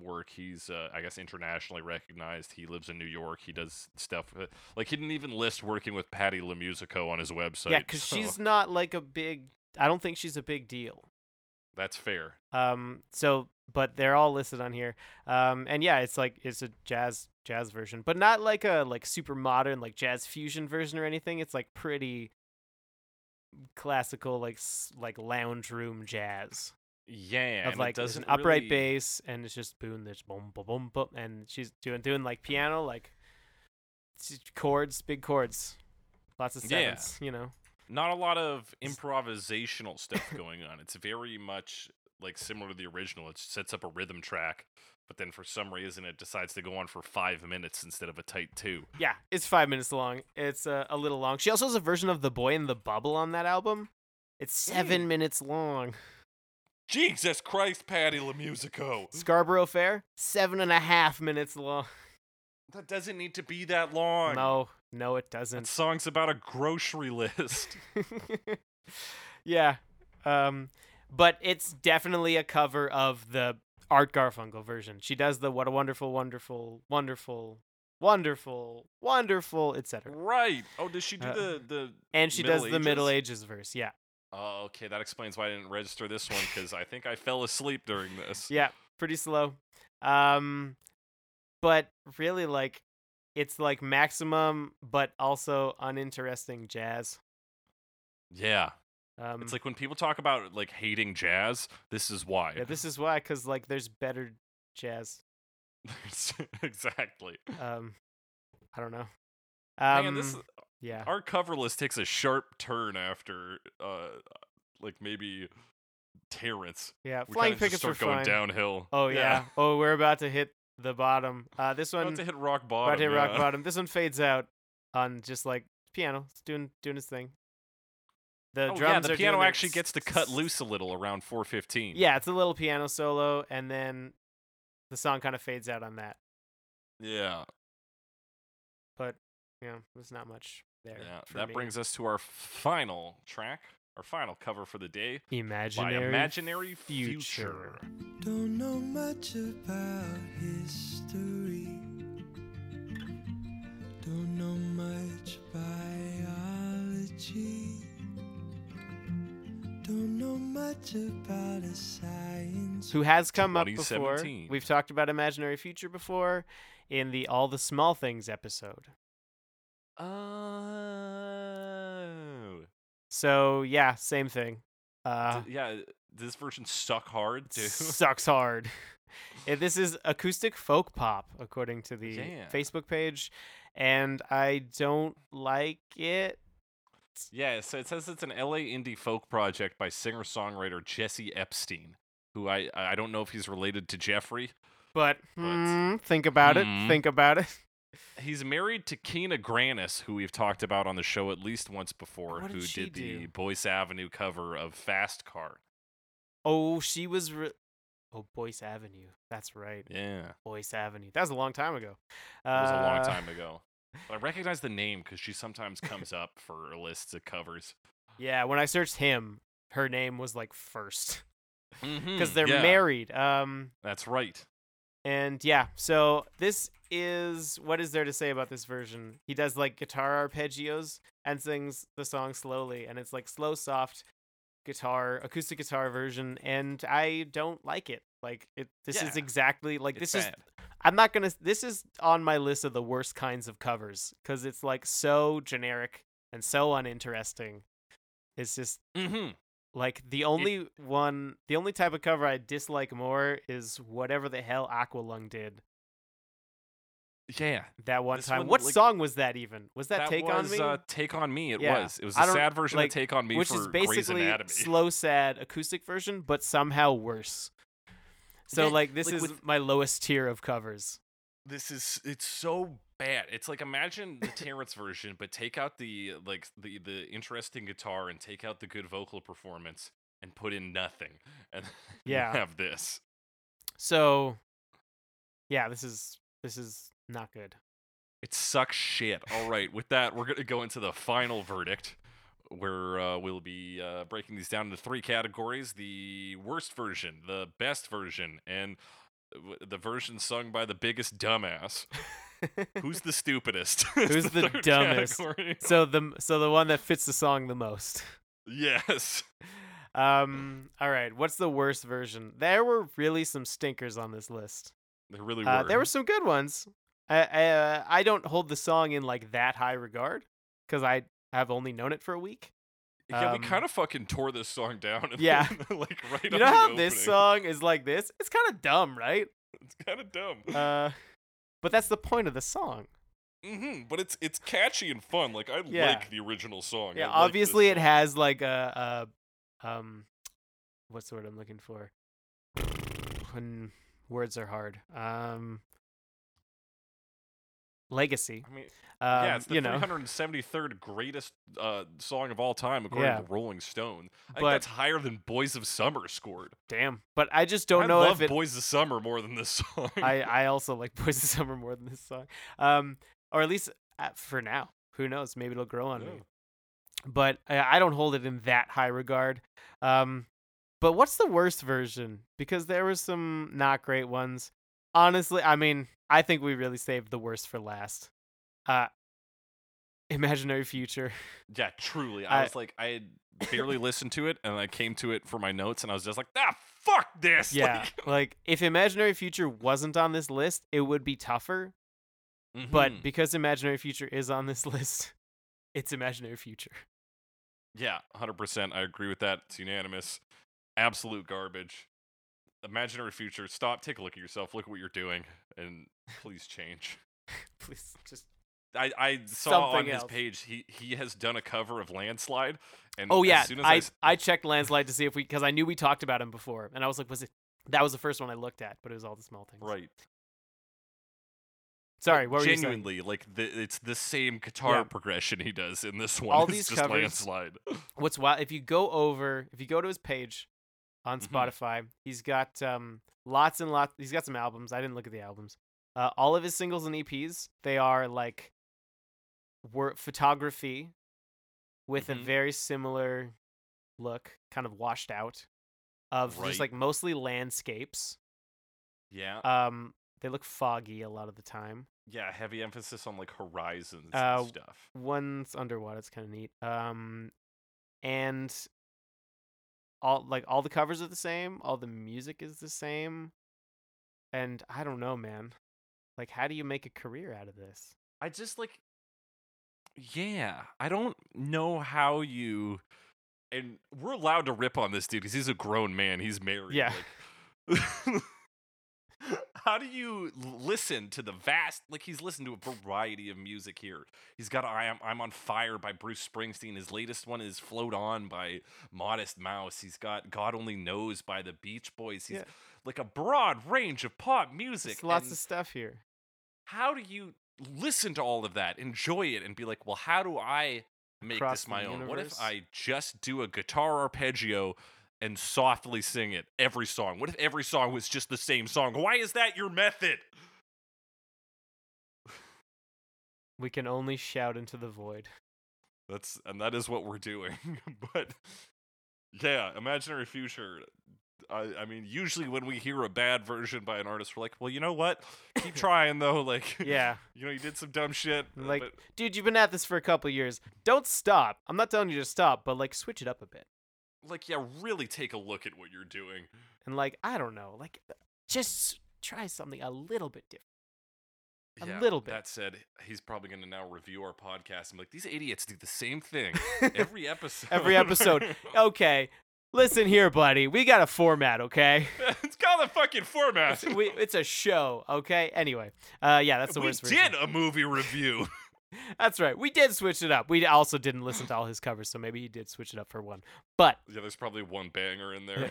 Speaker 1: work. He's uh, I guess internationally recognized. He lives in New York. He does stuff uh, like he didn't even list working with Patty LaMusico on his website.
Speaker 3: Yeah, because
Speaker 1: so
Speaker 3: she's not like a big. I don't think she's a big deal.
Speaker 1: that's fair.
Speaker 3: Um, so but they're all listed on here. Um, and yeah, it's like it's a jazz jazz version, but not like a like super modern like jazz fusion version or anything. It's like pretty classical like s- like lounge room jazz
Speaker 1: Yeah,
Speaker 3: of
Speaker 1: and
Speaker 3: like
Speaker 1: it
Speaker 3: there's
Speaker 1: doesn't
Speaker 3: an upright
Speaker 1: really-
Speaker 3: bass and it's just boom there's boom boom boom boom and she's doing doing like piano like s- chords big chords lots of
Speaker 1: Yeah.
Speaker 3: sevens you know
Speaker 1: Not a lot of improvisational stuff going on. It's very much like similar to the original. It sets up a rhythm track, but then for some reason it decides to go on for five minutes instead of a tight two.
Speaker 3: Yeah, it's five minutes long. It's uh, a little long. She also has a version of The Boy in the Bubble on that album. It's seven minutes long.
Speaker 1: Hmm. Jesus Christ, Patty LaMusico.
Speaker 3: Scarborough Fair, seven and a half minutes long.
Speaker 1: That doesn't need to be that long.
Speaker 3: No, no, it
Speaker 1: That
Speaker 3: doesn't.
Speaker 1: song's about a grocery list.
Speaker 3: yeah. Um, but it's definitely a cover of the Art Garfunkel version. She does the What a Wonderful, Wonderful, Wonderful, Wonderful, Wonderful, etc.
Speaker 1: right. Oh, does she do
Speaker 3: Uh,
Speaker 1: the the
Speaker 3: And she does
Speaker 1: Middle
Speaker 3: the Middle
Speaker 1: Ages?
Speaker 3: Ages verse. Yeah.
Speaker 1: Oh, okay, that explains why I didn't register this one cuz I think I fell asleep during this.
Speaker 3: Yeah, pretty slow. Um but really like it's like maximum but also uninteresting jazz.
Speaker 1: Yeah.
Speaker 3: Um
Speaker 1: It's like when people talk about like hating jazz, this is why.
Speaker 3: yeah, this is why cuz like there's better jazz.
Speaker 1: exactly.
Speaker 3: Um I don't know. Um
Speaker 1: Man, this
Speaker 3: yeah.
Speaker 1: our cover list takes a sharp turn after uh like maybe Terrence.
Speaker 3: yeah,
Speaker 1: We
Speaker 3: flying
Speaker 1: kinda just
Speaker 3: pickets were
Speaker 1: start going
Speaker 3: fine.
Speaker 1: downhill.
Speaker 3: Oh yeah. Oh, we're about to hit the bottom. Uh this one
Speaker 1: About to hit rock bottom.
Speaker 3: about to hit rock
Speaker 1: yeah.
Speaker 3: bottom. This one fades out on just like piano. It's doing doing its thing. The
Speaker 1: Oh,
Speaker 3: drums
Speaker 1: yeah,
Speaker 3: are
Speaker 1: the
Speaker 3: doing
Speaker 1: piano
Speaker 3: their
Speaker 1: actually gets to cut loose a little around 415.
Speaker 3: Yeah, it's a little piano solo, and then the song kind of fades out on that.
Speaker 1: Yeah.
Speaker 3: But you know, there's not much there.
Speaker 1: yeah.
Speaker 3: for
Speaker 1: That
Speaker 3: me.
Speaker 1: brings us to our final track, our final cover for the day
Speaker 3: imaginary,
Speaker 1: by Imaginary
Speaker 3: Future.
Speaker 1: Future.
Speaker 2: Don't know much about history. Don't know much biology. Don't know much about a science.
Speaker 3: who has come up before.
Speaker 1: 2017.
Speaker 3: We've talked about Imaginary Future before in the All the Small Things episode.
Speaker 1: Oh.
Speaker 3: So yeah, same thing. Uh,
Speaker 1: D- yeah, this version suck hard too.
Speaker 3: sucks hard. Yeah, this is acoustic folk pop, according to the
Speaker 1: Yeah.
Speaker 3: Facebook page, and I don't like it.
Speaker 1: yeah, so it says it's an LA indie folk project by singer-songwriter Jesse Epstein, who I I don't know if he's related to Jeffrey.
Speaker 3: But,
Speaker 1: But-
Speaker 3: hmm, think about
Speaker 1: Hmm.
Speaker 3: it. Think about it.
Speaker 1: He's married to Keena Granis, who we've talked about on the show at least once before,
Speaker 3: What did
Speaker 1: who
Speaker 3: she
Speaker 1: did the
Speaker 3: do?
Speaker 1: Boyce Avenue cover of Fast Car.
Speaker 3: Oh, she was. Re- oh, Boyce Avenue. That's right.
Speaker 1: Yeah.
Speaker 3: Boyce Avenue. That was a long time ago. Uh,
Speaker 1: It was a long time ago. But I recognize the name because she sometimes comes up for lists of covers.
Speaker 3: Yeah, when I searched him, her name was like first
Speaker 1: Because
Speaker 3: because they're married. Um,
Speaker 1: Mm-hmm. That's right.
Speaker 3: and yeah, so this is what is there to say about this version? He does like guitar arpeggios and sings the song slowly, and it's like slow, soft guitar, acoustic guitar version, and I don't like it. Like it, this is
Speaker 1: Yeah.
Speaker 3: exactly like
Speaker 1: It's
Speaker 3: this is
Speaker 1: bad.
Speaker 3: I'm not gonna. This is on my list of the worst kinds of covers because it's like so generic and so uninteresting. It's just
Speaker 1: Mm-hmm.
Speaker 3: like the only one, the only type of cover I dislike more is whatever the hell Aqualung did
Speaker 1: Yeah.
Speaker 3: that one
Speaker 1: This
Speaker 3: time.
Speaker 1: one,
Speaker 3: what
Speaker 1: like-
Speaker 3: song was that even? Was that, Take
Speaker 1: was,
Speaker 3: on Me?
Speaker 1: Uh, Take on Me. It
Speaker 3: Yeah.
Speaker 1: was. It was
Speaker 3: I
Speaker 1: a
Speaker 3: don't-
Speaker 1: sad version
Speaker 3: like,
Speaker 1: of Take on Me
Speaker 3: which
Speaker 1: for
Speaker 3: is
Speaker 1: Grey's
Speaker 3: basically
Speaker 1: Anatomy.
Speaker 3: slow, sad acoustic version, but somehow worse. So
Speaker 1: Yeah,
Speaker 3: like this
Speaker 1: like
Speaker 3: is
Speaker 1: with-
Speaker 3: my lowest tier of covers.
Speaker 1: this is it's so bad. It's like imagine the Terrence version, but take out the like the the interesting guitar and take out the good vocal performance and put in nothing, and you
Speaker 3: Yeah.
Speaker 1: have this.
Speaker 3: So yeah, this is this is not good.
Speaker 1: It sucks shit. All right, with that, we're gonna go into the final verdict, where uh, we'll be uh, breaking these down into three categories: the worst version, the best version, and uh, w- the version sung by the biggest dumbass. Who's the stupidest? is
Speaker 3: Who's the
Speaker 1: third
Speaker 3: dumbest?
Speaker 1: category.
Speaker 3: so the so the one that fits the song the most.
Speaker 1: Yes.
Speaker 3: Um, all right, what's the worst version? There were really some stinkers on this list.
Speaker 1: They really
Speaker 3: Uh,
Speaker 1: were.
Speaker 3: there were some good ones. I I, uh, I don't hold the song in like that high regard because I have only known it for a week.
Speaker 1: yeah, we
Speaker 3: um,
Speaker 1: kind of fucking tore this song down. and
Speaker 3: Yeah.
Speaker 1: then, like right.
Speaker 3: You
Speaker 1: on
Speaker 3: know
Speaker 1: the
Speaker 3: how this
Speaker 1: opening.
Speaker 3: song is like this? It's kind of dumb, right?
Speaker 1: It's kind of dumb.
Speaker 3: Uh, but that's the point of the song.
Speaker 1: hmm But it's it's catchy and fun. Like I
Speaker 3: Yeah.
Speaker 1: like the original song. I
Speaker 3: Yeah,
Speaker 1: like this
Speaker 3: obviously it
Speaker 1: song.
Speaker 3: has like a, a um, what's the word I'm looking for? when words are hard. Um, legacy.
Speaker 1: I mean,
Speaker 3: Um,
Speaker 1: yeah, it's the
Speaker 3: you know,
Speaker 1: 373rd greatest uh, song of all time according
Speaker 3: Yeah.
Speaker 1: to Rolling Stone. I think
Speaker 3: But-
Speaker 1: that's higher than Boys of Summer scored.
Speaker 3: damn. But I just don't
Speaker 1: I
Speaker 3: know
Speaker 1: love
Speaker 3: if it.
Speaker 1: Boys of Summer more than this song.
Speaker 3: I I also like Boys of Summer more than this song. Um, or at least uh, for now. Who knows? Maybe it'll grow on me.
Speaker 1: Yeah.
Speaker 3: But I, I don't hold it in that high regard. Um, but what's the worst version? Because there were some not great ones. Honestly, I mean, I think we really saved the worst for last. Uh, Imaginary Future.
Speaker 1: yeah, truly. I,
Speaker 3: I-
Speaker 1: was like, I had barely listened to it, and I came to it for my notes, and I was just like, ah, fuck this.
Speaker 3: yeah,
Speaker 1: Like-
Speaker 3: like if Imaginary Future wasn't on this list, it would be tougher.
Speaker 1: Mhm.
Speaker 3: But because Imaginary Future is on this list, it's Imaginary Future.
Speaker 1: yeah, 100%. I agree with that. It's unanimous. Absolute garbage. Imaginary future. Stop. Take a look at yourself. Look at what you're doing, and please change.
Speaker 3: Please just.
Speaker 1: I, I saw on
Speaker 3: Something
Speaker 1: his
Speaker 3: else.
Speaker 1: page he, he has done a cover of Landslide. And
Speaker 3: Oh
Speaker 1: as
Speaker 3: yeah,
Speaker 1: soon as
Speaker 3: I
Speaker 1: s-
Speaker 3: I checked Landslide to see if we because I knew we talked about him before, and I was like, was it? That was the first one I looked at, but it was all the small things.
Speaker 1: right
Speaker 3: Sorry, what were you saying?
Speaker 1: genuinely like the, it's the same guitar
Speaker 3: Yeah.
Speaker 1: progression he does in this one.
Speaker 3: All
Speaker 1: It's
Speaker 3: these
Speaker 1: just
Speaker 3: covers-
Speaker 1: Landslide.
Speaker 3: What's wild? If you go over, if you go to his page on
Speaker 1: Mhm.
Speaker 3: Spotify, he's got um lots and lots. He's got some albums. I didn't look at the albums. Uh, all of his singles and EPs, they are like were photography with a
Speaker 1: Mhm.
Speaker 3: very similar look, kind of washed out of
Speaker 1: Right.
Speaker 3: just like mostly landscapes.
Speaker 1: yeah,
Speaker 3: Um, they look foggy a lot of the time.
Speaker 1: yeah. Heavy emphasis on like horizons
Speaker 3: uh,
Speaker 1: and stuff.
Speaker 3: One's underwater. It's kind of neat. Um, and all like all the covers are the same. All the music is the same. And I don't know, man. Like, how do you make a career out of this?
Speaker 1: I just like, yeah. I don't know how you. And we're allowed to rip on this dude because he's a grown man. He's married.
Speaker 3: Yeah.
Speaker 1: like- How do you l- listen to the vast? Like he's listened to a variety of music here. He's got "I Am I'm on Fire" by Bruce Springsteen. His latest one is "Float On" by Modest Mouse. He's got "God Only Knows" by the Beach Boys. He's
Speaker 3: Yeah.
Speaker 1: like a broad range of pop music.
Speaker 3: There's lots
Speaker 1: and-
Speaker 3: of stuff here.
Speaker 1: how do you listen to all of that, enjoy it, and be like, well, how do I make
Speaker 3: Across
Speaker 1: this
Speaker 3: the
Speaker 1: my own? What if
Speaker 3: universe.
Speaker 1: I just do a guitar arpeggio and softly sing it every song? What if every song was just the same song? Why is that your method?
Speaker 3: We can only shout into the void.
Speaker 1: That's and that is what we're doing. but yeah, imaginary future. I, I mean, usually when we hear a bad version by an artist, we're like, well, you know what? Keep trying though. Like,
Speaker 3: Yeah.
Speaker 1: you know, you did some dumb shit. uh,
Speaker 3: Like,
Speaker 1: but-
Speaker 3: dude, you've been at this for a couple years. Don't stop. I'm not telling you to stop, but like, switch it up a bit.
Speaker 1: like, yeah, really take a look at what you're doing.
Speaker 3: And like, I don't know, like, just try something a little bit different. a little bit.
Speaker 1: That said, he's probably going to now review our podcast and be like, these idiots do the same thing every episode.
Speaker 3: every episode. Okay, listen here, buddy. We got a format, okay?
Speaker 1: it's called a fucking format.
Speaker 3: It's, we, it's a show, okay? Anyway, uh, yeah, that's the
Speaker 1: we
Speaker 3: worst
Speaker 1: did
Speaker 3: version.
Speaker 1: a movie review.
Speaker 3: That's right. We did switch it up. We also didn't listen to all his covers, so maybe he did switch it up for one. But
Speaker 1: yeah, there's probably one banger in
Speaker 3: uh,
Speaker 1: there.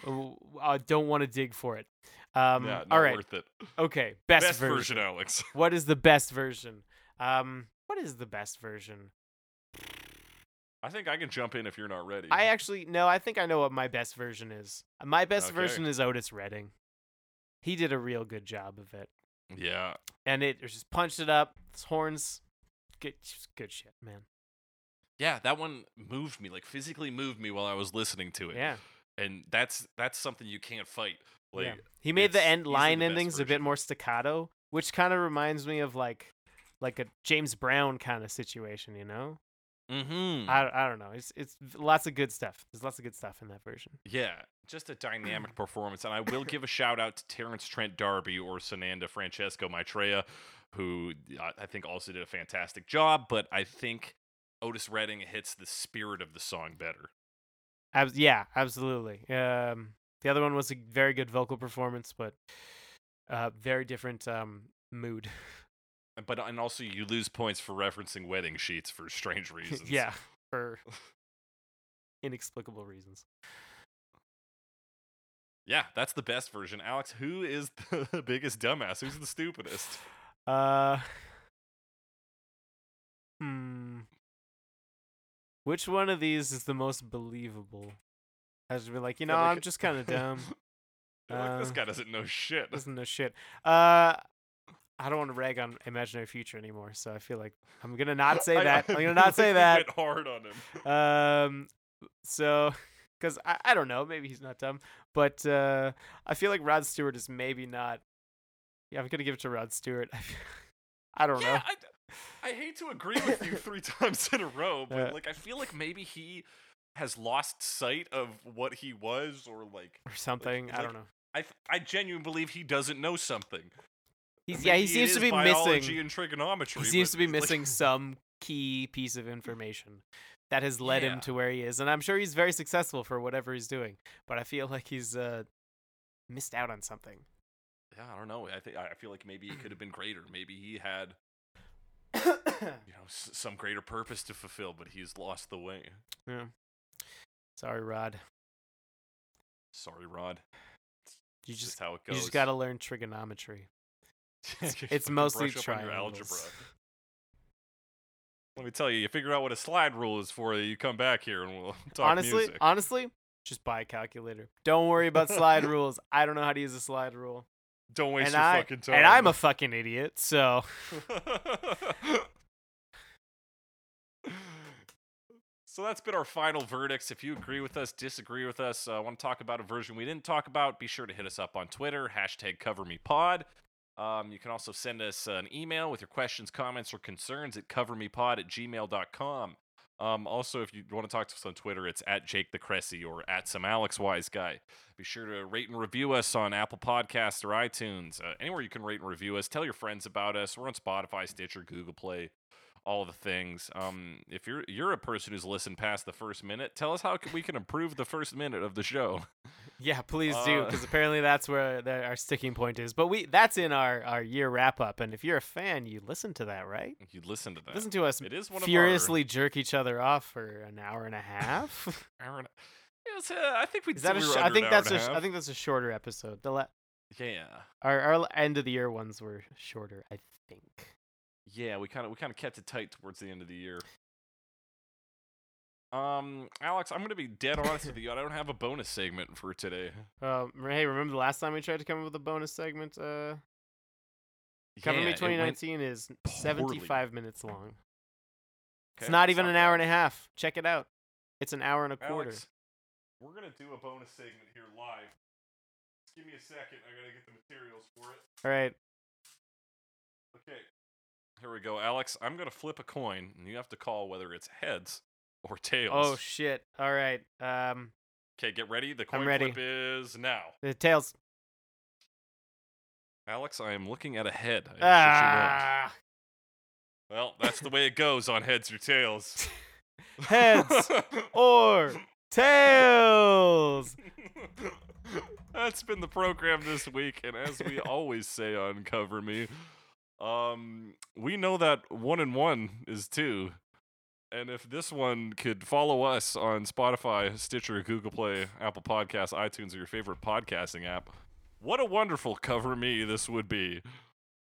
Speaker 3: I don't want to dig for it. Um,
Speaker 1: yeah, not
Speaker 3: all right.
Speaker 1: worth it.
Speaker 3: Okay. Best,
Speaker 1: Best
Speaker 3: version.
Speaker 1: version, Alex.
Speaker 3: What is the best version? Um, what is the best version?
Speaker 1: I think I can jump in if you're not ready.
Speaker 3: I actually no. I think I know what my best version is. My best
Speaker 1: Okay.
Speaker 3: version is Otis Redding. He did a real good job of it.
Speaker 1: yeah,
Speaker 3: and it was just punched it up. It's horns, good, just good shit, man.
Speaker 1: yeah, that one moved me, like physically moved me while I was listening to it.
Speaker 3: Yeah,
Speaker 1: and that's that's something you can't fight. Like,
Speaker 3: yeah. He made the
Speaker 1: it's
Speaker 3: end
Speaker 1: easily
Speaker 3: line
Speaker 1: the best
Speaker 3: endings a bit
Speaker 1: version.
Speaker 3: more staccato, which kind of reminds me of like, like a James Brown kind of situation, you know?
Speaker 1: mm-hmm.
Speaker 3: I, I don't know. It's it's lots of good stuff. There's lots of good stuff in that version.
Speaker 1: Yeah, just
Speaker 3: Mm.
Speaker 1: a dynamic performance. And I will give a shout out to Terrence Trent D'Arby or Sananda Francesco Maitreya, who I- I think also did a fantastic job, but I think Otis Redding hits the spirit of the song better.
Speaker 3: Abs- yeah, absolutely. Um, the other one was a very good vocal performance, but uh, very different um mood.
Speaker 1: But and also you lose points for referencing wedding sheets for strange reasons.
Speaker 3: yeah, for inexplicable reasons.
Speaker 1: Yeah, that's the best version. Alex, who is the biggest dumbass? Who's the stupidest?
Speaker 3: Uh, hmm. Which one of these is the most believable? Has to be like, you
Speaker 1: Yeah,
Speaker 3: know,
Speaker 1: like
Speaker 3: I'm
Speaker 1: it-
Speaker 3: just kind of dumb.
Speaker 1: They're like, this
Speaker 3: Uh,
Speaker 1: guy doesn't know shit.
Speaker 3: Doesn't know shit. Uh, I don't want to rag on imaginary future anymore, so I feel like I'm gonna not say
Speaker 1: I-
Speaker 3: that.
Speaker 1: I
Speaker 3: I'm gonna
Speaker 1: feel
Speaker 3: not
Speaker 1: like
Speaker 3: say
Speaker 1: we
Speaker 3: that.
Speaker 1: Went hard on him.
Speaker 3: Um, so, because I, I don't know, maybe he's not dumb, but uh, I feel like Rod Stewart is maybe not. Yeah, I'm gonna give it to Rod Stewart. I don't know.
Speaker 1: Yeah, I, I hate to agree with you three times in a row, but
Speaker 3: Uh.
Speaker 1: like I feel like maybe he has lost sight of what he was, or like
Speaker 3: or something. I
Speaker 1: like-
Speaker 3: don't know.
Speaker 1: I th- I genuinely believe he doesn't know something.
Speaker 3: He's yeah. He
Speaker 1: Maybe it
Speaker 3: seems to
Speaker 1: is
Speaker 3: be
Speaker 1: biology
Speaker 3: missing.
Speaker 1: and trigonometry.
Speaker 3: He seems
Speaker 1: but,
Speaker 3: to be
Speaker 1: like,
Speaker 3: missing some key piece of information that has led
Speaker 1: Yeah.
Speaker 3: him to where he is, and I'm sure he's very successful for whatever he's doing. But I feel like he's uh, missed out on something.
Speaker 1: yeah, I don't know. I think I I feel like maybe it could have been greater. Maybe he had you know s- some greater purpose to fulfill, but he's lost the way.
Speaker 3: Sorry, Rod.
Speaker 1: Sorry, Rod.
Speaker 3: You
Speaker 1: Just,
Speaker 3: just
Speaker 1: how it
Speaker 3: you
Speaker 1: goes.
Speaker 3: just gotta learn trigonometry.
Speaker 1: It's,
Speaker 3: it's mostly
Speaker 1: your algebra.
Speaker 3: triangles.
Speaker 1: Let me tell you, you figure out what a slide rule is for you. You come back here and we'll talk
Speaker 3: honestly,
Speaker 1: music.
Speaker 3: honestly, just buy a calculator. Don't worry about slide rules. I don't know how to use a slide rule,
Speaker 1: Don't waste
Speaker 3: and
Speaker 1: your
Speaker 3: I
Speaker 1: fucking time.
Speaker 3: and I'm a fucking idiot. So
Speaker 1: so that's been our final verdicts. If you agree with us, disagree with us, uh, want to talk about a version we didn't talk about, be sure to hit us up on Twitter, hashtag CoverMePod. Um, you can also send us an email with your questions, comments, or concerns at covermepod at gmail.com. Um, also, if you want to talk to us on Twitter, it's at Jake the Cressy or at some Alex Wise guy. Be sure to rate and review us on Apple Podcasts or iTunes, uh, anywhere you can rate and review us. Tell your friends about us. We're on Spotify, Stitcher, Google Play, all the things. Um, if you're you're a person who's listened past the first minute, tell us how c- we can improve the first minute of the show.
Speaker 3: yeah, please do
Speaker 1: Uh,
Speaker 3: because apparently that's where the, our sticking point is. But we that's in our our year wrap up, and if you're a fan, you listen to that, right?
Speaker 1: You listen to that.
Speaker 3: Listen to us
Speaker 1: it is one
Speaker 3: furiously jerk each other off for an hour and a half.
Speaker 1: of our. hour and- It was, uh, I think we.
Speaker 3: is that
Speaker 1: we
Speaker 3: a
Speaker 1: were
Speaker 3: sh- I
Speaker 1: under
Speaker 3: think
Speaker 1: an hour
Speaker 3: that's a
Speaker 1: and
Speaker 3: sh-
Speaker 1: a
Speaker 3: I
Speaker 1: half.
Speaker 3: think that's a shorter episode. The la-
Speaker 1: Yeah.
Speaker 3: our our end of the year ones were shorter, I think.
Speaker 1: Yeah, we kind of we kind of kept it tight towards the end of the year. Um, Alex, I'm gonna be dead honest with you. I don't have a bonus segment for today.
Speaker 3: Uh, re- hey, remember the last time we tried to come up with a bonus segment? Uh, Cover
Speaker 1: Yeah,
Speaker 3: Me
Speaker 1: it went-
Speaker 3: 2019 is
Speaker 1: poorly.
Speaker 3: 75 minutes long.
Speaker 1: Okay,
Speaker 3: it's not even an
Speaker 1: bad.
Speaker 3: hour and a half. Check it out. It's an hour and a quarter.
Speaker 1: Alex, we're gonna do a bonus segment here live. Just give me a second. I gotta get the materials for it.
Speaker 3: All right.
Speaker 1: Okay. Here we go, Alex. I'm gonna flip a coin, and you have to call whether it's heads or tails.
Speaker 3: Oh shit. All right. Um,
Speaker 1: okay, get ready. The coin
Speaker 3: ready.
Speaker 1: flip is now.
Speaker 3: the tails.
Speaker 1: Alex, I am looking at a head. I am switching
Speaker 3: Ah,
Speaker 1: on. Well, that's the way it goes on heads or tails.
Speaker 3: Ah, heads or tails.
Speaker 1: That's been the program this week, and as we always say on Cover Me, um, we know that one and one is two. And if this one could follow us on Spotify, Stitcher, Google Play, Apple Podcasts, iTunes, or your favorite podcasting app, what a wonderful Cover Me this would be.